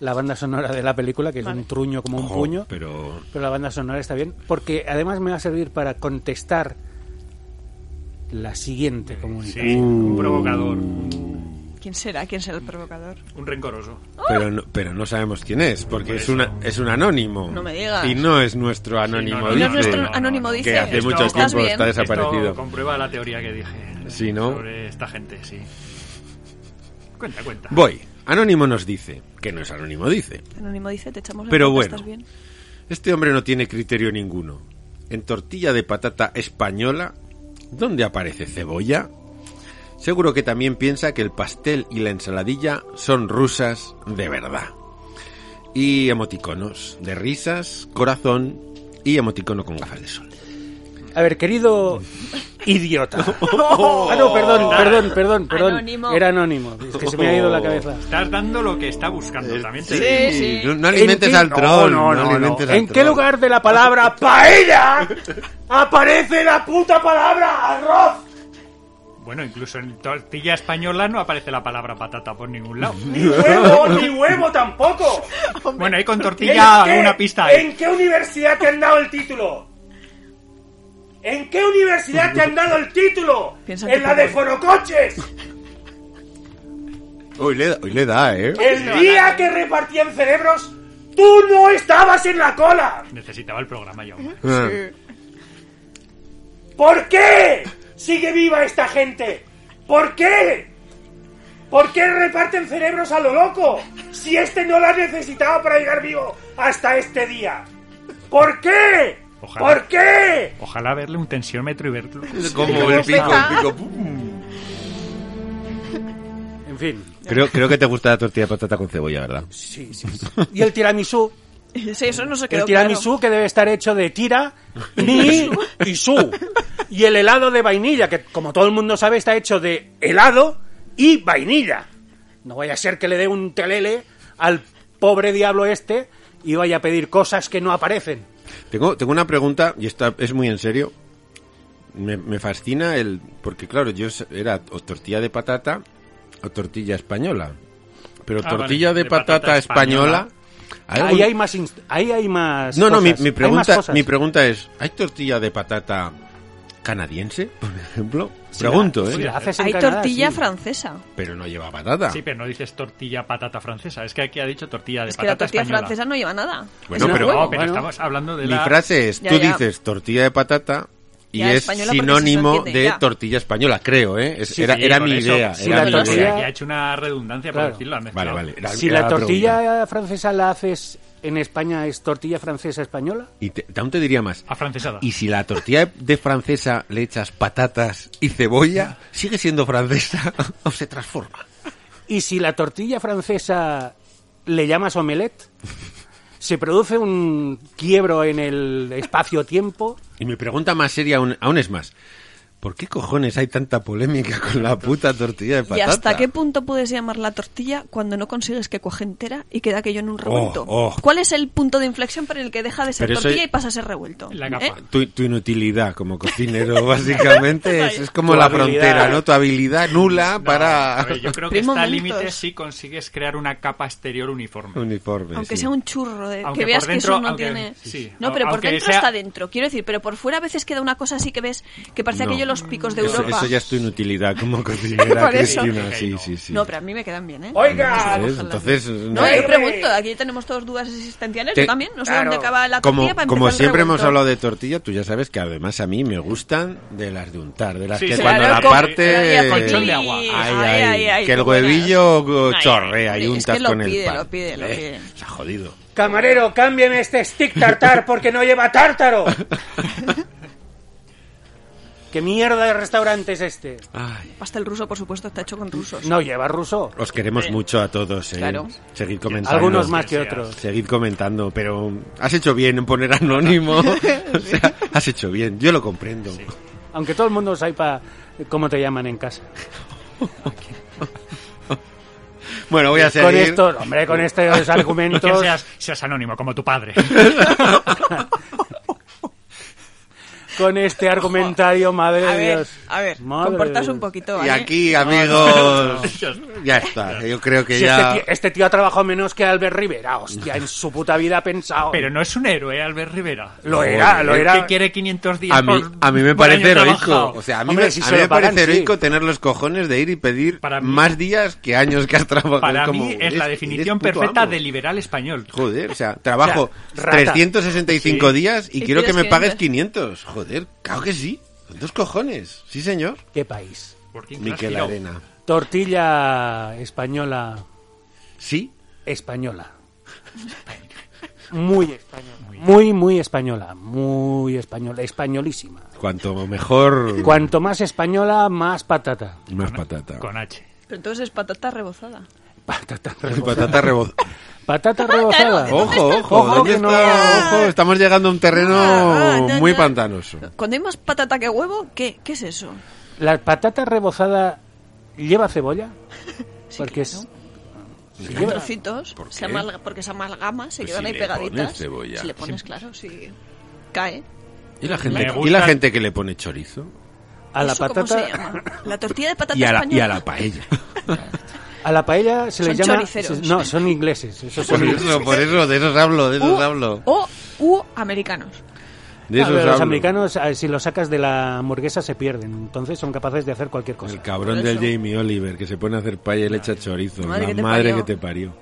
S5: la banda sonora de la película, que es
S6: Vale.
S5: un truño como un
S3: ojo,
S5: puño.
S3: Oh, pero
S5: Pero la banda sonora está bien, porque además me va a servir para contestar la siguiente comunicación.
S8: Sí,
S3: Uh.
S8: un provocador, un
S6: ¿Quién será? ¿Quién será el provocador?
S8: un rencoroso.
S6: Ah.
S3: pero no, pero no sabemos quién es porque es una es un anónimo.
S6: No me digas.
S3: Y no es nuestro anónimo.
S8: no,
S6: Y no
S3: dice.
S6: es nuestro anónimo, dice.
S3: que hace
S8: Esto-
S3: mucho
S6: ¿Estás
S3: tiempo está
S6: bien?
S3: desaparecido.
S8: Esto comprueba la teoría que dije
S3: Sí, ¿no?
S8: sobre esta gente, sí. Cuenta, cuenta.
S3: Voy. Anónimo nos dice que no es anónimo dice.
S6: Anónimo dice, te echamos la
S3: Pero
S6: bronca,
S3: bueno.
S6: ¿estás bien?
S3: Este hombre no tiene criterio ninguno. En tortilla de patata española, ¿dónde aparece cebolla? Seguro que también piensa que el pastel y la ensaladilla son rusas de verdad. Y emoticonos de risas, corazón y emoticono con gafas de sol.
S5: A ver, querido idiota. ah, no, perdón, perdón, perdón, perdón.
S6: Oh. Anónimo.
S5: Era anónimo. Es que se me ha ido la cabeza.
S8: Estás dando lo que está
S3: Eh,
S8: buscando, también te digo.
S6: Sí, sí.
S3: No, no
S5: ¿En
S3: alimentes
S5: qué-
S3: al
S5: No,
S3: troll.
S5: no, no, no.
S3: alimentes al
S5: ¿En qué
S3: troll.
S5: lugar de la palabra paella aparece la puta palabra arroz?
S8: Bueno, incluso en tortilla española no aparece la palabra patata por ningún lado.
S5: Ni huevo, ni huevo tampoco.
S8: bueno, ahí con tortilla
S5: ¿En qué-
S8: alguna pista hay.
S5: ¿En qué universidad te han dado el título? ¿En qué universidad te han dado el título?
S6: Piensa
S5: en
S6: que
S5: la de
S6: tengo-
S5: Forocoches.
S3: Hoy le, hoy le da, ¿eh?
S5: El día que repartían cerebros, tú no estabas en la cola.
S8: Necesitaba el programa yo.
S3: Ah.
S5: ¿Por qué sigue viva esta gente? ¿Por qué? ¿Por qué reparten cerebros a lo loco? Si este no la necesitaba para llegar vivo hasta este día. ¿Por qué?
S8: Ojalá.
S5: ¿Por qué?
S8: Ojalá verle un tensiómetro y verlo.
S3: Es como el pico, el pico. pum.
S5: En fin.
S3: Creo, creo que te gusta la tortilla de patata con cebolla, ¿verdad?
S5: Sí, sí, sí. Y el tiramisú.
S6: Sí, eso no se quedó
S5: El tiramisú que debe estar hecho de tira, ni y su. Y el helado de vainilla, que como todo el mundo sabe está hecho de helado y vainilla. No vaya a ser que le dé un telele al pobre diablo este y vaya a pedir cosas que no aparecen.
S3: Tengo, tengo una pregunta, y esta es muy en serio. Me, me fascina el. Porque, claro, yo s- era o tortilla de patata o tortilla española. Pero
S8: Ah,
S3: tortilla
S8: vale,
S3: de,
S8: de
S3: patata,
S8: patata
S3: española. ¿hay algún-
S5: Ahí hay más inst- ahí hay más
S3: no, no, mi,
S5: cosas.
S3: mi
S5: Hay más
S3: pregunta,
S5: cosas.
S3: mi pregunta es: ¿hay tortilla de patata canadiense, por ejemplo?
S5: Si la-
S3: Pregunto, ¿eh?
S5: si la haces en
S6: Hay
S5: Canadá,
S6: tortilla
S5: sí.
S6: francesa.
S3: Pero no lleva patata.
S8: Sí, pero no dices tortilla patata francesa. Es que aquí ha dicho tortilla de
S6: Es que la
S8: patata
S6: tortilla
S8: española.
S6: francesa no lleva nada.
S3: Bueno,
S6: Es un
S3: pero-
S6: huevo.
S8: No, pero
S5: Bueno.
S8: estamos hablando de
S3: Mi
S8: la...
S3: frase es,
S6: Ya,
S3: tú
S6: ya.
S3: dices tortilla de patata y
S6: Ya,
S3: es
S6: española porque
S3: sinónimo
S6: sí se entiende,
S3: de
S6: ya.
S3: tortilla española, creo, ¿eh? Es-
S5: Sí,
S3: era
S8: Sí,
S3: era
S8: por
S3: mi
S8: eso.
S3: idea.
S5: Sí,
S3: era
S5: la
S3: mi
S5: tortilla-
S3: idea.
S8: Aquí ha hecho una redundancia
S5: Claro.
S8: por decirlo. ha mezclado.
S3: Vale, vale. era-
S5: Si
S3: era
S5: la
S3: pregunta.
S5: tortilla francesa la haces en España es tortilla francesa española?
S3: Y te, aún te diría más.
S8: Afrancesada.
S3: Y si la tortilla de- de francesa le echas patatas y cebolla, ¿sigue siendo francesa o se transforma?
S5: Y si la tortilla francesa le llamas omelette, se produce un quiebro en el espacio-tiempo.
S3: Y mi pregunta más seria aún, aún es más. ¿Por qué cojones hay tanta polémica con la puta tortilla de
S6: ¿Y
S3: patata?
S6: hasta qué punto puedes llamar la tortilla cuando no consigues que cuaje entera y queda aquello en un revuelto?
S3: oh.
S6: ¿Cuál es el punto de inflexión para el que deja de ser
S3: Pero eso-
S6: tortilla y pasa a ser revuelto?
S8: La capa.
S6: ¿Eh?
S3: Tu, tu inutilidad como cocinero, básicamente, es, es como
S5: Tu
S3: la
S5: habilidad.
S3: frontera, ¿no? Tu habilidad nula
S8: No,
S3: para...
S8: a ver, yo creo que
S6: Primo
S8: está al
S6: Mentos.
S8: límite si consigues crear una capa exterior uniforme.
S3: Uniforme.
S6: Aunque
S3: sí.
S6: sea un churro, de,
S8: Aunque
S6: que veas
S8: por
S6: que
S8: dentro-
S6: eso no
S8: aunque-
S6: tiene...
S8: sí.
S6: No, pero por
S8: Aunque
S6: dentro
S8: sea-
S6: está dentro, quiero decir, pero por fuera a veces queda una cosa así que ves que parece
S3: No.
S6: aquello los picos de
S3: eso,
S6: Europa.
S3: eso ya es tu inutilidad como cocinera,
S6: Por eso.
S3: Cristina.
S8: Ok,
S3: Sí,
S8: no.
S3: sí, sí.
S6: No, pero a mí me quedan bien, ¿eh?
S5: Oiga,
S3: Entonces, entonces, eh,
S6: No, yo pregunto, aquí tenemos todos dudas existenciales,
S3: Te-
S6: yo también, no sé
S5: Claro.
S6: dónde acaba la tortilla
S3: como,
S6: para
S3: como
S6: empezar el
S3: siempre hemos
S6: revuelto.
S3: hablado de tortilla, tú ya sabes que además a mí me gustan de las de untar, de las
S8: Sí,
S3: que
S8: sí,
S3: cuando
S8: claro,
S3: la
S8: con-
S3: parte...
S8: con colchón de agua.
S6: Ay,
S3: Ay,
S6: ay,
S3: ay,
S6: ay,
S3: que el
S6: qué buenas.
S3: huevillo go-
S6: Ay,
S3: chorrea y
S6: es
S3: untas
S6: que lo
S3: con
S6: pide,
S3: el pan.
S6: Lo pide, lo
S3: Eh,
S6: pide.
S3: Se ha jodido.
S5: Camarero, cámbiame este stick tartar porque no lleva tártaro. ¿Qué mierda de restaurante es este?
S3: Ay,
S6: Pastel ruso, por supuesto, está hecho con rusos.
S5: No lleva ruso.
S3: os queremos mucho a todos. ¿eh?
S6: Claro.
S3: Seguid comentando.
S5: Algunos más que
S8: seas.
S5: otros.
S3: Seguid comentando, pero has hecho bien en poner anónimo. O sea, has hecho bien, yo lo comprendo.
S5: Aunque todo el mundo sepa cómo te llaman en casa.
S3: Bueno, voy a seguir.
S5: Con estos, hombre, con estos
S8: Que
S5: argumentos.
S8: seas, seas anónimo, como tu padre.
S5: Con este argumentario, madre
S6: A
S5: de
S6: ver,
S5: Dios.
S6: a ver,
S5: Madre
S6: comportaos
S5: de
S6: un
S5: Dios.
S6: poquito,
S3: Y
S6: ¿vale?
S3: aquí, amigos, ya está. Yo creo que
S5: Si este,
S3: ya.
S5: tío, este tío ha trabajado menos que Albert Rivera, hostia, en su puta vida ha pensado.
S8: Pero no es un héroe, Albert Rivera.
S5: Lo era, lo
S8: El
S5: era.
S8: que quiere 500 días
S3: Ah, A mí,
S8: por-
S3: a mí me
S8: por año
S3: parece heroico.
S8: trabajado.
S3: O sea, a mí,
S5: Hombre,
S3: me,
S5: si
S3: a
S5: se
S3: mí
S5: lo
S3: me parece
S5: pagan, sí.
S3: heroico tener los cojones de ir y pedir
S8: Para mí-
S3: más días que años que has trabajado.
S8: Para
S3: como
S8: mí es
S3: eres-
S8: la
S3: eres
S8: definición
S3: puto
S8: perfecta
S3: amo.
S8: de liberal español.
S3: Joder, o sea, trabajo
S5: O sea, rata.
S3: 365 días y,
S6: Y
S3: quiero que
S6: pides
S3: me pagues
S6: 500.
S3: 500. Joder, claro que sí. Con dos cojones. Sí, señor.
S5: ¿Qué país?
S8: Working class
S3: Miquel
S8: hero.
S3: Arena.
S5: Tortilla española.
S3: Sí.
S5: Española. Muy española. Muy, muy española. Muy española. Españolísima.
S3: Cuanto mejor,
S5: Cuanto más española, más patata.
S3: más patata.
S8: Con H.
S6: Pero entonces es patata rebozada.
S5: Patata
S3: Y
S5: rebozada.
S3: patata rebozada.
S5: Patata rebozada.
S3: Ojo, ojo,
S5: Ojo,
S3: ¿dónde
S5: que no-
S3: está? Ojo, estamos llegando a un terreno
S6: Ah, no,
S3: muy
S6: no.
S3: pantanoso.
S6: Cuando hay más patata que huevo, ¿qué, qué es eso?
S5: La patata rebozada lleva cebolla. Porque es. si lleva-
S6: Trocitos,
S3: ¿Por
S6: se
S3: qué?
S6: amalga- porque se amalgama, se
S3: Pues
S6: quedan
S3: si
S6: ahí
S3: le
S6: pegaditas.
S3: pones cebolla.
S6: Si le pones, claro, si cae.
S3: ¿Y la
S8: Me
S3: gente, ¿y
S8: gusta-
S3: la gente que le pone chorizo?
S5: A la
S6: ¿Eso cómo se
S5: patata.
S6: llama? La tortilla de patata
S3: Y a, la, y
S6: española.
S3: a la paella.
S5: A la paella se le
S6: Son
S5: llama.
S6: choriceros.
S5: No, son ingleses. Esos
S3: Por
S5: son
S3: eso, por eso, de esos hablo, de esos
S6: U-
S3: hablo.
S6: O u americanos.
S3: De esos
S5: Claro, pero los
S3: hablo.
S5: americanos, eh, si los sacas de la hamburguesa, se pierden. Entonces son capaces de hacer cualquier cosa.
S3: El cabrón
S6: Por
S3: del
S6: eso.
S3: Jamie Oliver que se pone a hacer paella y le echa chorizo.
S6: Madre que
S3: la
S6: te
S3: madre
S6: parió.
S3: que te parió.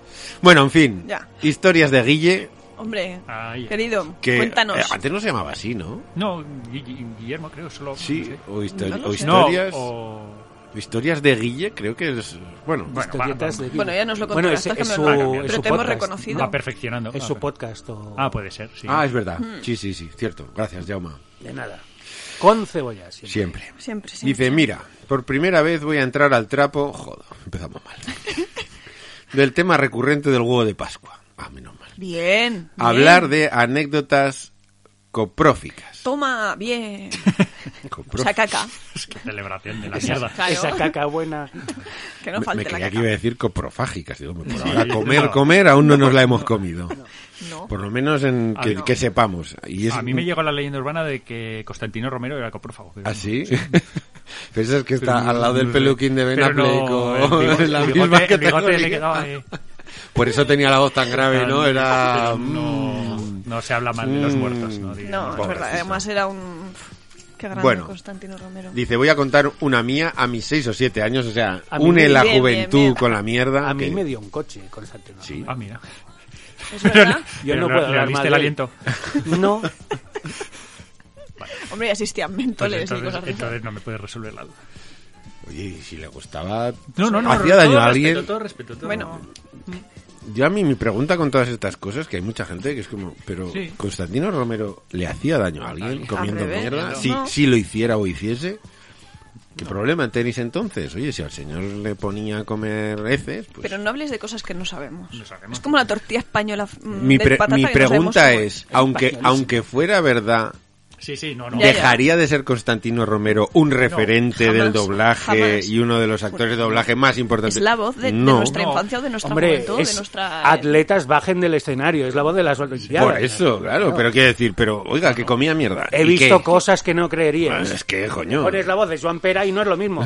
S3: Bueno, en fin.
S6: Ya.
S3: Historias de Guille
S6: Hombre,
S8: Ay.
S6: querido,
S3: que
S6: cuéntanos.
S3: eh, antes no se llamaba así, ¿no?
S8: No, Gui- Gui- Guillermo creo, solo...
S3: Sí, o, histo-
S6: No lo
S3: o
S6: sé.
S3: historias
S8: No, o-
S3: historias de Guille, creo que es bueno,
S8: Bueno,
S5: Historietas
S8: va-
S5: de-
S6: Bueno, ya nos lo
S5: Bueno,
S6: contarás,
S5: ese-
S6: que
S5: es
S6: me
S5: su,
S6: lo-
S8: Pero
S5: es
S6: pero
S5: su
S6: te hemos
S5: podcast.
S6: reconocido.
S8: va perfeccionando.
S5: Es
S8: Ah,
S5: su
S8: per-
S5: podcast o...
S8: Ah, puede ser, sí.
S3: Ah, es verdad.
S6: Hmm.
S3: Sí, sí, sí, cierto. Gracias, Jauma.
S5: de nada. Con cebollas.
S3: Siempre.
S6: Siempre, siempre.
S3: Dice, mira, por primera vez voy a entrar al trapo, joder, empezamos mal. del tema recurrente del huevo de Pascua. Ah, menos mal.
S6: Bien.
S3: Hablar
S6: bien.
S3: de anécdotas copróficas.
S6: Toma, bien.
S3: Copró-
S6: O sea, caca.
S8: Es que Pues celebración de la mierda.
S6: Claro.
S5: Esa caca buena.
S6: Que no
S3: me, me
S6: falte la
S3: creía que
S6: caca.
S3: iba a decir coprofágicas. Digo, por
S8: Sí,
S3: ahora comer,
S8: no.
S3: comer, aún no, nos la hemos comido.
S6: No.
S3: Por lo menos en
S8: Ah,
S3: que,
S8: no.
S3: que sepamos. Y es,
S8: A mí me llegó la leyenda urbana de que Constantino Romero era coprófago. pero no.
S3: ¿Así? Piensas que Ah, está
S8: Pero
S3: al lado del
S8: no sé.
S3: peluquín de Ben
S8: Pero no,
S3: Affleck o-
S8: el bigote-
S3: la
S8: el
S3: misma
S8: bigote-
S3: que
S8: el
S3: tengo
S8: bigote le
S3: aquí.
S8: quedaba ahí.
S3: Por eso tenía la voz tan grave, ¿no? Era...
S8: No, no se habla mal de los
S3: Mm.
S8: muertos, ¿no?
S6: No,
S8: Digamos.
S6: es verdad. Además era un... Qué grande
S3: Bueno.
S6: Constantino Romero.
S3: Dice, voy a contar una mía a mis 6 o 7 años, o sea,
S5: A mí
S3: une
S5: me-
S3: la
S6: bien,
S3: juventud
S6: bien, bien.
S3: con la mierda.
S5: A mí
S3: que-
S5: me dio un coche, Constantino.
S3: Sí.
S8: Ah, mira.
S6: ¿Es verdad?
S5: Yo
S8: Pero
S5: no
S8: le-
S5: puedo
S8: le
S5: hablar
S8: oliste
S5: mal
S8: el
S5: de él.
S8: aliento.
S5: No,
S6: Hombre, asistían
S8: Pues
S6: mentoles y
S8: entonces,
S6: cosas de esas.
S8: entonces no me puedes resolver la duda.
S3: Oye, y si le gustaba...
S8: No, no, no.
S3: Hacía
S8: todo
S3: daño a
S8: respeto,
S3: alguien.
S8: todo respeto, todo
S6: Bueno,
S3: Yo a mí mi pregunta con todas estas cosas, que hay mucha gente que es como, pero
S8: Sí.
S3: Constantino Romero le hacía daño a alguien comiendo
S6: revés,
S3: mierda,
S6: no.
S3: si,
S6: No.
S3: si lo hiciera o hiciese. ¿Qué problema tenéis entonces? Oye, si al señor le ponía a comer heces, pues...
S6: pero no hables de cosas que no sabemos.
S8: No sabemos.
S6: Es como la tortilla española mm,
S3: mi
S6: de
S3: pre-
S6: patata
S3: mi
S6: que no
S3: pregunta
S6: sabemos
S3: es, aunque, aunque fuera verdad,
S8: Sí, sí, no, no.
S6: Ya, ya.
S3: ¿dejaría de ser Constantino Romero un referente
S6: jamás,
S3: del doblaje
S6: jamás.
S3: y uno de los actores de doblaje más
S6: cómo es.
S3: importantes?
S6: Es la voz de, de
S3: No.
S6: nuestra
S8: no.
S6: infancia o de nuestra
S5: hombre,
S6: juventud,
S5: es
S6: de nuestra...
S5: atletas bajen del escenario. Es la voz de las Olimpiadas.
S3: Por eso, claro, pero quiero decir, pero oiga, que comía mierda.
S5: He
S3: ¿Y
S5: visto
S3: qué?
S5: cosas que no creerías.
S3: Pues es que, coño.
S5: Pones la voz de Joan Pera y no es lo mismo.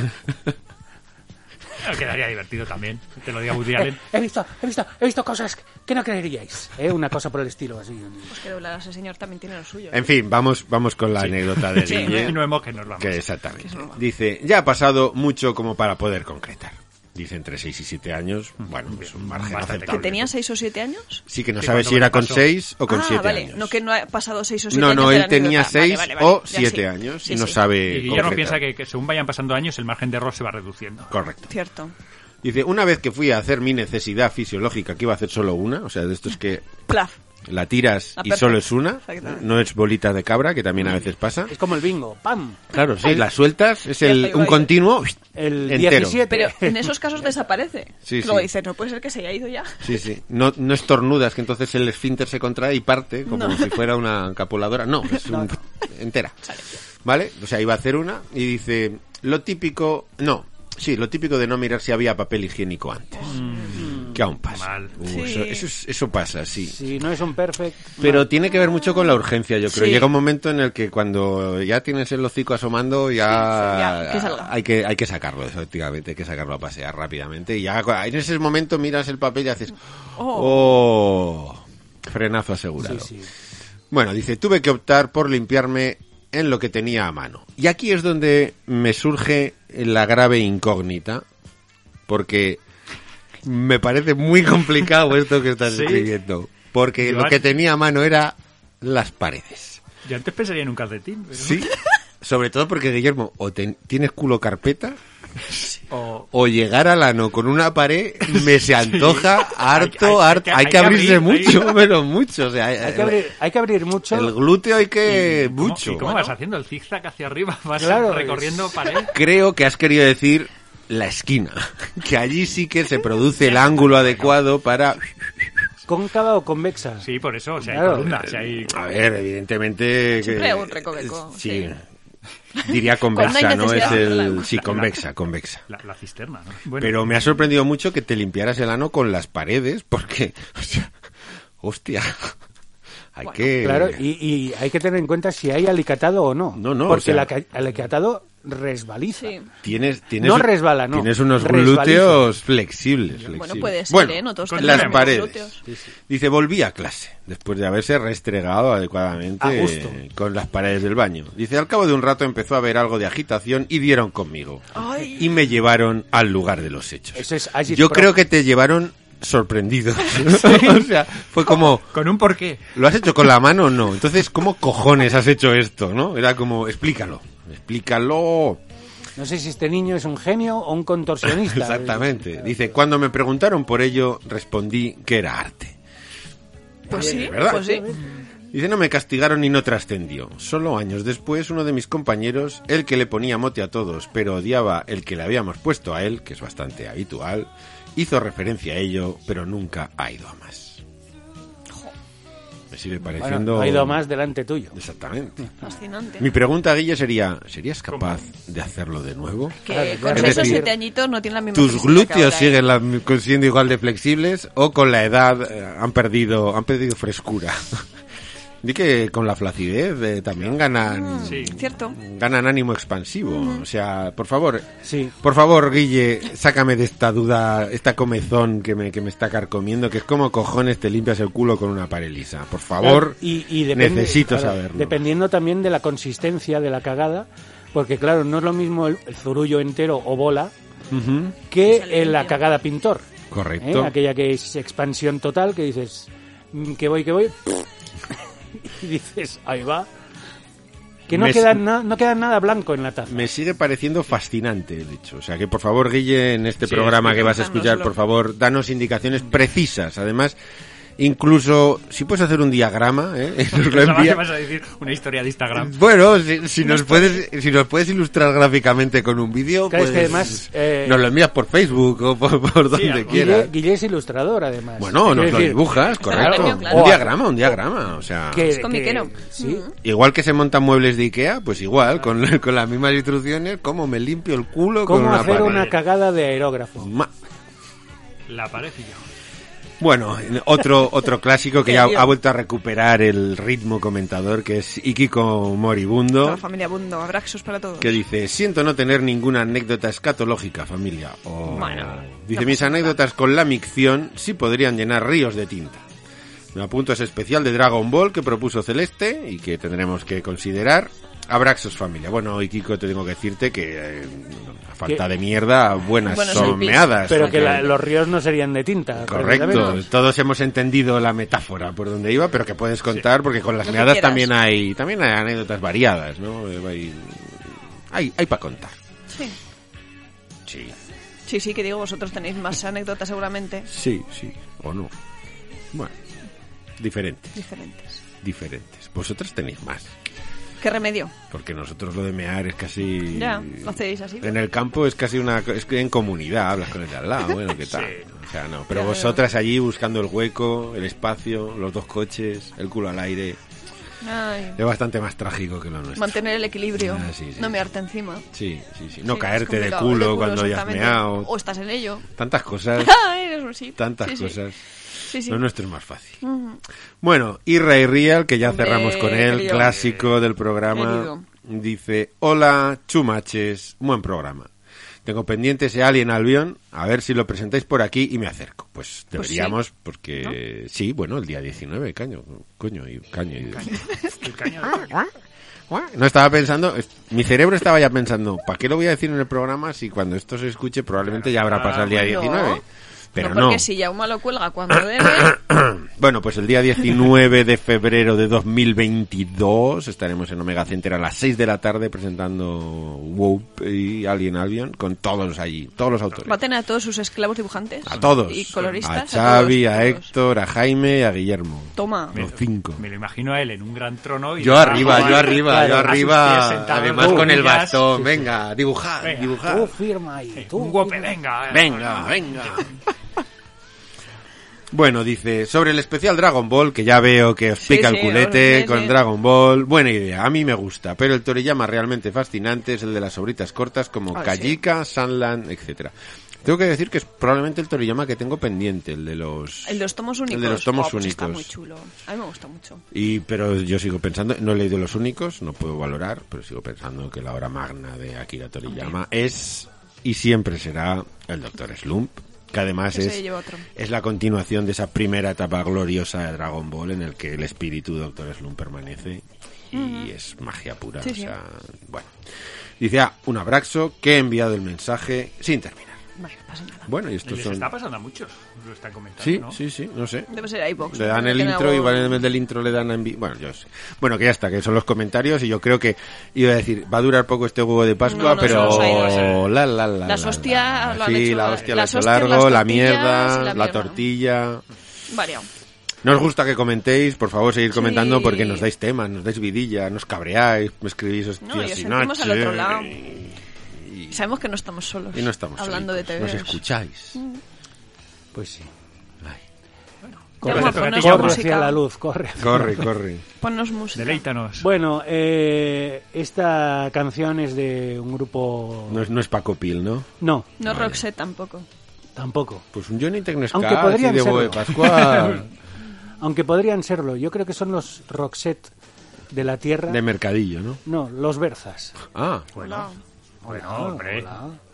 S8: Quedaría divertido también. Te lo digo a Woody Allen.
S5: He visto, he visto, he visto cosas que no creeríais. ¿eh? Una cosa por el estilo así.
S6: Pues que doblar a ese señor también tiene lo suyo. ¿eh?
S3: En fin, vamos, vamos con la anécdota de
S8: Sí,
S3: Guille.
S8: continuemos que nos vamos.
S3: Que exactamente. Dice, ya ha pasado mucho como para poder concretar. Dice entre 6 y 7 años, bueno, es un margen
S8: Bastante.
S6: ¿Que
S3: aceptable.
S6: tenía 6 o 7 años?
S3: Sí que no
S8: Sí,
S3: sabe
S8: cuando
S3: si era
S8: me
S3: con
S8: pasó.
S3: 6 o con
S6: ah,
S3: 7
S6: vale.
S3: años.
S6: No que no ha pasado 6 o 7
S3: no,
S6: años.
S3: no,
S6: de
S3: él
S6: la
S3: tenía
S6: anécdota. Vale,
S3: 6
S6: vale,
S3: o
S6: vale. Ya
S3: 7
S6: sí.
S3: años
S6: Sí,
S3: y no
S6: sí.
S3: sabe
S8: Y Guillermo
S3: concretar.
S8: piensa que, que según vayan pasando años, el margen de error se va reduciendo.
S3: Correcto.
S6: Cierto.
S3: Dice, una vez que fui a hacer mi necesidad fisiológica, que iba a hacer solo una, o sea, de estos que
S6: Plaf.
S3: la tiras
S6: La
S3: y
S6: perfect.
S3: solo es una,
S6: Exactamente.
S3: no es bolita de cabra, que también a veces pasa.
S5: Es como el bingo, ¡pam!
S3: Claro, sí, la sueltas, es el,
S6: está,
S3: un
S6: iba,
S3: continuo
S5: El
S3: entero.
S5: 17.
S6: Pero en esos casos desaparece.
S3: Sí,
S6: Luego
S3: sí.
S6: dices, no puede ser que se haya ido ya.
S3: Sí, sí. No, no estornudas, que entonces el esfínter se contrae y parte como
S6: No.
S3: si fuera una capuladora. No, es un- entera. ¿Vale? O sea, iba a hacer una y dice, lo típico... No, sí, lo típico de no mirar si había papel higiénico antes. Que aún pasa.
S8: Mal.
S3: Uh,
S6: Sí.
S3: eso, eso es- eso pasa, sí.
S5: Si no es un perfect.
S3: Pero tiene que ver mucho con la urgencia, yo creo.
S6: Sí.
S3: Llega un momento en el que cuando ya tienes el hocico asomando, ya,
S6: Sí, sí, ya, que salga.
S3: hay que hay que sacarlo, efectivamente, hay que sacarlo a pasear rápidamente. Y ya cu- en ese momento miras el papel y haces, oh, frenazo asegurado.
S5: Sí, sí.
S3: Bueno, dice, tuve que optar por limpiarme en lo que tenía a mano. Y aquí es donde me surge la grave incógnita, porque me parece muy complicado esto que estás
S8: Sí.
S3: escribiendo. Porque lo
S8: Iván.
S3: que tenía a mano era las paredes.
S8: Yo antes pensaría en un calcetín. pero-
S3: Sí. Sobre todo porque, Guillermo, o ten- tienes culo carpeta,
S8: O,
S3: o llegar al ano con una pared me se antoja harto,
S8: hay- hay
S3: harto.
S8: que-
S3: Hay que
S8: hay que
S3: abrirse
S8: abrir, hay-
S3: mucho, pero mucho. O sea, eh,
S5: Hay que abrir, hay que abrir mucho.
S3: el glúteo hay que...
S8: ¿Cómo-
S3: Eh, mucho.
S8: ¿Y cómo vas haciendo el zigzag hacia arriba? Vas
S5: Claro,
S8: recorriendo pared.
S3: creo que has querido decir la esquina, que allí sí que se produce el ángulo adecuado para...
S5: ¿Cóncava o convexa?
S8: Sí, por eso. O sea,
S5: Claro.
S8: hay columnas. o sea, hay-
S3: A ver, evidentemente...
S6: Siempre
S3: que-
S6: un recoveco,
S3: Sí.
S6: sí.
S3: Diría
S6: Cuando
S3: convexa,
S6: hay
S3: ¿no? Es
S6: necesidad,
S3: el...
S6: claro.
S3: Sí, convexa, convexa.
S8: la, la cisterna, ¿no? Bueno,
S3: Pero me ha sorprendido mucho que te limpiaras el ano con las paredes, porque... O sea, hostia. Hay que...
S5: Claro, y, y hay que tener en cuenta si hay alicatado o no.
S3: No, no,
S5: Porque
S3: o sea-
S5: el aca- alicatado resbaliza.
S6: Sí.
S3: Tienes, tienes,
S5: No resbala, no.
S3: Tienes unos
S5: Resbaliza.
S3: glúteos flexibles,
S6: Bueno,
S3: flexibles.
S6: puede ser,
S3: Bueno,
S6: ¿eh? No todos
S8: tenemos
S3: las
S8: los
S3: paredes.
S6: glúteos.
S3: Dice, volví a clase, después de haberse restregado adecuadamente
S5: A gusto.
S3: eh, con las paredes del baño. Dice, al cabo de un rato empezó a haber algo de agitación y dieron conmigo.
S6: Ay.
S3: Y me llevaron al lugar de los hechos.
S5: Eso es agit
S3: Yo
S5: prop.
S3: creo que te llevaron sorprendido. o sea, fue como...
S8: Con un porqué.
S3: ¿Lo has hecho con la mano o no? Entonces, ¿cómo cojones has hecho esto, no? Era como, explícalo, explícalo.
S5: No sé si este niño es un genio o un contorsionista.
S3: Exactamente. Dice, cuando me preguntaron por ello, respondí que era arte.
S6: Pues
S3: Oye,
S6: sí,
S3: ¿verdad?
S6: pues sí.
S3: Dice, no me castigaron y no trascendió. Solo años después, uno de mis compañeros, el que le ponía mote a todos, pero odiaba el que le habíamos puesto a él, que es bastante habitual, hizo referencia a ello, pero nunca ha ido a más. Me sigue
S5: Bueno,
S3: pareciendo...
S5: no ha ido más delante tuyo.
S3: Exactamente.
S6: Fascinante.
S3: Mi pregunta, Guille, sería, ¿serías capaz de hacerlo de nuevo?
S6: Que
S5: Claro,
S6: con
S5: claro.
S6: esos
S3: Es decir,
S6: siete añitos no tiene la misma
S3: ¿Tus
S6: física que
S3: glúteos
S6: ahora, ¿eh?
S3: siguen la- siendo igual de flexibles o con la edad eh, han perdido han perdido frescura? Di que con la flacidez eh, también ganan
S8: Ah. Sí.
S6: Cierto.
S3: ganan ánimo expansivo. O sea, por favor,
S5: Sí.
S3: por favor, Guille, sácame de esta duda, esta comezón que me, que me está carcomiendo, que es como cojones te limpias el culo con una pared lisa. Por favor,
S5: Claro, y, y depende-
S3: necesito
S5: claro,
S3: saberlo.
S5: Dependiendo también de la consistencia de la cagada, porque claro, no es lo mismo el, el zurullo entero o bola
S3: Ujú,
S5: que
S6: Sale limpio.
S5: eh, la cagada pintor. ¿eh?
S3: Correcto.
S5: Aquella que es expansión total, que dices, mm, que voy, que voy, y dices, ahí va. Que no
S3: Me-
S5: queda, na- no queda nada blanco en la taza.
S3: Me sigue pareciendo fascinante el hecho. O sea que, por favor, Guille, en este
S8: Sí,
S3: programa que vas a
S6: explícanoslo.
S3: escuchar, por favor, danos indicaciones precisas. Además, incluso si puedes hacer un diagrama, ¿eh? nos lo
S8: Pensaba que
S3: envía-
S8: vas a decir una historia de Instagram.
S3: Bueno, si, si nos puedes, si nos puedes ilustrar gráficamente con un vídeo,
S5: Claro, es
S3: pues
S5: que además, eh,
S3: nos lo envías por Facebook o por, por donde
S8: algo.
S3: quieras.
S5: Guille, Guille es ilustrador, además.
S3: Bueno, nos
S5: Quiero
S3: lo
S5: decir,
S3: dibujas, correcto.
S6: Claro, claro.
S3: Un diagrama, un diagrama, o sea...
S5: que-
S6: Es
S5: que-
S6: comiquero.
S5: sí.
S3: Igual que se montan muebles de Ikea, pues igual, con, con las mismas instrucciones, cómo me limpio el culo con
S5: ¿Cómo
S3: una
S5: hacer
S3: pared.
S5: una cagada de aerógrafo?
S3: Ma-
S8: La pared y yo.
S3: Bueno, otro, otro clásico que ya ha vuelto a recuperar el ritmo comentador, que es Ikiko Moribundo,
S6: Toda familia Bundo, abrazos para todos.
S3: que dice, siento no tener ninguna anécdota escatológica, familia. Oh.
S6: Bueno,
S3: dice,
S6: no
S3: mis
S6: pasa nada.
S3: anécdotas con la micción sí podrían llenar ríos de tinta. Me apunto a ese especial de Dragon Ball que propuso Celeste y que tendremos que considerar. Abraxos familia. Bueno, Ikiko, te tengo que decirte que eh, a falta
S5: Que-
S3: de mierda, buenas
S6: Bueno, es el
S3: son
S6: pis.
S3: meadas.
S5: Pero que
S3: porque-
S5: la- los ríos no serían de tinta.
S3: Correcto,
S5: precisamente.
S3: todos hemos entendido la metáfora por donde iba, pero que puedes contar porque con las
S6: Lo que
S3: meadas
S6: quieras.
S3: también hay también hay anécdotas variadas, ¿no? Eh, Hay hay, hay para contar.
S6: Sí.
S3: Sí.
S6: sí, sí, que digo, vosotros tenéis más anécdotas seguramente.
S3: Sí, sí, o no. Bueno. Diferentes,
S6: diferentes.
S3: diferentes. Vosotros tenéis más.
S6: ¿Qué remedio?
S3: Porque nosotros lo de mear es casi...
S6: Ya, lo hacéis así.
S3: En el campo es casi una... co- Es que en comunidad hablas con el de al lado, bueno, ¿qué tal? O sea, no. Pero
S6: Ya, ya.
S3: vosotras allí buscando el hueco, el espacio, los dos coches, el culo al aire.
S6: Ay,
S3: Es bastante más trágico que lo nuestro.
S6: mantener el equilibrio,
S3: pues. Ah, sí, sí.
S6: no mearte encima.
S3: Sí, sí, sí. No
S6: Sí, es
S3: caerte de
S6: complicado, ¿eh?
S3: culo, cuando ya has
S6: exactamente.
S3: meado.
S6: O estás en ello.
S3: Tantas cosas,
S6: Ay, eres un sí.
S3: tantas
S6: Sí, sí.
S3: cosas.
S6: Sí, sí.
S3: Lo nuestro es más fácil. Bueno, Irra y Real, que ya
S6: Hombre,
S3: cerramos con él,
S6: querido.
S3: clásico del programa,
S6: Querido.
S3: dice, hola, chumaches, buen programa. Tengo pendiente ese Alien Albion, a ver si lo presentáis por aquí y me acerco. Pues
S6: Pues sí.
S3: deberíamos, porque sí, bueno, el día 19, caño, coño, y caño. y-
S8: El caño de-
S3: No estaba pensando, es- mi cerebro estaba ya pensando, ¿para qué lo voy a decir en el programa si cuando esto se escuche probablemente ya habrá pasado el día
S6: No.
S3: 19? Pero
S6: Ah, no,
S3: no.
S6: porque si Yauma lo cuelga cuando debe,
S3: Bueno, pues el día 19 de febrero de 2022 estaremos en Omega Center a las 6 de la tarde presentando WOP y Alien Albion con todos allí, todos los autores.
S6: va a tener a todos sus esclavos dibujantes.
S3: A todos.
S6: Y coloristas.
S3: A Xavi,
S6: todos,
S3: a
S6: todos.
S3: Héctor, a Jaime y a Guillermo.
S6: Toma.
S3: Los cinco.
S8: Me lo imagino a él en un gran trono. Y
S9: Yo
S8: debajo
S9: arriba,
S8: a-
S9: yo arriba, yo
S8: a sus pies
S9: arriba.
S8: sentado
S9: Además
S8: en
S9: con el
S8: rodillas.
S9: bastón. Venga, dibujar,
S8: Venga.
S9: dibujar.
S3: Ah.
S5: Tú firma ahí. Tú
S8: Un guape,
S5: firma.
S8: venga. eh.
S9: Venga, venga.
S3: Bueno, dice, sobre el especial Dragon Ball, que ya veo que os
S6: Sí,
S3: pica el
S6: sí,
S3: culete
S6: sí, sí.
S3: con Dragon Ball. Buena idea, a mí me gusta, pero el Toriyama realmente fascinante es el de las obritas cortas como
S6: Ay,
S3: Kajika, Sunland, etcétera. Tengo que decir que es probablemente el Toriyama que tengo pendiente, el de los...
S6: El de los tomos únicos.
S3: El de los tomos
S6: Guau, pues Está
S3: únicos.
S6: muy chulo. A mí me gusta mucho.
S3: Y, pero yo sigo pensando, no he leído los únicos, no puedo valorar, pero sigo pensando que la obra magna de Akira Toriyama es y siempre será el Doctor Slump, que además
S6: Ese
S3: es,
S6: lleva otro.
S3: es la continuación de esa primera etapa gloriosa de Dragon Ball en el que el espíritu de Doctor Slump permanece y es magia pura.
S6: Sí,
S3: o
S6: sí.
S3: sea, bueno. Dice, ah, un abrazo que he enviado el mensaje sin terminar.
S6: Vale, no pasa nada.
S3: Bueno, y estos
S8: Les
S3: son...
S8: está pasando a muchos. Lo están comentando.
S3: Sí,
S8: ¿no?
S3: sí, sí, no sé.
S6: Debe ser iVoox.
S3: Le dan el
S6: Tiene
S3: intro y
S6: algo-
S3: van en el del intro le dan a envi- Bueno, yo sé. Bueno, que ya está, que son los comentarios y yo creo que iba a decir, va a durar poco este huevo de Pascua,
S6: No, no,
S3: pero
S6: se nos ha ido, se-
S3: la, la, la,
S6: Las
S3: la,
S6: hostias
S3: la.
S6: lo han
S3: Sí,
S6: hecho-
S3: la hostia la ha
S6: las
S3: hecho
S6: hostias,
S3: largo,
S6: las
S3: la
S6: tortillas,
S3: mierda,
S6: la
S3: la,
S6: mierda.
S3: tortilla.
S6: Variado.
S3: Nos gusta que comentéis, por favor, seguir comentando
S6: Sí.
S3: porque nos dais temas, nos dais vidilla, nos cabreáis, me escribís hostias
S6: No, y os
S3: y
S6: sentimos al otro
S3: noches.
S6: lado. Sabemos que no estamos solos.
S3: Y no estamos
S6: Hablando
S3: solitos,
S6: de TV.
S3: Nos escucháis.
S5: Pues sí.
S6: Corre,
S8: Llama,
S6: corre,
S8: ponnos
S6: corre.
S8: música.
S5: hacia la luz, corre.
S3: Corre, corre.
S6: Ponnos música.
S8: Deleítanos.
S5: Bueno, eh, esta canción es de un grupo...
S3: No es, no es Paco Pil, ¿no?
S5: No,
S6: No Roxette tampoco.
S5: tampoco.
S3: Pues un Johnny Tecno
S5: Aunque
S3: Ska, así
S5: podrían
S3: de huevo de
S5: serlo.
S3: Pascua,
S5: Aunque podrían serlo. Yo creo que son los Roxette de la Tierra.
S3: de mercadillo, ¿no?
S5: No, los Berzas.
S3: Ah,
S8: Bueno, bueno, hombre.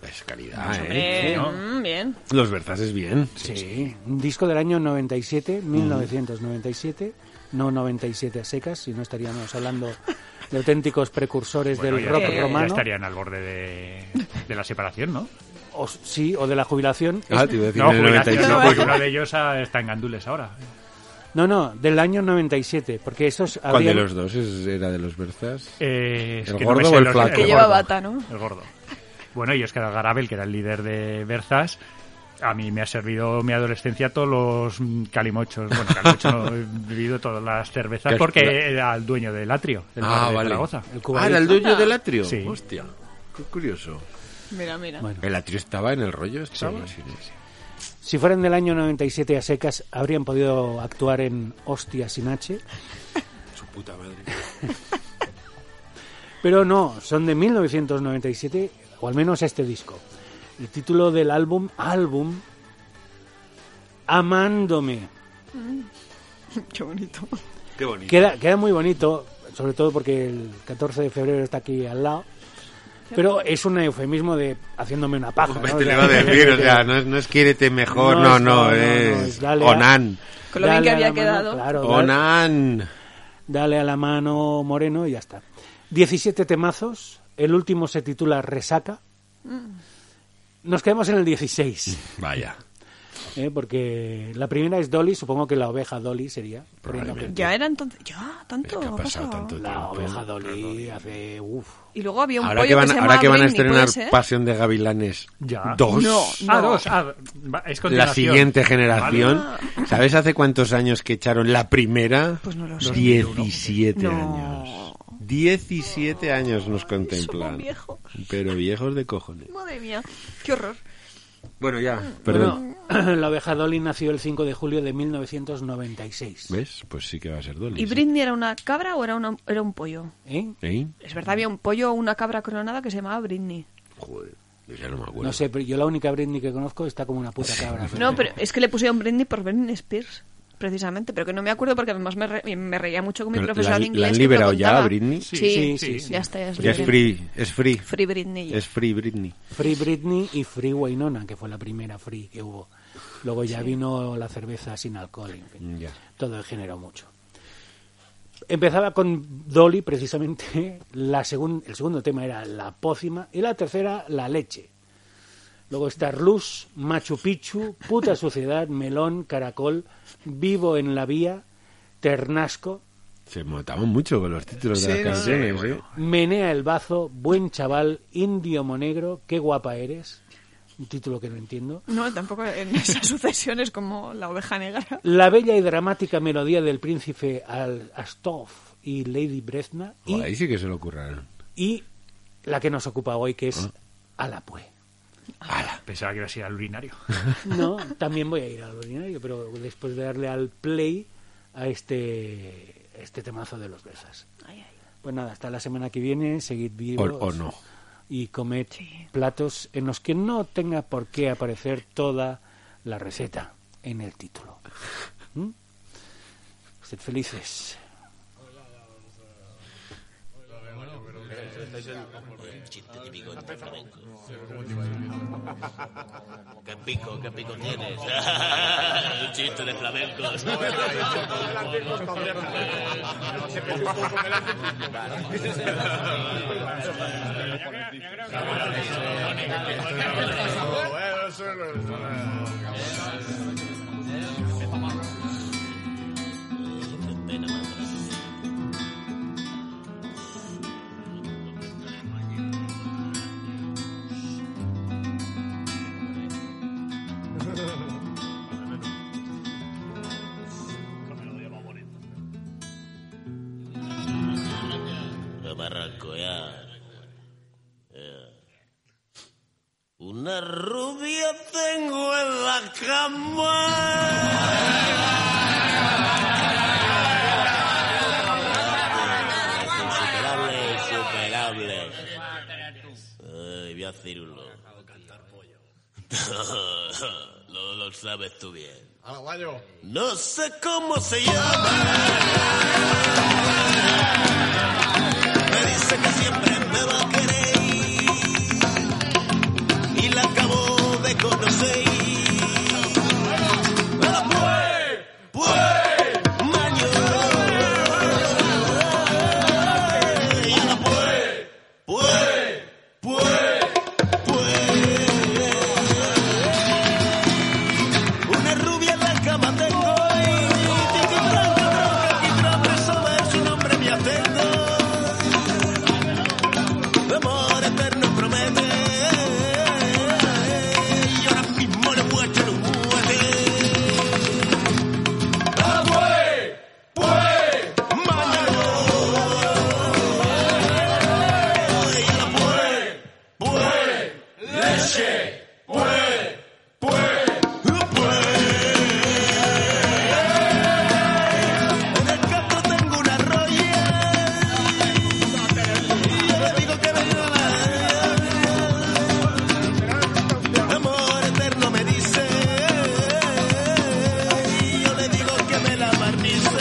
S3: es calidad, ¿eh?
S6: Hombre,
S8: ¿no?
S6: mm, bien.
S3: Los Berzas es bien.
S5: Sí, un disco del año 97, 1997, no 97 a secas, si no estaríamos hablando de auténticos precursores
S8: Bueno,
S5: del
S8: ya,
S5: rock
S8: ya- ya
S5: romano,
S8: estarían al borde de, de la separación, ¿no?
S5: o, sí, o de la jubilación.
S3: Ah, te iba a decir
S8: No,
S3: en el
S8: jubilación,
S3: 97.
S8: no, porque uno de ellos ah, está en Gandules ahora.
S5: No, no, del año 97, porque esos
S3: ¿Cuál de
S5: habrían-
S3: los dos es- era de los Berzas?
S8: Eh, es
S3: ¿El
S8: que no me
S3: gordo
S8: sé
S3: o el
S8: los-
S3: flaco?
S6: Que
S3: Qué
S6: lleva
S8: gordo.
S6: bata, ¿no?
S8: El gordo. Bueno, y Oscar Garabel, que era el líder de Berzas. A mí me ha servido mi adolescencia todos los mm, calimochos. Bueno, calimochos no, he vivido todas las cervezas
S3: ¿Qué has-
S8: porque era el dueño del atrio, del bar de Zaragoza.
S5: El
S3: ah,
S5: cubanito.
S3: era el dueño del atrio.
S8: Sí.
S3: Hostia, qué curioso.
S6: Mira, mira.
S5: Bueno.
S3: ¿El atrio estaba en el rollo? Estaba? Sí, sí, sí.
S5: Si fueran del año 97 a secas, habrían podido actuar en Hostia sin H,
S3: Su puta madre.
S5: pero no, son de 1997, o al menos este disco. El título del álbum, álbum, Amándome.
S6: Qué bonito.
S3: Qué bonito.
S5: Queda, queda muy bonito, sobre todo porque el 14 de febrero está aquí al lado. Pero es un eufemismo de haciéndome una paja. ¿no?
S3: Te le va a decir, o sea, no es, no es quiérete mejor, no, no,
S5: No, no, no, no,
S3: es
S5: es dale a-
S3: Onan.
S6: Con lo bien que
S5: Dale a
S6: había
S5: la mano,
S6: quedado.
S5: claro, dale,
S3: Onan.
S5: dale a la mano moreno y ya está. 17 temazos. El último se
S6: Mm.
S5: titula Resaca. Nos quedamos en el 16.
S3: Vaya.
S5: ¿eh? porque la primera es Dolly, supongo que la oveja Dolly sería. Pero no creo.
S3: Probablemente.
S6: Ya era entonces. Ya,
S3: Es
S6: tanto.
S3: que ha
S6: ha
S3: pasado
S6: pasado.
S3: tanto
S5: La
S3: tiempo.
S5: oveja Dolly hace... Uf.
S6: Y luego había un
S3: Ahora
S6: pollo
S3: que van,
S6: se
S3: ahora
S6: llamaba
S3: que van a
S6: Britney, ¿eh? ¿puede
S3: estrenar
S6: ser?
S3: Pasión de Gavilanes
S8: Ya.
S3: 2.
S6: No,
S8: Ah,
S6: no.
S8: dos. Ah, va- es
S3: la
S8: continuación.
S3: siguiente generación.
S8: Vale.
S3: ¿Sabes hace cuántos años que echaron la primera?
S6: Pues no lo sé.
S3: 17
S6: No.
S3: años. 17 años nos contemplan.
S6: somos viejos.
S3: Pero viejos de cojones.
S6: Madre mía, qué horror.
S3: Bueno, ya. Perdón.
S5: Bueno, la oveja Dolly nació el 5 de julio de 1996.
S3: ¿Ves? Pues sí que va a ser Dolly.
S6: ¿Y
S3: sí.
S6: Britney era una cabra o era, una, era un pollo?
S5: ¿Eh?
S3: ¿Eh?
S6: Es verdad, había un pollo o una cabra coronada que se llamaba Britney.
S3: Joder, yo ya no me acuerdo.
S5: No sé, pero yo la única Britney que conozco está como una puta cabra.
S6: No, pero es que le pusieron Britney por Britney Spears, precisamente, pero que no me acuerdo porque además me, re- me reía mucho con mi
S3: Pero
S6: profesor
S3: la-
S6: de
S3: la
S6: inglés.
S3: han
S6: que me
S3: liberado ya,
S6: contaba.
S3: Britney?
S6: Sí,
S5: Sí,
S6: sí,
S5: sí, sí.
S6: ya está. ya es
S3: Ya es
S6: libre.
S3: free, es free.
S6: Free Britney. ya.
S3: Es free Britney.
S5: Free Britney y Free Wainona, que fue la primera Free que hubo. Luego ya vino la cerveza sin alcohol, en fin.
S3: Ya.
S5: Todo generó mucho. Empezaba con Dolly, precisamente. La segun- el segundo tema era la pócima y la tercera, la leche. Luego está Luz, Machu Picchu, Puta Suciedad, Melón, Caracol, Vivo en la Vía, Ternasco,
S3: Se motaban mucho con los títulos de las canciones, ¿eh?
S5: Menea el Bazo, Buen Chaval, Indio Monegro, Qué Guapa Eres. Un título que no entiendo.
S6: No, tampoco en esa sucesión es como la oveja negra.
S5: La bella y dramática melodía del príncipe Al Astolf y Lady Brezna.
S3: Joder,
S5: Y
S3: ahí sí que se lo curraron.
S5: y la que nos ocupa hoy, que
S3: Ah.
S5: es Alapue.
S8: Pensaba que iba a ser al urinario.
S5: No, también voy a ir al ordinario, pero después de darle al play a este, a este temazo de los Berzas.
S6: Ay, ay.
S5: Pues nada, hasta la semana que viene, seguid
S3: O,
S5: vivos
S3: o no.
S5: y comed
S6: Sí.
S5: platos en los que no tenga por qué aparecer toda la receta en el título. ¿Mm? Sed felices.
S10: ¿Qué pico, qué pico tienes? Un chiste de flamencos. de Barranco, ya. Ya. Eh. Una rubia tengo en la cama. Insuperable, insuperable. Ay, voy a decir uno. lo, lo sabes tú bien. No sé cómo se llama. Me dice que siempre me va a querer y la acabo de conocer. Pero pues, pues, mañana. Y ahora pues, pues, pues, pues. Una rubia en la cama tengo y tiquitranca, tranca, tiquitranca, saber su nombre me atento. Tu amor eterno promete y ahora mismo le puedo echar un juguete. ¡Ah, pues! ¡Pues! ¡Mándalo! Y ahora pues, pues, leche, pues, pues, pues. En el castro tengo una roya. Yo le digo que venga la- Amor eterno me dice, y yo le digo que me la barnice.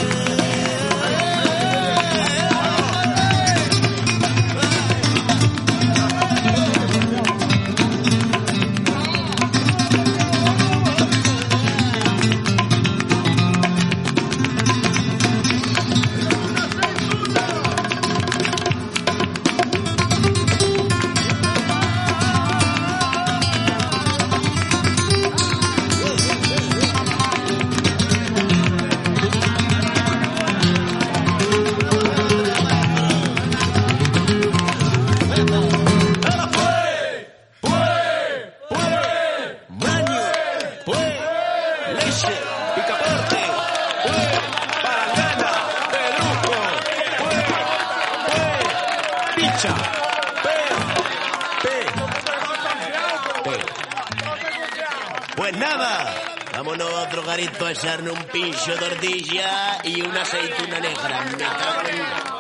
S4: Pues nada, vámonos a otro garito a echarnos un pincho de tortilla y una aceituna negra. Me cago en-